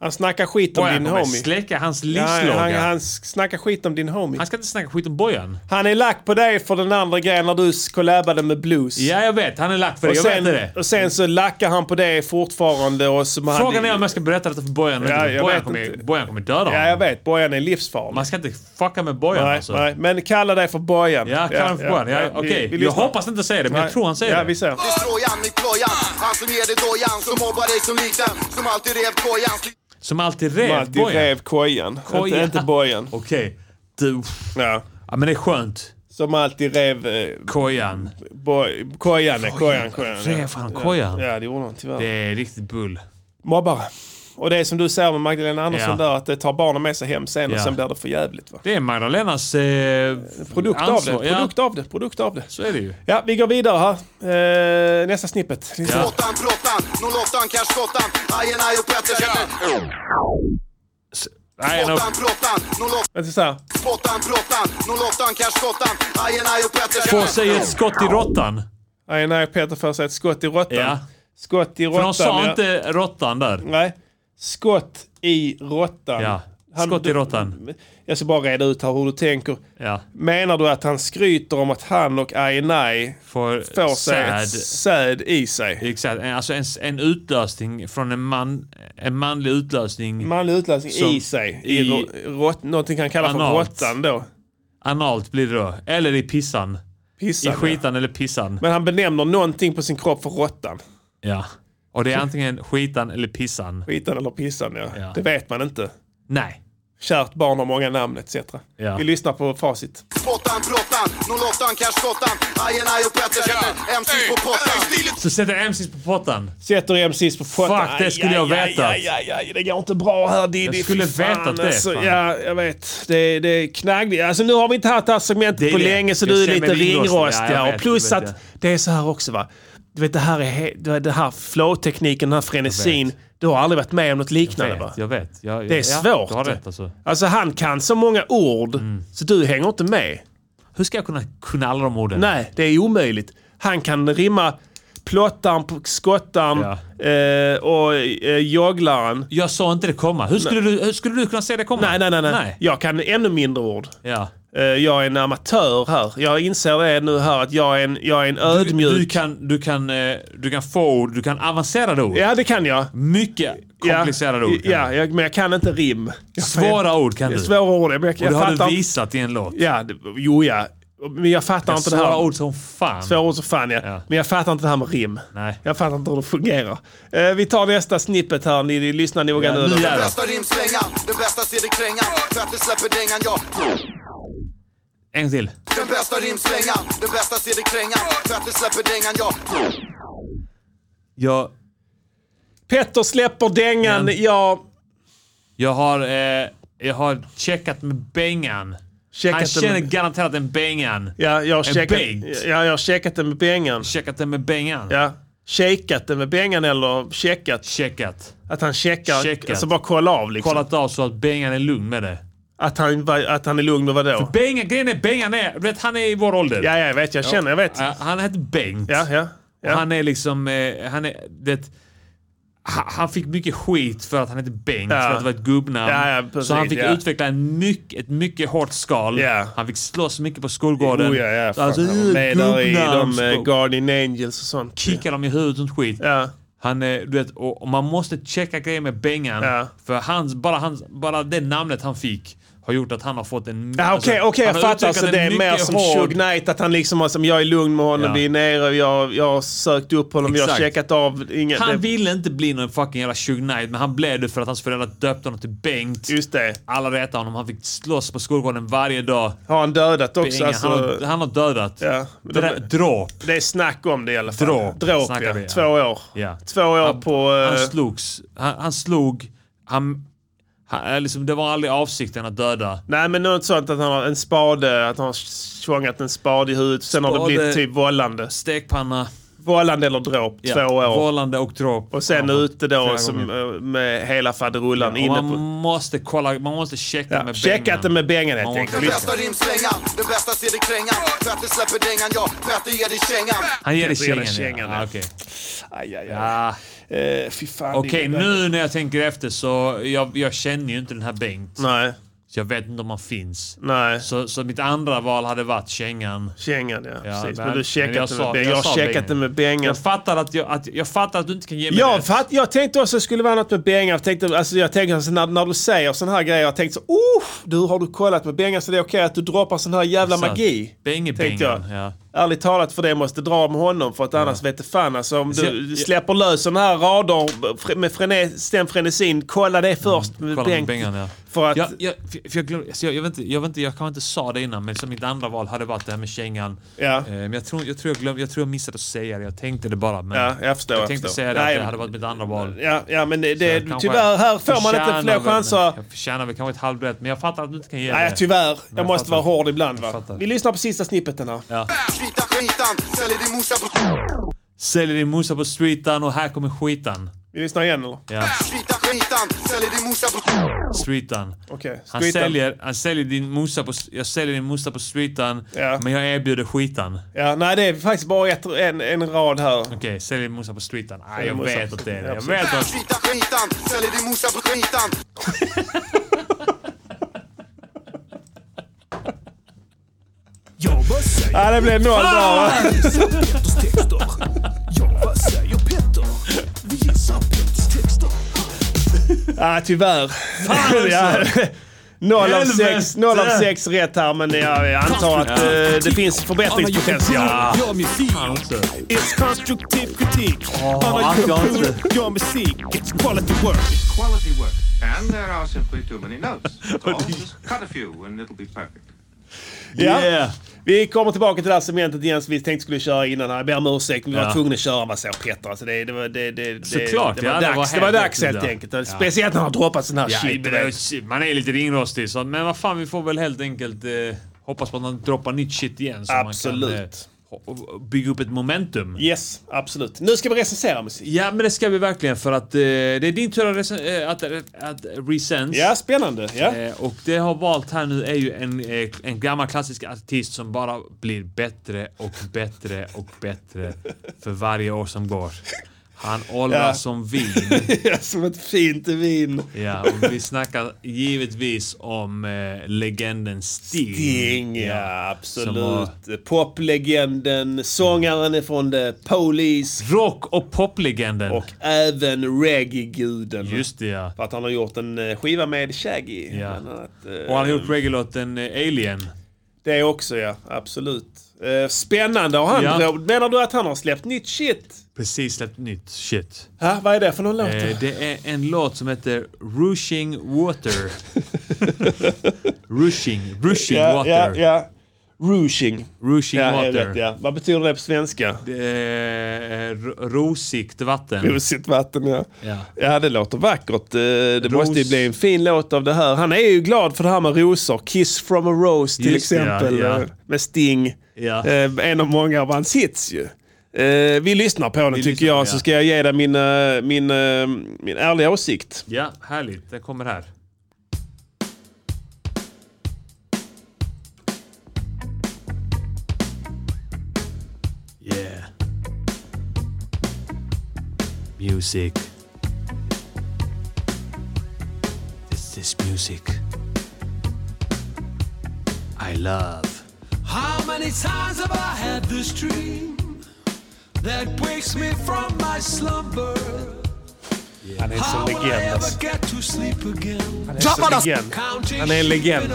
Han snackar skit om
Bojan
din
kommer
homie.
släcka hans
Ja, han,
livslåga.
han snackar skit om din homie.
Han ska inte snacka skit om Bojan.
Han är lack på dig för den andra grejen när du collabade med Blues.
Ja, jag vet. Han är lack för det.
och,
Jag
sen,
vet det.
och sen så lackar han på dig fortfarande. Och så
Frågan är om jag ska berätta detta för Bojan eller
Ja,
inte.
jag
Bojan
vet
kommer,
inte.
Bojan kommer döda honom.
Ja, jag vet. Bojan är livsfarlig.
Man ska inte fucka med Bojan
nej,
alltså.
nej, men kalla dig för Bojan.
Ja, kalla honom för Bojan. Ja,
vi-
Okej,
vi
jag
lyssnar.
hoppas inte säga det, men
Nej.
jag tror han säger
Ja,
det.
vi ser.
Det är Trojan, mitt plojan Han som ger dig dojan, som mobbar dig som liten Som alltid rev kojan
Som alltid rev
Matti
Bojan.
rev kojan.
Koja.
Inte, inte bojan.
Okej. Du.
Ja.
Ja, men det är skönt.
Som alltid rev eh,
Kojan.
boj, kojan. Kojan, kojan. kojan ja.
Rev han kojan?
ja, det gjorde han tyvärr.
Det är riktigt bull.
Mobbare. Och det är som du säger med Magdalena Andersson
Ja.
där, att det tar barnen med sig hem sen och
Ja.
sen blir det för jävligt. Va?
Det är Magdalenas eh,
Produkt av det,
ansvar. Ja,
produkt av det, produkt av det.
så är det ju.
Ja, vi går vidare här. Eh, nästa snippet.
Ja.
Åttan, brottan, 08, cashkottan Ajen, aj och Pettersson
Nej, no.
Åttan, brottan, 08
Vänta, så här.
Spottan, brottan, 08, cashkottan Ajen, aj och Pettersson
Får sig ett skott i råttan.
Nej, nej, Peter får sig ett skott i råttan.
Ja.
Skott i
För de
råttan.
sa
ja.
inte råttan där.
Nej. Skott i råttan.
Ja.
Han-
Skott i råttan.
Jag ska bara reda ut här hur du tänker.
Ja.
Menar du att han skryter om att han och Ainai
Får,
får sig
säd.
ett säd i sig?
Exakt. En- Alltså en, en utlösning från en man... En manlig utlösning
Manlig utlösning
Som
i sig. I,
i-
rå- rått, någonting han kallar för
Analt.
råttan då.
analt blir det då. Eller i pissan. I
Pissan. ja.
skitan eller pissan.
Men han benämner någonting på sin kropp för råttan.
Ja. Och det är antingen skitan eller pissan.
Skitan eller pissan ja.
Ja.
Det vet man inte.
Nej.
Kärt barn har många namn etc.
Ja.
Vi lyssnar på facit.
Spottan, brottan, 08, cashkottan Ajen, aj och Pettersson MC på pottan
Så sätter MCs på pottan.
Sätter M sist på pottan.
Fuck, det skulle jag vetat.
Aj, aj, aj, det går inte bra här Diddy.
Jag skulle
Fy fan,
vetat det,
Alltså,
fan.
ja, jag vet. Det, det är knaggligt. Alltså, nu har vi inte haft det här segmentet
Det är
på
det.
länge så
Jag
du är
känner
lite
mig ringrostig.
ringrostig.
Ja, jag
här. och
vet,
plus
det vet
att
jag.
det är så här också va. Du vet det här, är, he- du vet, det här flow-tekniken, den här frenesin.
vet.
Du har aldrig varit med om något liknande va?
Vet, jag vet. Jag,
Det är
Ja,
svårt.
du har rätt alltså.
Alltså han kan så många ord
Mm.
så du hänger inte med.
Hur ska jag kunna, kunna alla de orden?
Nej, det är omöjligt. Han kan rimma plottan, p- skottan eh, och eh, jogglaren.
Jag sa inte det komma. Hur skulle, du, hur skulle du kunna se det komma?
Äh, Nej, nej, nej, nej, Jag kan ännu mindre ord.
Ja.
Eh, jag är en amatör här. Jag inser det nu här att jag är en, jag är en
Du,
ödmjuk...
du, kan, du, kan, eh, du kan få ord, du kan avancerade ord.
Ja, det kan jag.
Mycket
Ja.
komplicerade ord. kan
Ja,
du.
jag, men jag kan inte rim. Jag
Svåra ord kan du.
Svåra ord. Men jag,
Och
jag
det har
fattar...
du visat i en låt.
Ja, det, jo ja. Men jag
Det
fattar
är
inte det här.
svåra ord som fan.
Svåra ord som fan ja. Men jag fattar inte det här med rim.
Nej.
Jag fattar inte hur det fungerar. Eh, vi tar nästa snippet här. Ni, ni lyssnar noga
Ja,
nu.
nu jävlar.
Bästa rimslängan, den bästa ser det krängan. För att det släpper dängan, ja.
En gång till.
Den bästa rimslängan, den bästa ser det krängan. För att det släpper dängan, ja.
Jag,
Petter släpper dängan.
Men-
Jag...
jag, har, eh, jag har checkat med Bengan.
Checkat
Han
den
känner
med-
garanterat en Bengan.
Ja, jag har
En
checkat,
bait.
ja, jag har checkat den med Bengan.
Checkat den med Bengan.
Ja. Checkat den med Bengan eller checkat?
Checkat.
Att han checkar.
Checkat.
Alltså bara kolla av liksom.
Kollat av så att Bengan är lugn med det.
Att, han, var- att han är lugn och vadå?
Bengan, grejen är Bengan är, du vet han är i vår ålder.
Ja, ja, jag vet. Jag känner, jag vet.
Eh, Han heter Bengt.
Ja, ja.
Och
Ja.
han är liksom, eh, han är, det, ha- han fick mycket skit för att han hette Bengt,
Ja.
för att det var ett gubbnamn.
Ja, ja, precis,
så han fick
ja.
utveckla en mycket, ett mycket hårt skal.
Ja.
Han fick slåss mycket på skolgården.
Oh, ja, ja. Fan,
alltså,
han var med där i
gubbnamn.
de
De,
eh, Guardian Angels och sånt.
kickade dem i huvudet och sånt skit.
Ja.
Han, eh, du vet, och, och man måste checka grejer med Bengan.
Ja.
För hans, bara, hans, bara det namnet han fick har gjort att han har fått en...
Ja,
alltså,
Ah, Okej, okej,
han
jag
har
fattar.
utvecklat
Så
en
det är mer
mycket
som
hård-
Shug Knight, att han liksom har som jag är lugn med honom,
Ja.
vi är nere, och jag, jag har sökt upp honom, jag har
Exakt.
checkat av. Inga,
Han
det,
ville inte bli någon fucking jävla Shug Knight, men han blev det för att hans föräldrar döpte honom till Bengt.
Just det.
Alla retade honom, han fick slåss på skolgården varje dag.
Har han dödat också?
Benga,
alltså,
han, har, han har dödat.
Ja, men
det
de-
där, dråp.
Det är snack om det i alla fall.
Dråp,
Dråp
snackar
ja.
vi, ja.
Två år.
Ja.
Två år
Han,
på... eh,
han slogs. Han, han slog. Han, han, eh, liksom, det var aldrig avsikten att döda.
nej men något sånt att han har en spade, att han har svångat en spade i huvudet. Sen har det
Spade.
blivit typ vållande.
Stekpanna,
Vållande eller dråp,
ja,
två år.
vållande och dråp.
och sen
Ja,
ute då
flera
som,
gånger.
eh, med hela faderullan
Och
inne
man
på...
måste kolla, man måste checka
Ja,
med
checka
Bengan.
att det med bängen helt
Man
enkelt.
Den
måste-
bästa rimslängan, den bästa ser det krängan. För att det släpper dängan, ja. För att det ger dig kängan.
Han ger dig
Petter ger dig
kängan.
kängan,
ja.
ja.
Ah, okej.
Aj, aj, aj.
Ah.
Eh, fy fan.
Okej,
det är-
nu när jag tänker efter så jag, jag känner ju inte den här Bengt.
Nej,
Så jag vet inte om han finns.
nej.
Så, så mitt andra val hade varit kängan.
Kängan ja,
Ja,
precis.
men-
Men, du
men jag
checkat den
sa-
med bängen.
jag
Jag har
sa
checkat
bängen.
den med bängen.
Jag fattar att, jag, att, jag fattar att du inte kan ge mig
Ja,
det.
för att jag tänkte också att det skulle vara något med Benga. Jag tänkte, alltså jag tänkte alltså när, när du säger sån här grejer, jag tänkte så oh, du har du kollat med Benga så det är okej att du droppar sån här jävla
Så att-
magi.
Benge
Tänkte
Bengan. Ja.
Ärligt talat för det måste dra med honom för att annars vet du fan alltså om
Så
du
jag-
släpper lös såna här rader fre- med frenes, den frenesin, kolla det först med
Mm, Kolla med
Bengt.
Bengan ja.
För att,
Jag, jag, för för jag, glömde, alltså jag, jag, vet inte, jag, vet inte, jag kanske inte sa det innan, men som mitt andra val hade varit det här med kängan.
Ja.
Eh, Men jag tror jag, tror jag, glömde, jag tror jag missade att säga det. Jag tänkte det bara. Men
Ja, jag förstår,
jag
jag
tänkte
förstår.
säga det,
Nej,
att det
men-
hade varit mitt andra val.
ja, ja men det,
Så
det,
jag kanske
tyvärr, här får man inte
förtjänar
fler
väl-
chanser.
Jag förtjänar väl kanske ett halvrätt, men jag fattar att du inte kan ge
Nej
det.
tyvärr, jag,
jag
måste
fattar.
vara hård ibland
Jag
va.
fattar.
Vi lyssnar på sista snippeten här.
Krita skitan, säljer din morsa på...
Säljer din morsa på streetan och här kommer skitan.
Vi lyssnar igen eller?
Ja,
Krita skitan, säljer din morsa på...
streetan.
Okej.
Han
skiten.
säljer, han säljer din morsa på, jag säljer din morsa på streetan,
Ja.
men jag erbjuder skitan.
Ja, nej det är faktiskt bara ett, en, en rad här.
Okej, säljer din morsa på streetan. Nej,
Säljer
jag
morsa
vet
på-
att det är
Ja,
det. Jag
precis.
vet att...
Krita skitan, säljer din morsa på skitan.
Ja, det blev noll där va?
Ah!
Ja, tyvärr. Ja, noll, av
alltså. Helvete.
sex, noll av sex rätt här, men jag jag antar att eh, det finns förbättringspotential.
Gör mig fin också.
It's constructive critique.
Åh, att jag inte...
Your music, it's quality work.
quality work. And there are simply too many notes. So just cut a few and it'll be perfect.
Ja. Vi kommer tillbaka till det här segmentet igen som vi tänkte skulle köra innan. här. Jag ber om ursäkt, men vi var
Ja.
tvungna att köra vad säger Petter. Alltså det, det, var- det, det, det,
Såklart,
det var
ja, det var
dags. Det var
helt
dags
rätt
helt
idag.
enkelt.
Ja.
Speciellt när han har droppat sån här
Ja,
shit.
det var ju shit. man är lite ringrostig, så, men vad fan, vi får väl helt enkelt eh, hoppas på att man droppar nytt shit igen. Så Man kan, eh,
Absolut.
ho- bygga upp ett momentum.
Yes, absolut. Nu ska vi recensera musik.
Ja, men det ska vi verkligen för att eh, det är din tur att, rec- eh, att, att recense.
Ja, spännande. Ja.
Eh, och det jag har valt här nu är ju en, eh, en gammal klassisk artist som bara blir bättre och bättre och bättre för varje år som går. Han åldras
Ja.
som vin.
Som ett fint vin.
Ja, och vi snackar givetvis om eh, legenden Sting.
Sting,
Ja.
ja
Som
absolut.
var-
Poplegenden, sångaren från The Police
Rock och poplegenden.
och även reggae-guden.
Just det ja.
För att han har gjort en eh, skiva med
Ja.
Shaggy. bland annat. Eh,
Och han har gjort reggae-låten eh, Alien.
Det också ja, absolut. Eh, spännande har han
Ja.
ja. Menar du att han har släppt nytt shit?
Precis släppt nytt shit.
Ha, vad är det för någon låt?
Eh, det är en låt som heter Rushing Water. rushing, rushing
ja,
water.
Ja, ja. Rushing.
Rushing
ja,
water.
Jag vet, ja. Vad betyder det på svenska?
Det är ro- rosigt vatten.
Rosigt vatten ja.
Ja.
Ja, det låter vackert. Eh, Det måste ju bli en fin låt av det här. Han är ju glad för det här med rosor. Kiss from a rose till
Just det, ja,
exempel.
ja.
eh, Med Sting.
Ja.
Eh, En av många av hans hits ju. Eh, Vi lyssnar på den tycker
lyssnar på
jag,
det,
så
ja.
ska jag ge dig min, eh, min, eh, min ärliga åsikt.
ja, härligt. Det kommer här. Yeah. Music. This is music. I love.
How many times have I had this dream that wakes me from my slumber?
Han är en
How
sån
will I
legend
ever
alltså.
get to sleep again?
Han är en sån legend. Han är en legend.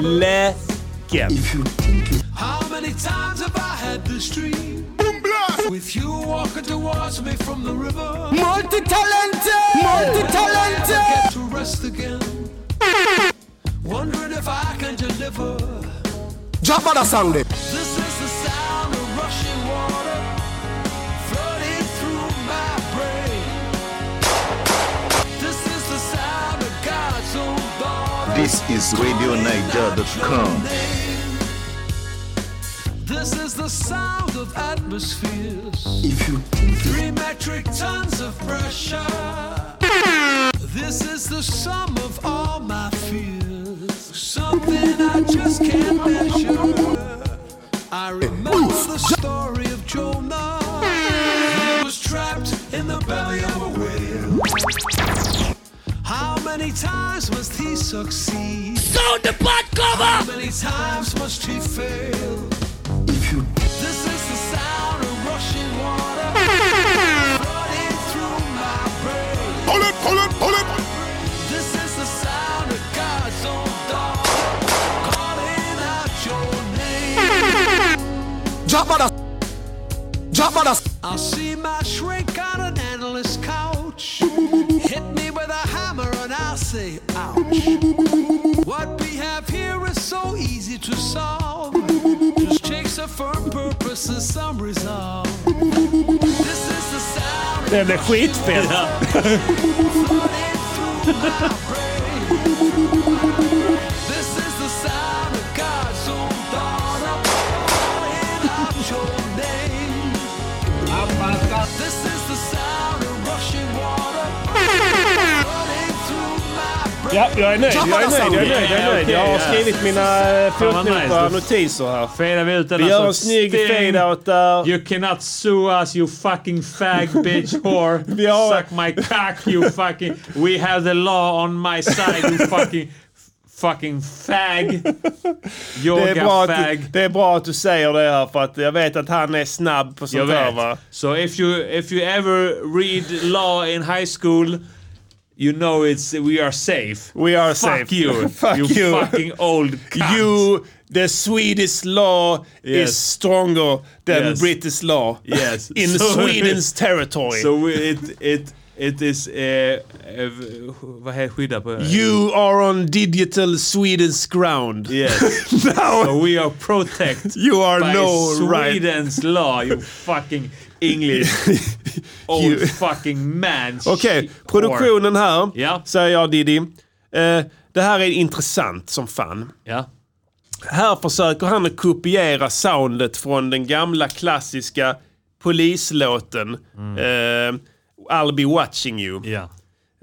Legend.
How many times have I had this dream? With you walking towards me from the river.
Multi-talented!
Will I ever get
Multi-talented!
to rest again. Wondering if I can deliver.
Drop on a song then.
This is the sound of rushing water flooding through my brain. This is the sound of God's own daughter.
This is RadioNiger.com.
This is the sound of atmospheres. Three metric tons of pressure. This is the sum of all my fears. Something I just can't measure. I remember the story of Jonah. He was trapped in the belly of a whale. How many times must he succeed? Sound the butt cover! How many times must he fail? This is the sound of rushing water flooding through my brain. Pull it, pull it, pull it! This is the sound of God's own daughter calling out your name.
Drop on a... Drop on a...
I see my shrink on an analyst couch. Hit me with a hammer and I'll say, ouch. What we have here is so easy to solve. Just takes a firm purpose and some resolve. This is the sound
Det blev skitfett.
through my brain. This is the sound of God's own daughter calling out your name. This is the sound of rushing water running through my brain.
Ja, jag är nöjd. Jag är nöjd. Jag är nöjd. Jag, är nöjd. jag har skrivit mina eh,
Fan, vad nice.
fotnoter och
Du-
notiser här.
Fadar vi ut den
Vi
alltså.
gör en snygg
Sting,
fade-out där.
You cannot sue us you fucking fag bitch whore.
Vi har-
Suck my cock you fucking... We have the law on my side you fucking... Fucking fag. Yoga
Det är, bra att,
fag.
du- det är bra att du säger det här för att jag vet att han är snabb på
Jag
sånt här va.
vet. So if you, if you ever read law in high school You know it's we are safe.
We are
Fuck
safe.
you.
Fuck
you.
you.
fucking old cunt.
You, the Swedish law
Yes.
is stronger than
Yes.
British law.
Yes.
In
So-
Sweden's territory.
So we- it, it, it is... eh, eh, vad heter skydda på?
You are on digital Sweden's ground.
Yes.
Now
So we are protected
you are
by
no right.
Sweden's law, you fucking English old fucking man.
Okej,
Shit.
produktionen här,
Ja.
säger jag Diddy. Eh, det här är intressant som fan.
Ja.
Här försöker han att kopiera soundet från den gamla klassiska polislåten
Mm.
eh, I'll be watching you.
Ja.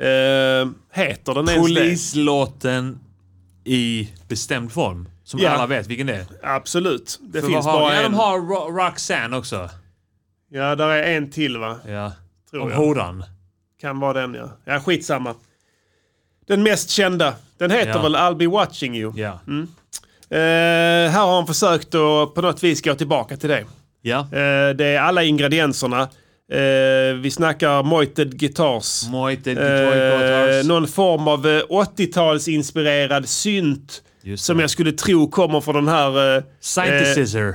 Eh, heter den ens det?
Polislåten i bestämd form. Som
Ja.
alla vet vilken det är.
Absolut. Det
För
finns
vad har,
bara
ja,
en.
de har Ro- Roxanne också.
Ja, där är en till va?
Ja.
Tror
Om
jag.
horan.
Kan vara den ja. Ja, skitsamma. Den mest kända. Den heter
Ja.
väl I'll be watching you.
Ja.
Eh, här har han försökt att på något vis gå tillbaka till det.
Ja.
Eh, det är alla ingredienserna. Eh, vi snackar Moited Guitars.
Moited
Eh,
Detroit Waters.
någon form av eh, 80-talsinspirerad synt som jag skulle tro kommer från den här... Eh,
Synthesizer.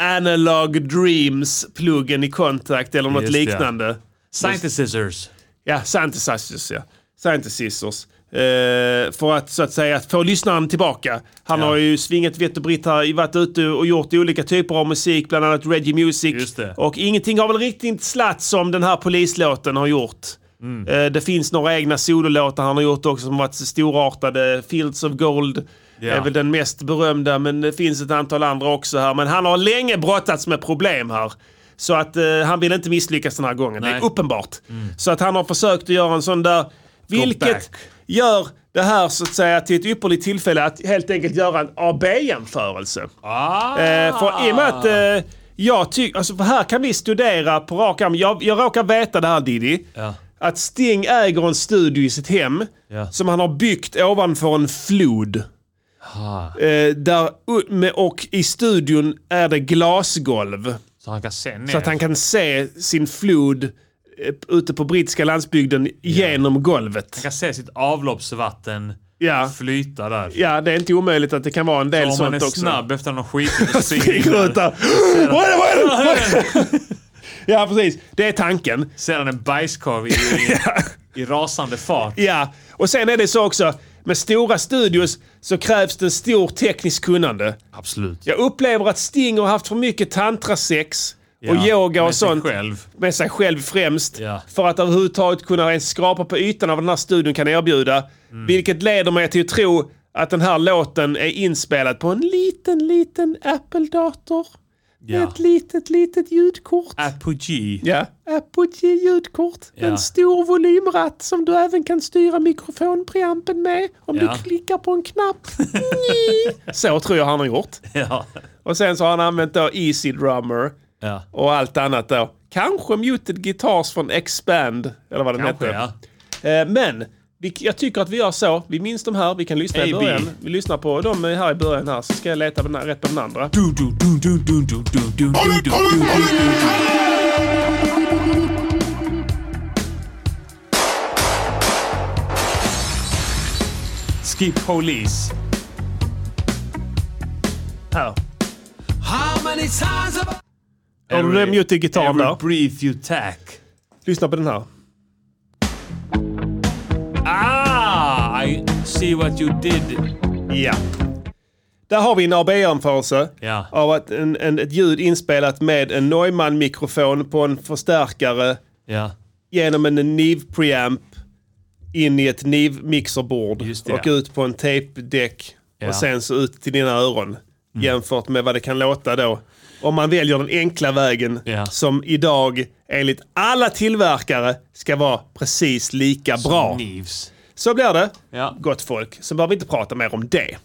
Eh, Analog Dreams-pluggen i Contact eller något
Just det.
liknande.
Synthesizers.
Ja, synthesizers. Ja. Synthesizers. Eh, för att så att säga att få lyssnaren tillbaka. Han har ju svingat vett och britt här, varit ute och gjort olika typer av musik, bland annat reggae music. Eh, Och ingenting har väl riktigt slatt som den här polislåten har gjort.
Mm.
Eh, det finns några egna sololåtar han har gjort också som varit storartade. Fields of Gold
Ja.
är väl den mest berömda, men det finns ett antal andra också här. Men han har länge brottats med problem här. Så att eh, han vill inte misslyckas den här gången. Det
Nej. Mm.
är uppenbart. Så att han har försökt att göra en sån där... Vilket gör det här så att säga till ett ypperligt tillfälle att helt enkelt göra en AB-jämförelse.
Ah!
Eh, för i och med att eh, jag tycker... Alltså för här kan vi studera på rak arm. Jag, jag råkar veta det här Diddy.
Ja.
Att Sting äger en studio i sitt hem
Ja.
som han har byggt ovanför en flod.
Ah.
Eh, där, u- med- och i studion är det glasgolv.
Så han kan se ner.
Så att han kan se sin flod eh, ute på brittiska landsbygden genom golvet.
Han kan se sitt avloppsvatten
Ja.
flyta där.
Ja, det är inte omöjligt att det kan vara en del
Så om man
sånt
är
också.
snabb efter någon skit så
Sticker ut där. Vad är det, vad är det, vad är det? Ja, precis. Det är tanken.
Sedan en bajskorv i, i, i rasande fart.
Ja, och sen är det så också. Med stora studios så krävs det stor teknisk kunnande.
Absolut.
Jag upplever att Sting har haft för mycket tantrasex och
Ja,
yoga
med
och
sig
sånt.
själv.
Med sig själv främst. För att överhuvudtaget kunna ens skrapa på ytan av vad den här studion kan erbjuda.
Mm.
Vilket leder mig till att tro att den här låten är inspelad på en liten, liten Apple-dator.
Ja.
Ett litet, litet ljudkort.
Apogee.
Ja. Apogee Äh, ljudkort.
Ja.
En stor volymratt som du även kan styra mikrofonpreampen med om
Ja.
du klickar på en knapp. Nyi. så tror jag han har gjort.
Ja.
Och sen så har han använt då Easy Drummer
Ja.
och allt annat då. Kanske Muted Guitars från X-Band, eller vad den
Kanske,
hette. Eh, Men vi, jag tycker att vi gör så. Vi minns de här, vi kan lyssna i
AB.
början. Vi lyssnar på dem här i början här, så ska jag leta på den här- rätt på den andra.
Skip Police.
Här.
How many times have
Har du den muted gitarren
Every
där?
breath you take.
Lyssna på den här.
Ah, I see what you did.
Ja. Där har vi en AB-jämförelse
Ja.
av att en, en, ett ljud inspelat med en Neumann-mikrofon på en förstärkare
Ja.
genom en NIV-preamp in i ett NIV-mixerbord
det,
och
ja.
ut på en tejpdäck
Ja. Mm.
och sen så ut till dina öron jämfört med vad det kan låta då. Om man väljer den enkla vägen
Ja.
som idag enligt alla tillverkare ska vara precis lika bra.
Neves.
Så blir det,
Ja.
gott folk. Så behöver vi inte prata mer om det.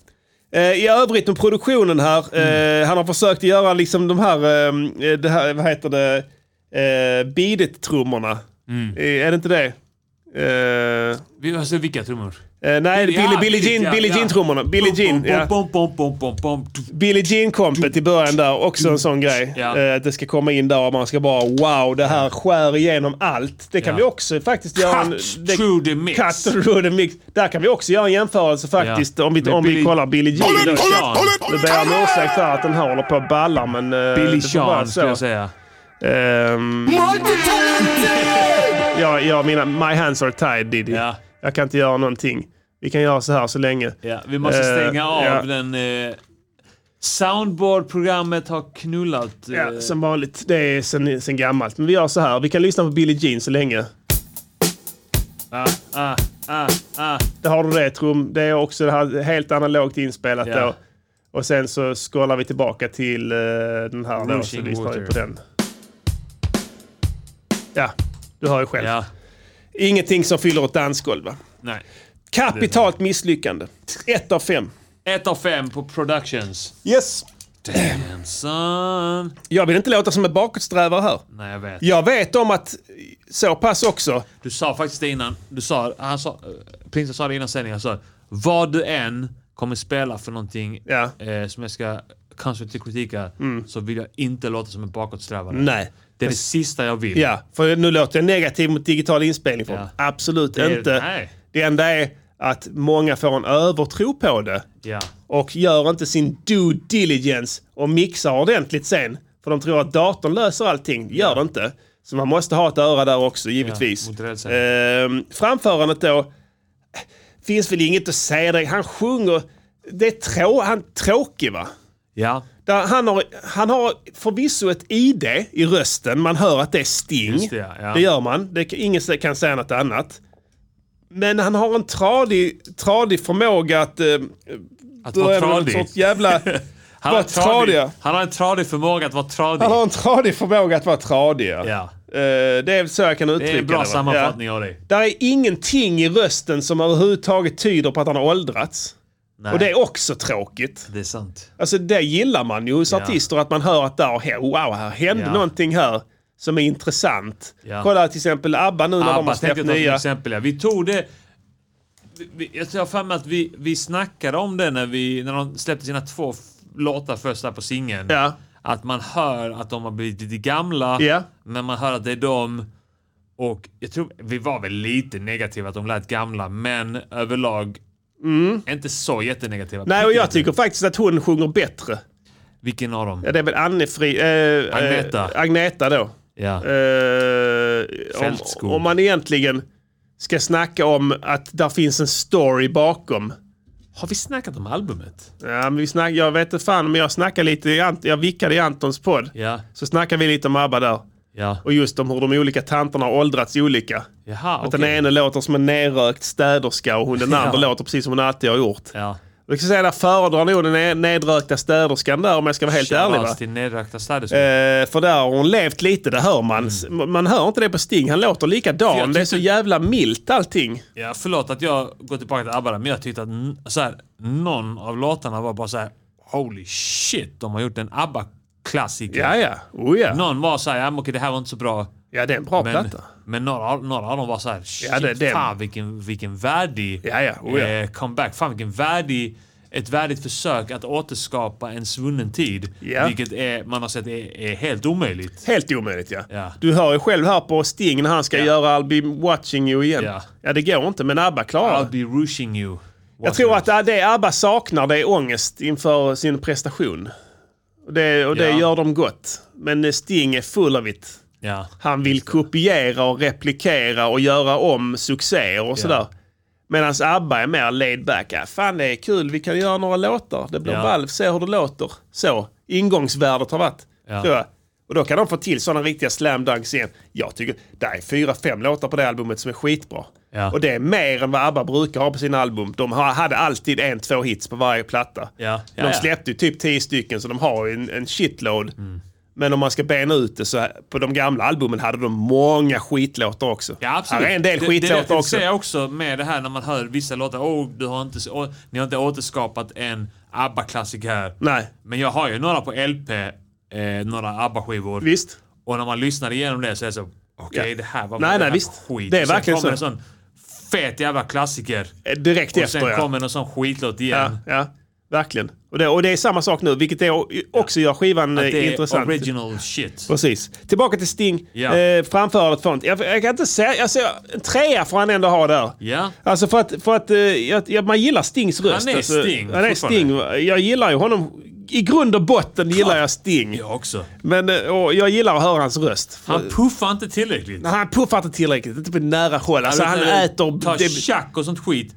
Eh, I övrigt om produktionen här.
Mm.
Eh, han har försökt göra liksom de här, eh, det här vad heter det, eh, beatet-trummorna.
Mm.
Eh, är det inte det? Eh,
Vi, alltså, vilka trummor?
eh, nej, Billie,
Ja,
Billie Jean,
ja,
Billie
ja.
Jean-trummorna. Billie Jean, ja.
Bom, bom, bom, bom, bom.
Billie Jean-kompet i början där, också en sån grej.
Ja.
Eh, att det ska komma in där och man ska bara wow, det här skär igenom allt. Det kan
Ja.
vi också faktiskt göra. en-
Cut
det-
through the mix.
Cut through the mix. Där kan vi också göra en jämförelse faktiskt.
Ja.
Om, vi,
Med
om
Billie-
vi kollar Billie Jean.
Billie
då.
Jean.
Nu ber jag om ursäkt för att den här håller på och ballar men... eh,
Billy
det får vara
Sean
så.
skulle jag säga.
Ehm, ja, ja, mina, my hands are tied Diddy. Jag kan inte göra någonting. Vi kan göra så här så länge.
Ja, vi måste
Eh,
stänga av
ja.
den... Eh, Soundboard-programmet har knullat. eh,
Ja, som vanligt. Det är sen, sen gammalt. Men vi gör så här. Vi kan lyssna på Billie Jean så länge.
ah, ah, ah, ah.
Där har du det Trum. Det är också det här helt analogt inspelat
Ja.
då. Och sen så scrollar vi tillbaka till eh, den här då. Så
Rushing
lyssnar vi
Water.
på den. Ja, du hör ju själv.
Ja.
Ingenting som fyller ett dansgolv va?
Nej.
Kapitalt misslyckande. Ett av fem.
Ett av fem på productions.
Yes.
Damn son.
Jag vill inte låta som en bakåtsträvare här.
Nej, jag vet.
Jag vet om att så pass också.
Du sa faktiskt det innan. Du sa, han sa, eh, Prinsen sa det innan sändningen. Han sa vad du än kommer spela för någonting eh, som jag ska konstruktiv kritika så vill jag inte låta som en bakåtsträvare.
Mm. Nej.
Det är det sista jag vill.
Ja, för nu låter jag negativ mot digital inspelning. Folk. Absolut
Det är-
inte.
nej.
Det enda är att många får en övertro på det
Ja.
och gör inte sin due diligence och mixar ordentligt sen. För de tror att datorn löser allting. Det gör det inte. Så man måste ha ett öra där också, givetvis. Ehm, framförandet då. Finns väl inget att säga direkt. Han sjunger. Det är trå han är tråkig va?
Ja.
Där han, har, han har förvisso ett ID i rösten. Man hör att det är Sting.
Just det, ja, ja.
det gör man. Det, kan- ingen kan säga något annat. Men han har en tradig, tradig förmåga att... Eh,
Att
då
vara
är det någon
tradig.
sorts jävla...
Han har,
Vad tradiga.
tradig, han har en tradig förmåga att vara tradig.
Han har en tradig förmåga att vara tradig. Ja. Eh, det är så jag kan uttrycka
Det är en bra
va?
sammanfattning
Ja.
av dig.
Där är ingenting i rösten som överhuvudtaget tyder på att han har åldrats.
Nej.
Och det är också tråkigt.
Det är sant.
Alltså det gillar man ju hos
Ja.
artister, att man hör att där, he- wow, här hände
Ja.
någonting här som är intressant.
Ja.
Kolla till exempel ABBA nu när de har
ABBA tänkte
släppt
jag ta som
nya.
exempel. Ja. Vi tog det... vi- vi- Jag tror jag har för mig att vi, vi snackade om det när, vi, när de släppte sina två f- låtar först där på singeln. Att man hör att de har blivit lite gamla,
Ja.
men man hör att det är de. Och jag tror vi var väl lite negativa att de lät gamla, men överlag inte så jättenegativa.
Mm. Nej, och jag tycker faktiskt att hon sjunger bättre.
Vilken av dem?
Ja, det är väl Anne-Fri... eh,
Agneta.
Eh, Agneta då.
Ja.
Eh, om,
Fältskog.
om man egentligen ska snacka om att där finns en story bakom.
Har vi snackat om albumet?
Ja, men vi snack, jag vet inte fan, men jag snackade lite, i Ant, jag vickade i Antons podd.
Ja.
Så snackade vi lite om ABBA där.
Ja.
Och just om hur de olika tanterna har åldrats olika.
Jaha,
att
okej.
den ena låter som en nerrökt städerska och hon, den
Ja.
andra låter precis som hon alltid har gjort.
Ja.
Jag ska säga, där föredrar nog den ne- nedrökta städerskan där om jag ska vara helt ärlig. Va?
Shoutouts till Nedrökta Städerskor.
Eh, för där har hon levt lite, det hör man. M- Man hör inte det på Sting, han låter
Mm. För jag
likadan. Det är
tyckte-
så jävla milt allting.
Ja, förlåt att jag går tillbaka till ABBA där, men jag tyckte att n- så här, någon av låtarna var bara så här: holy shit, de har gjort en ABBA-klassiker.
Ja, ja. Oh, ja.
Någon var såhär, ja, men okej det här var inte så bra.
Ja, det är en bra
men,
platta.
Men några, av- några av dem var såhär, shit
Ja, det- det-
fan vilken, vilken värdig
Ja, ja. Oh, ja.
eh, comeback. Fan vilken värdig, ett värdigt försök att återskapa en svunnen tid.
Ja.
Vilket är, man har sett är, är helt omöjligt.
Helt omöjligt ja.
Ja.
Du hör ju själv här på Sting när han ska göra I'll be watching you igen.
Ja.
Ja, det går inte, men ABBA klarar det.
I'll be rushing you.
Jag tror att äh, det ABBA saknar det är ångest inför sin prestation. Och det, och det
Ja.
gör de gott. Men eh, Sting är full av it.
Ja.
Han vill kopiera och replikera och göra om succéer och sådär. Medan ABBA är mer laid back. Ja, fan det är kul, vi kan göra några låtar. Det blir
Ja.
ball, se hur det låter. Så, ingångsvärdet har varit.
Ja.
tror jag. Och då kan de få till sådana riktiga slam dunks igen. Jag tycker, det är fyra, fem låtar på det albumet som är skitbra.
Ja.
Och det är mer än vad ABBA brukar ha på sina album. De har- hade alltid en, två hits på varje platta.
Ja, ja,
de
ja.
släppte ju typ tio stycken så de har ju en, en shitload.
Mm.
Men om man ska bena ut det så här, på de gamla albumen hade de många skitlåtar också.
Ja, absolut.
Här är en del
det, det, är det
skitlåtar
jag
också.
säger också med det här när man hör vissa låtar. Åh, du har inte, åh, ni har inte återskapat en ABBA-klassiker här.
Nej.
Men jag har ju några på LP, eh, några ABBA-skivor.
Visst.
Och när man lyssnar igenom det så är det så, okej
Ja.
det här var
Nej,
det
nej,
här
visst.
var skit.
Det är
Och sen
verkligen
kommer
så.
en sån fet jävla klassiker.
Eh, Direkt
och
efter
sen
ja.
kommer någon sån skitlåt igen.
ja. Ja, verkligen. Och det, och det är samma sak nu, vilket är, också gör skivan
Att
eh,
det är
intressant.
original shit.
Precis. Tillbaka till Sting.
Ja.
Eh, framförandet från... Jag, jag kan inte säga... Jag ser, en trea får han ändå ha där.
Ja.
Alltså för att, för att eh, jag, jag, man gillar Stings röst.
Han är
alltså,
Sting
Han är Sting. Jag gillar ju honom. I grund och botten gillar jag Sting.
Jag också.
Men eh, och jag gillar att höra hans röst. För-
Han puffar inte tillräckligt.
Nej, han puffar inte tillräckligt. Inte på nära håll. Alltså, han
eh,
äter...
Tar
Det,
tjack och sånt skit.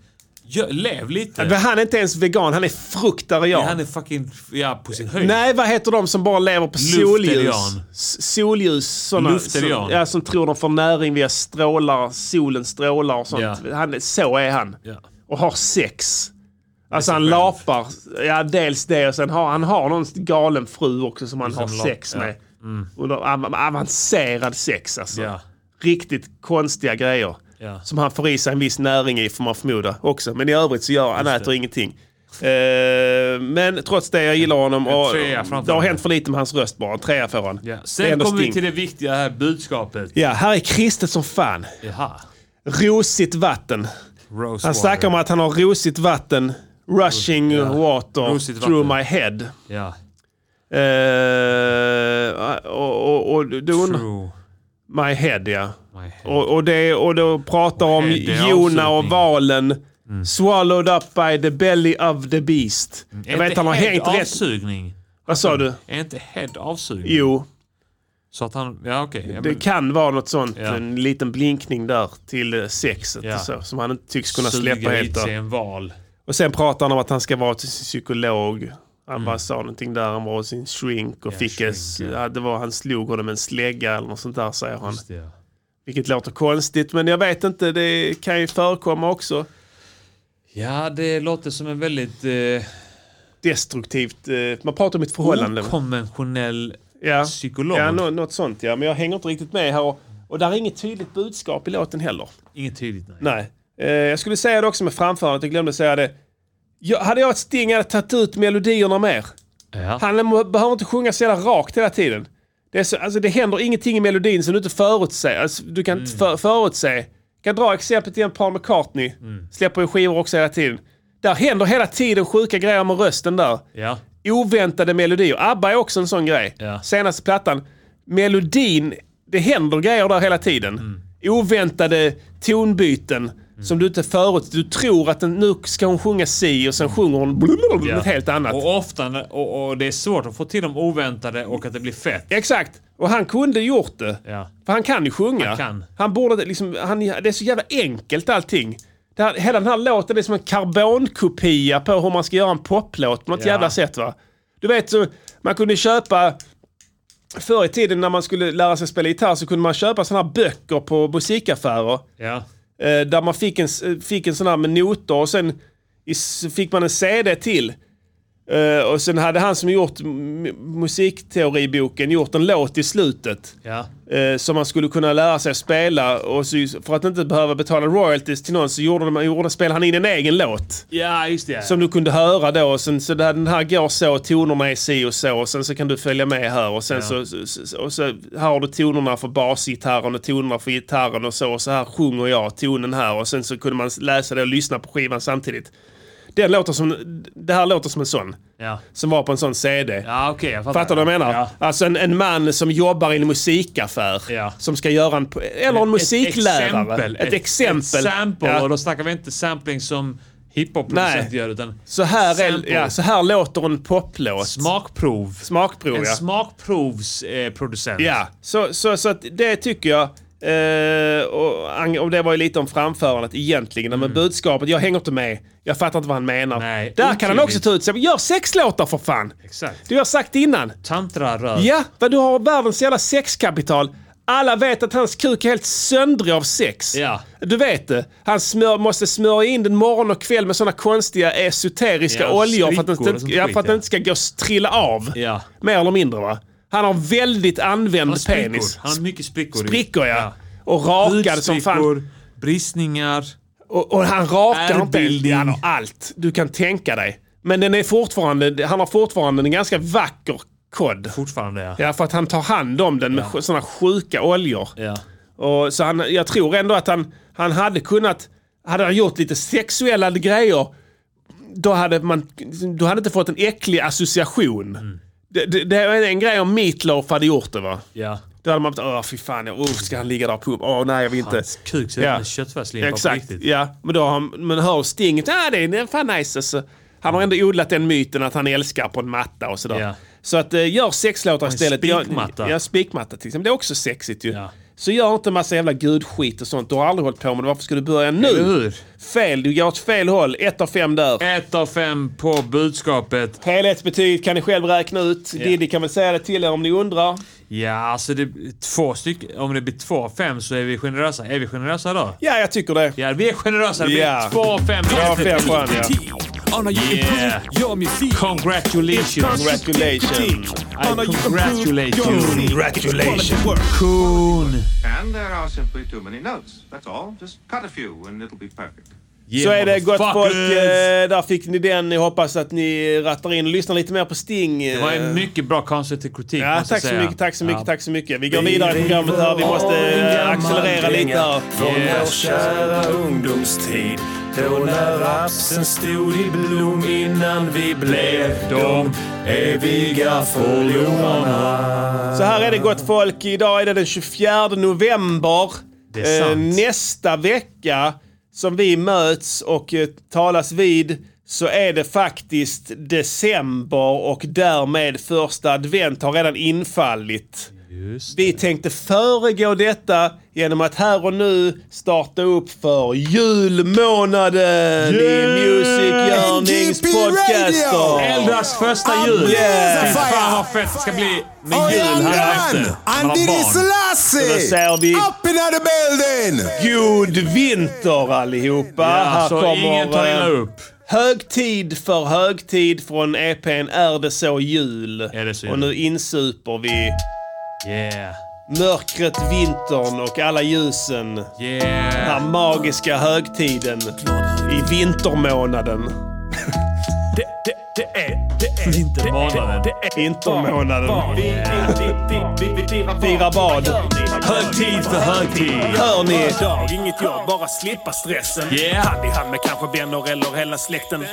Gör, lev lite.
men han är inte ens vegan. Han är fruktarian.
Han är fucking, ja på sin höjd.
Nej, vad heter de som bara lever på solljus?
Lufterian.
S- Solljus. Såna,
Lufterian.
som, ja, som tror de får näring via strålar, solen strålar och sånt.
Ja.
Han, så är han.
Ja.
Och har sex. Alltså han lapar. Ja, dels det och sen har han har någon galen fru också som han
Som
har
lap-
sex
ja. Mm.
med. Och då, av- avancerad sex alltså.
Ja.
Riktigt konstiga grejer.
Ja.
Som han får i sig en viss näring i får man förmoda också. Men i övrigt så gör han äter ingenting. Eh, men trots det, jag gillar honom.
En
Och
trea framför
det har
honom.
hänt för lite med hans röst bara. En trea får han.
Ja.
Det är
Sen
ändå
kommer vi
Sting.
till det viktiga här budskapet.
Ja, här är kristet som fan.
Jaha.
Rosigt vatten.
Rose
Han snackar om att han har rosigt vatten. Rushing water
Rosigt
through
vatten.
my head.
Ja.
Eh, och, och, och du undrar...
True.
My head ja.
My head.
Och, och, det, och då pratar om
head, det är
Jona och
avslutning. Mm.
valen Swallowed up by the belly of the beast. Jag vet han har hängt rätt.
avsugning?
Vad sa du?
Är inte head avsugning?
Jo,
Så att han... Ja, okej. Ja,
det
men-
kan vara något sånt.
Ja.
En liten blinkning där till eh, sexet
Ja.
och så, som han inte tycks kunna
Suger
släppa helt.
hit
där.
sig en val.
Och sen pratar han om att han ska vara till sin psykolog. Han bara sa någonting där, han var hos sin shrink och fick shrink, Mm. ja. det var han slog honom med en slägga eller något sånt där säger han.
Just det, ja.
Vilket låter konstigt men jag vet inte, det kan ju förekomma också.
Ja, det låter som en väldigt... Eh,
Destruktivt, eh, man pratar om ett förhållande.
Okonventionell
ja.
psykolog.
Ja, nå- något sånt ja. Men jag hänger inte riktigt med här. Och, och där är inget tydligt budskap i låten heller.
Inget tydligt, nej.
Nej. Eh, jag skulle säga det också med framförandet, jag glömde säga det. Jag, hade jag varit Sting hade jag tagit ut melodierna mer.
Ja.
Han må- behöver inte sjunga så jävla rakt hela tiden. Det, är så, alltså, det händer ingenting i melodin som du inte förutser. Alltså, du kan inte för, förutse. Jag kan dra exemplet igen, Paul McCartney. Släpper ju skivor också hela tiden. Där händer hela tiden sjuka grejer med rösten där.
Ja.
Oväntade melodier. ABBA är också en sån grej.
Ja.
Senaste plattan. Melodin, det händer grejer där hela tiden. Oväntade tonbyten som du inte förut... Du tror att den, nu ska hon sjunga si och sen sjunger hon blablabla,
Ja.
något helt annat.
Och ofta... när- Och, och det är svårt att få till de oväntade och att det blir fett.
Exakt! Och han kunde gjort det.
Ja.
För han kan ju sjunga.
Han kan.
Han borde liksom, han, det är så jävla enkelt allting. Det här, hela den här låten är som en karbonkopia på hur man ska göra en poplåt på något
Ja.
jävla sätt va. Du vet, så, man kunde köpa... Förr i tiden när man skulle lära sig spela gitarr så kunde man köpa sådana här böcker på musikaffärer.
Ja.
Eh, där man fick en, s- eh, fick en sån här med noter och sen i, s- fick man en CD till. Eh, och sen hade han som gjort m- musikteoriboken gjort en låt i slutet.
Ja.
Eh, som man skulle kunna lära sig att spela och så, för att inte behöva betala royalties till någon så gjorde, de, gjorde, spelade han in en egen låt.
Ja, just det.
Som du kunde höra då och sen så där, den här går så, och tonerna är si och så och sen så kan du följa med här och sen
Ja.
så, så, så, och så här har du tonerna för basgitarren och tonerna för gitarren och så och så här sjunger jag tonen här och sen så kunde man läsa det och lyssna på skivan samtidigt. Den låter som, det här låter som en sån.
Ja.
Som var på en sån CD.
Ja, okej. jag fattar.
Fattar du vad jag menar?
Ja.
Alltså en, en man som jobbar i en musikaffär.
Ja.
Som ska göra en... Eller en musiklärare.
Ett exempel.
Ett, exempel.
Ett sample.
Ja.
Och då snackar vi inte sampling som
Nej.
hiphop-producent gör utan
Så här, är,
sample.
ja, så här låter en poplåt.
smakprov.
Smakprov,
en
ja.
smakprovsproducent. Eh, producent.
Ja, så, så, så att det tycker jag. Eh, och, ang- och det var ju lite om framförandet egentligen. Men budskapet, jag hänger inte med. Jag fattar inte vad han menar.
Mm. Nej,
Där kan han
otydligt.
också ta ut sig. Men Gör sex låtar för fan!
Exakt.
Du har sagt innan.
Tantrarör.
Ja, vad du har världens jävla sexkapital. Alla vet att hans kuk är helt söndrig av sex.
Ja.
Du vet det. Han smör, måste smörja in den morgon och kväll med sådana konstiga esoteriska
Ja,
oljor för att,
sprickor
den,
och sånt
ja,
skit,
för att
ja.
den inte ska gå och trilla av.
Ja.
Mer eller mindre va. Han har väldigt använd
Han har sprickor.
penis.
Han har mycket sprickor. i-
Sprickor ja. Och rakad som fan.
Hudsprickor, bristningar.
Och, och han rakar inte.
Ärrbildning.
Han har allt du kan tänka dig. Men den är fortfarande, han har fortfarande en ganska vacker kod.
Fortfarande ja.
Ja, för att han tar hand om den med ja. sådana sjuka oljor.
Ja.
Och så han, jag tror ändå att han, han hade kunnat, hade han gjort lite sexuella grejer, då hade man då hade inte fått en äcklig association.
Mm.
Det, det, det är en grej om Meatloaf hade gjort det va?
ja.
Då hade man haft, åh fy fan, oh, ska han ligga där på pub? Åh nej jag vill inte.
Hans kuk ser ut
Ja.
som en köttfärslimpa på
Exakt,
riktigt.
ja. Men då har han, men hör stinget, ah, det är det är fan nice alltså. Han har ändå odlat den myten att han älskar på en matta och sådär.
Ja.
Så att eh, gör sexlåtar
en
istället. Gör-
spikmatta.
Ja, spikmatta till exempel. Det är också sexigt ju.
Ja.
Så gör inte massa jävla gudskit och sånt. Du har aldrig hållit på med det. Varför ska du börja nu?
Eller hur?
Fel, du går åt fel håll. Ett av fem där.
Ett av fem på budskapet.
Helhetsbetyget kan ni själv räkna ut. Diddy kan väl säga det till er om ni undrar.
Ja, alltså det, två stycken. Om det blir två av fem så är vi generösa. Är vi generösa då?
Ja, jag tycker det.
Ja, vi är generösa. Det blir
Ja.
två av fem.
Två av fem på han, ja.
Yeah. Congratulations.
Congratulations.
I congratulate you.
Congratulations.
Coon.
And there are simply too many notes. That's all. Just cut a few and it'll be perfect.
Så är det gott folk.
Motherfuckers.
Eh, Där fick ni den. Jag hoppas att ni rattar in och lyssnar lite mer på Sting. eh.
Det var en mycket bra konstruktiv kritik
Ja,
måste jag
tack så
säga.
mycket, tack så mycket,
Ja.
tack så mycket. Vi går vidare i programmet här. Vi måste eh, accelerera lite här. Eh,
Från vår
Yes.
kära ungdomstid Då när rapsen stod i blom innan vi blev de eviga förlorarna
Så här är det gott folk. Idag är det den 24 november.
Det är sant.
Eh, Nästa vecka som vi möts och eh, talas vid så är det faktiskt december och därmed första advent har redan infallit. Vi tänkte föregå detta genom att här och nu starta upp för julmånaden i Music Yearnings
NGP
podcaster.
Radio! Eldas första jul. Fy fan vad fett det ska bli med jul här efter. Man har barn.
Då säger vi... Up
in the building!
God vinter allihopa!
Ja, så ingen tar illa
eh,
upp.
Högtid för högtid från EPn Är det så jul?
jul?
Och nu insuper vi
Yeah.
mörkret, vintern och alla ljusen.
Yeah.
Den här magiska högtiden i vintermånaden.
Det, det, det är, det är,
Vintermånaden.
Vintermånaden.
Fira
bad.
Högtid för högtid.
Hör ni?
Dag, inget jobb, bara slippa stressen.
Yeah.
Hand i hand med kanske vänner eller hela släkten.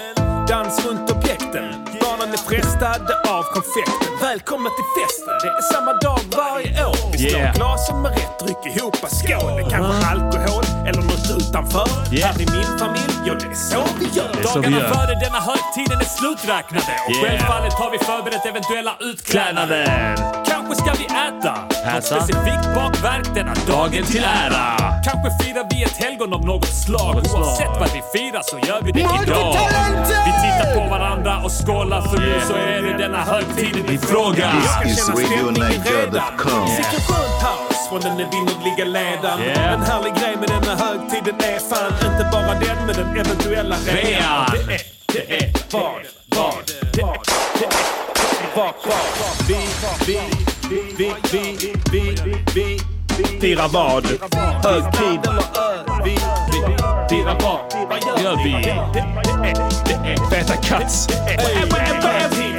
Dans runt objekten. Barnen är frestade av konfekten. Välkomna till festen. Det är samma dag varje år. Vi slår
Yeah. Uh-huh.
glasen med rätt dryck ihop. Skål! Det kanske är alkohol eller något utanför. Här i min familj, ja det är så vi gör.
Det är så vi gör.
Dagarna före denna högtiden är sluträknade. Och
Yeah.
självfallet har vi förberett eventuella utklädnader.
Klädnaden.
Kanske ska vi äta något
Äta?
specifikt bakverk denna dagen till ära. Kanske firar vi ett helgon av något slag.
Något slag.
Oavsett vad vi firar så gör vi det idag.
Multitalenter!
Vi tittar på varandra och skålar för nu
Yeah.
så är det denna högtiden i fråga.
This is RadioNiger.com.
Sitter skön paus från den evinnerliga ledan.
Yeah.
En härlig grej med denna högtiden är fan inte bara den med den eventuella rean.
Rean.
Det är, det är vad, vad, det är, det är vad, vad. Vi, vi, vi, vi, vi, vi, vi, vi.
Fira vad? Högtid.
Vi, vi, firar vad? Vad gör vi?
Feta Cats.
Högtid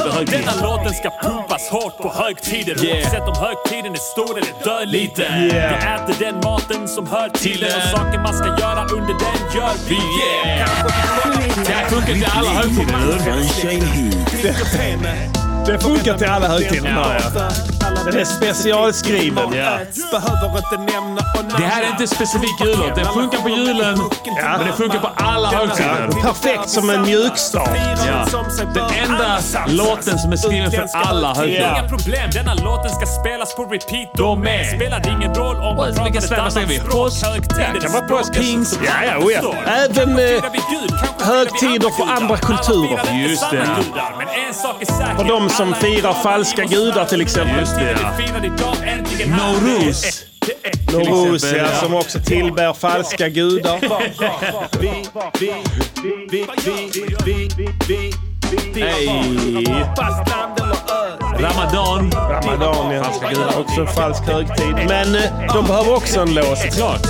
för högtid.
Denna låten ska pumpas hårt på högtider
Yeah.
Oavsett om högtiden är stor eller döliten
Yeah.
Vi äter den maten som hör till
Till
den
den.
Och saker man ska göra under den gör vi
Yeah. Det här funkar till alla högtider,
Det funkar till alla högtider. Ja. Den är specialskriven.
Ja.
Behöver inte nämna och
Det här är inte specifik jullåt. Den funkar på julen, men det funkar på alla högtider.
Perfekt som en mjukstart.
Ja. Den enda låten som är skriven för alla
Inga
högtider.
problem, denna låten ska spelas på repeat
De är.
Spelar ingen roll om man pratar
vilka
ett
svenska
annat
säger vi?
språk.
Påsk.
Högtiden,
Ja, kan vara
språket
påsk, pingst.
som
Ja, ja,
alla
oh ja.
förstår.
Även
Firar
eh,
vi Gud, kanske firar vi
högtider för
gudar.
andra kulturer.
Alla firar inte
Just
samma
det.
gudar, Men en sak är säker.
För de som
alla
firar
är
falska
glada i vår
gudar, till exempel.
Just det, ja.
Nowruz.
Norusia
exempel, ja.
som också tillbär falska gudar.
Hej! Ramadan.
Ramadan ja.
Falska gudar.
Också en falsk högtid. Men eh, de behöver också en låt.
Klart.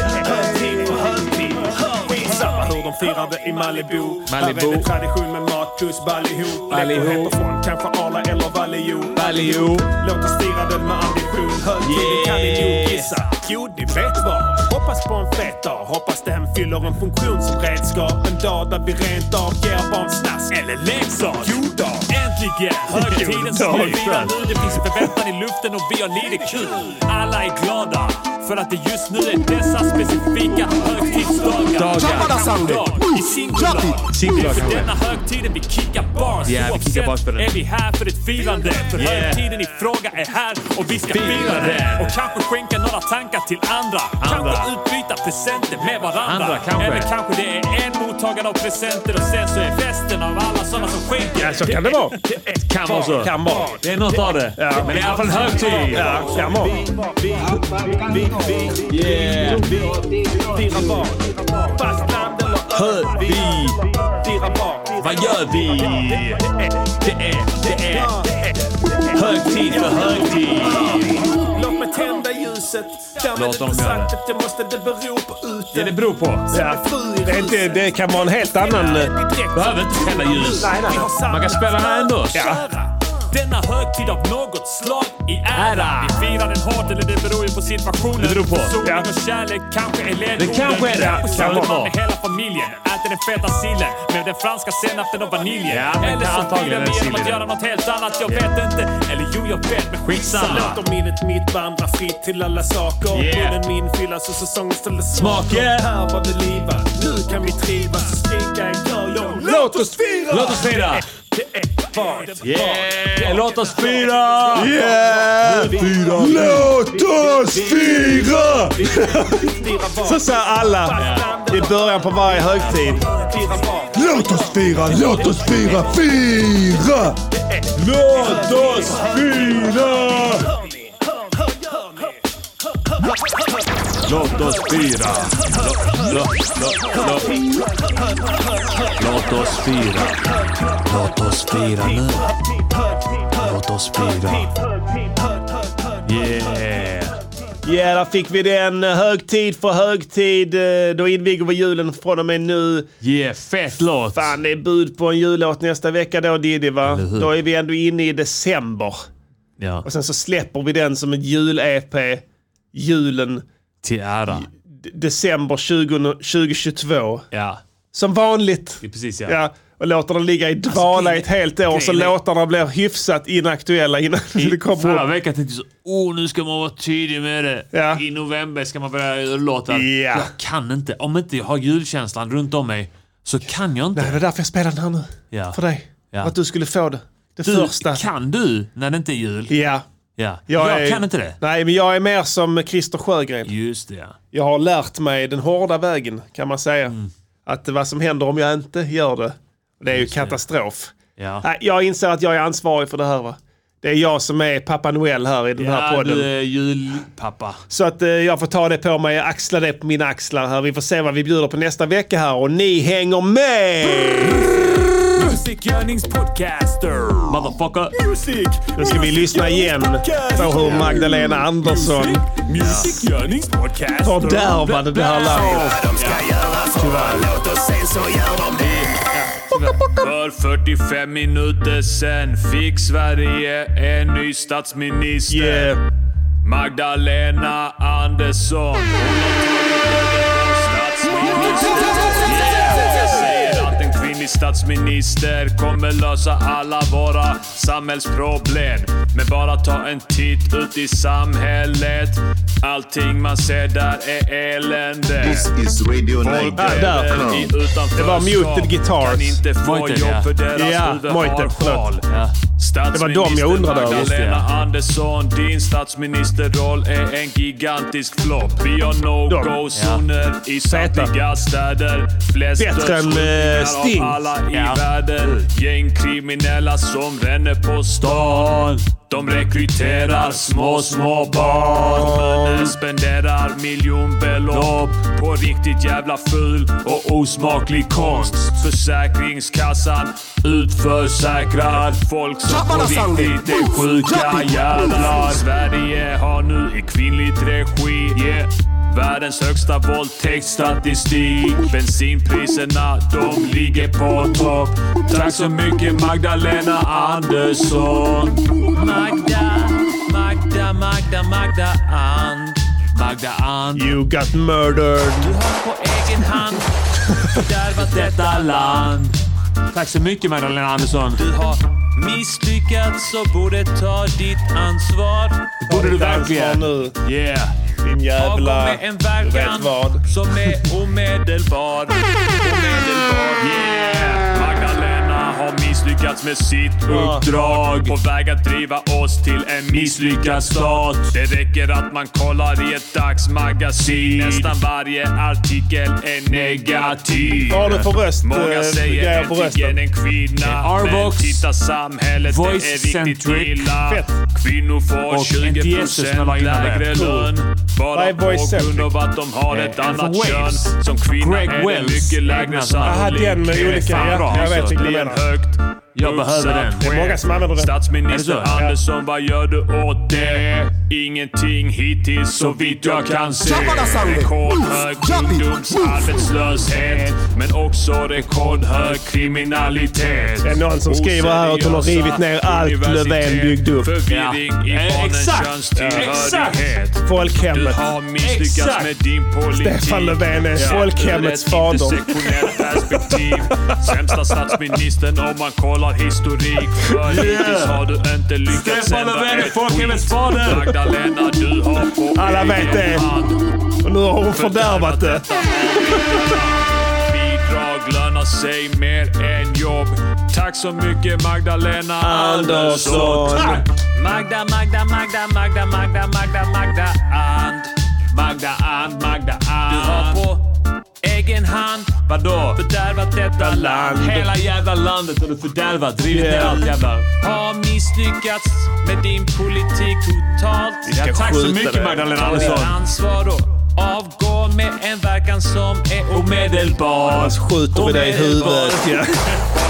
Samma hur de firade i Malibu.
Malibu.
Här är det tradition med mat plus ballyho.
Ballyho.
Lek och hoppa från kanske Arla eller Vallejo.
Vallejo.
Låt oss fira den med ambition. Högtiden kan ni nog gissa. Jo, ni vet vad. Hoppas på en fet dag. Hoppas den fyller en funktion som redskap. En dag där vi rent av ger barn snask. Eller leksak. Jo då. Äntligen! Högtiden som vi firar nu. Det finns förväntan i luften och vi har lite kul. Alla är glada. För att det just nu är dessa specifika högtidsdagar.
Dagar.
Kanske en dag I singular.
Singular
För
kanske.
denna högtiden vi kickar bars.
Ja, vi
Oavsett
kickar bars för den.
är vi här för ett firande. För
Yeah.
högtiden i fråga är här och vi ska
Fira
fira
den.
den. Och kanske skänka några tankar till andra. Kanske utbyta presenter med varandra.
Andra, kanske.
Eller kanske det är en mottagare av presenter och sen så är resten av alla sådana som skänker.
Ja, så kan det vara.
Kan vara så.
Kan vara.
Det är något av det. Men det är i alla fall en högtid.
Ja, kan vara.
Yeah. Hör vi? Vad gör vi? Det är, det är högtid för högtid.
Låt mig tända ljuset. Därmed
Låt dem
inte
göra
sagt
det.
att det måste det bero på ute.
Det det beror på.
Ja. Det, är inte, det kan vara en helt annan... eh,
Behöver inte tända ljus. Man kan spela här ändå.
Ja.
Denna högtid av något slag i ära. Vi firar den hårt, eller det beror ju på situationen.
Det beror på,
Försoning
ja.
och kärlek kanske är ledorden.
kanske är det.
Kanske
Kan det
man
vara.
med hela familjen. Äter den feta sillen med den franska senapen och vaniljen.
Ja, men
eller så
antagligen
firar vi
är det
genom att göra något
sillen.
helt annat. Jag vet inte. Eller jo, jag vet, men skitsamma.
Låter minnet mitt vandra fritt till alla saker.
Yeah.
Munnen min fyllas och säsongen ställer
Smak,
smaker.
yeah.
Här var det livat, nu kan vi trivas och skrika en kör. Ja, Låt oss fira!
Låt oss fira!
Det är vad det
Yeah! Låt oss fira!
Yeah!
Fira!
Låt oss fira!
Så säger alla i början på varje högtid.
Låt oss fira, låt oss fira, fira!
Låt oss fira! Låt oss fira! Låt oss fira! Låt oss fira nu! Låt oss fira!
Yeah. Yeah, där fick vi den. Högtid för högtid. Eh, Då inviger vi julen från och med nu.
Yeah, fett låt!
Fan, det är bud på en jullåt nästa vecka då Diddy va?
hur?
Då är vi ändå inne i december.
Ja.
Och sen så släpper vi den som en jul-EP. Julen.
Till ära.
D- december 20, 2022.
Ja.
Som vanligt.
Precis ja. Alltså,
Ja, och låter den ligga i dvala i ett helt år så
grejen är-
låtarna blir hyfsat inaktuella innan det kommer
Förra
upp.
veckan tänkte jag så, oh nu ska man vara tydlig med det.
Ja.
I november ska man börja göra låtar.
Ja.
Jag kan inte, om inte jag har julkänslan runt om mig så kan jag inte.
Nej, det är därför jag spelar den här nu.
Ja.
För dig.
Ja.
För att du skulle få det. Det
Du,
första.
Kan du när det inte är jul?
Ja.
Ja. Jag, kan inte det.
Nej, men jag är mer som Christer Sjögren.
Just det ja.
Jag har lärt mig den hårda vägen, kan man säga.
Mm.
Att vad som händer om jag inte gör det, det är ju katastrof.
Ja.
Nej, jag inser att jag är ansvarig för det här va. Det är jag som är Pappa Noel här i den här
ja,
podden.
du är julpappa.
Så att eh, jag får ta det på mig, axla det på mina axlar här. Vi får se vad vi bjuder på nästa vecka här och ni hänger med!
Musikgörningspodcaster!
Motherfucker!
Music!
Nu ska vi lyssna igen på hur Magdalena Andersson
Musikgörningspodcaster!
fördärvade det här landet.
De ska göra får man låt och sen så gör de det.
För 45 minuter sen fick Sverige en ny statsminister. Magdalena Andersson. Hon har tagit över som statsminister. Yeah. Jag säger att en kvinnlig statsminister kommer lösa alla våra samhällsproblem. Men bara ta en titt ut i samhället. Allting man ser där är elände.
This is Radio
Ah, där. Det var muted guitars.
Kan inte få
Muted,
jobb
ja.
för deras
Ja,
huvud har
muted, förlåt.
sjal.
Ja.
Statsminister
Det var dem jag undrade över. Just det,
Magdalena
ja.
Andersson, din statsministerroll är en gigantisk flopp. Vi har no-go-zoner i samtliga städer. Flest
Bättre än, eh,
dödsskjutningar
Sting.
av alla i
Ja.
världen. Gängkriminella som ränner på stan. De rekryterar små, små barn. Men spenderar miljonbelopp på riktigt jävla ful och osmaklig konst. Försäkringskassan utförsäkrar folk som på riktigt är sjuka jävlar. Sverige har nu i kvinnligt regi yeah. världens högsta våldtäktsstatistik. Bensinpriserna, de ligger på topp. Tack så mycket Magdalena Andersson.
Magda, Magda, Magda, Magda And. Magda And.
You got murdered.
Du har på egen hand fördärvat detta land. Tack så mycket Magdalena Andersson. Du har misslyckats och borde ta ditt ansvar. Det borde du verkligen.
Nu.
Yeah.
Din
Avgå
jävla...
med en
Du
verkan
vet vad.
som är omedelbar. Omedelbar. Yeah! Magdalena har misslyckats med sitt uppdrag. På väg att driva oss till en misslyckad stat. Det räcker att man kollar i ett dagsmagasin. Nästan varje artikel är negativ.
Vad har du för röst, eh,
Många
grejer
säger
på
äntligen en kvinna. Men
Arvox,
titta samhället, det är riktigt
voice-centric.
illa.
Fett.
Kvinnor får
Och inte Jesus när
20%
jag la in den där.
lägre
Cool.
lön. Bara
Vad är voice
på grund av att de har
Eh,
ett
Alpha
annat kön.
Waves.
Som kvinna
Greg
är det
Wells
mycket lägre
egna sång. Aha,
sannolikhet.
den med olika-
Fan
ja,
bra,
jag vet
alltså.
vilken
Det är
du
en högt
Jag behöver
uppsatt
den.
chef.
Det är många som använder den.
Statsminister
Är det så?
Andersson, vad gör du åt det? Ingenting hittills så vitt jag kan se.
Shabbadasange.
Rekordhög ungdomsarbetslöshet, men också rekordhög kriminalitet.
Det är någon som skriver här att hon har rivit ner allt Löfven byggde upp.
Förvirring i
Ja.
barnens
Exakt.
könstillhörighet. Du
Folkhemmet.
har misslyckats med din politik.
Stefan Löfven är folkhemmets
ur ett
fader.
intersektionellt perspektiv. Sämsta statsministern om man kollar historik. För hittills har du inte lyckats
Stefan
sända
Löfven är
ett
folkhemmets
skit.
fader.
Magdalena, du har på
Alla
egen
vet det.
hand
Och nu har hon fördärvat det.
Bidrag lönar sig mer än jobb. Tack så mycket Magdalena Andersson.
Tack!
Magda, Magda, Magda, Magda, Magda, Magda, Magda And. Magda And, Magda And. Du har på egen hand
Vadå?
fördärvat detta land.
Hela jävla landet har du fördärvat. Rivit ner allt jävla...
Har misslyckats med din politik totalt.
Vi ska
Ja, tack
skjuta
så mycket
dig.
Magdalena
Ta ditt
Andersson. ansvar och avgå med en verkan som är omedelbar. Annars
skjuter vi dig i huvudet.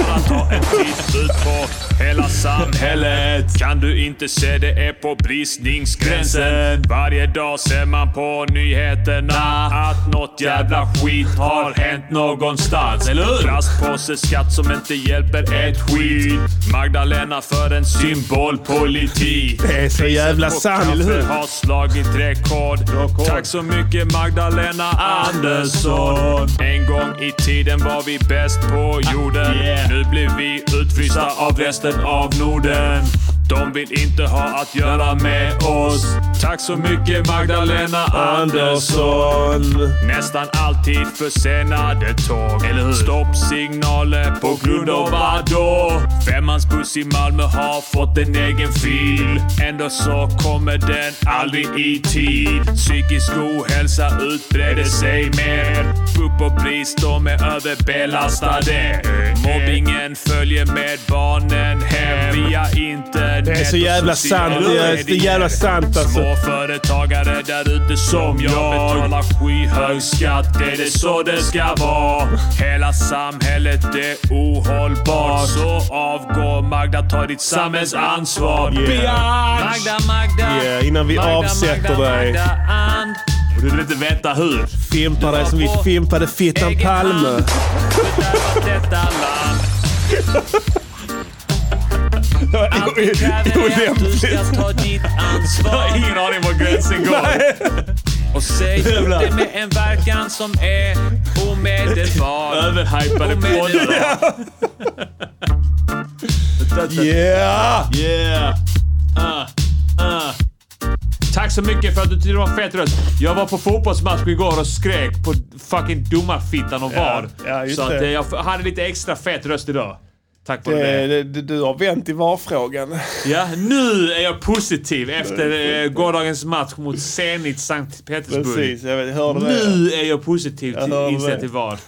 Bara ta en titt ut på hela samhället. Kan du inte se det är på bristningsgränsen. Varje dag ser man på nyheterna att något jävla skit har hänt någonstans. Eller hur? Plastpåseskatt som inte hjälper ett skit. Magdalena för en symbolpolitik.
Det är så
Priset
jävla
på
sant, eller hur?
kaffe har slagit rekord. Tack så mycket Magdalena Andersson. En gång i tiden var vi bäst på jorden. Nu blir vi utfrysta av resten av Norden. De vill inte ha att göra med oss. Tack så mycket Magdalena Andersson. Nästan alltid försenade tåg. Eller hur? Stoppsignaler på grund av vadå? Femmans buss i Malmö har fått en egen fil. Ändå så kommer den aldrig i tid. Psykisk ohälsa utbreder sig mer. Upp och pris, de är överbelastade. Mobbingen följer med barnen hem via internet.
Det är så jävla
och sociala
sant, det är- det är jävla sant, alltså.
Småföretagare där ute som jag betalar skyhög skatt. Är det så det ska vara? Hela samhället är ohållbart. Så avgå Magda, ta ditt samhällsansvar.
Yeah.
Magda, Magda.
Yeah, eh, innan vi avsätter dig.
And. Och du vill inte veta hur.
Fimpar dig som vi fimpade Fittan Palme.
Detta land. Allting kräver att du ska ta ditt ansvar.
Jag har ingen aning var gränsen går.
Och säg upp det med en verkan som är omedelbar.
Överhypade poddare.
Yeah!
Yeah! Ah, ah. Tack så mycket för att du tyckte det var en fet röst. Jag var på fotbollsmatch igår och skrek på fucking domarfittan och
Ja,
VAR.
ja, just
så att,
det.
eh, jag f- hade lite extra fet röst idag. Tack vare
Det,
det.
det, det- eh, du har vänt i varfrågan.
Ja, nu är jag positiv efter eh, gårdagens match mot Zenit Sankt Petersburg.
Precis, jag vet, hörde det.
Nu är jag positiv
Jag
till
hörde
inställd
det.
till VAR.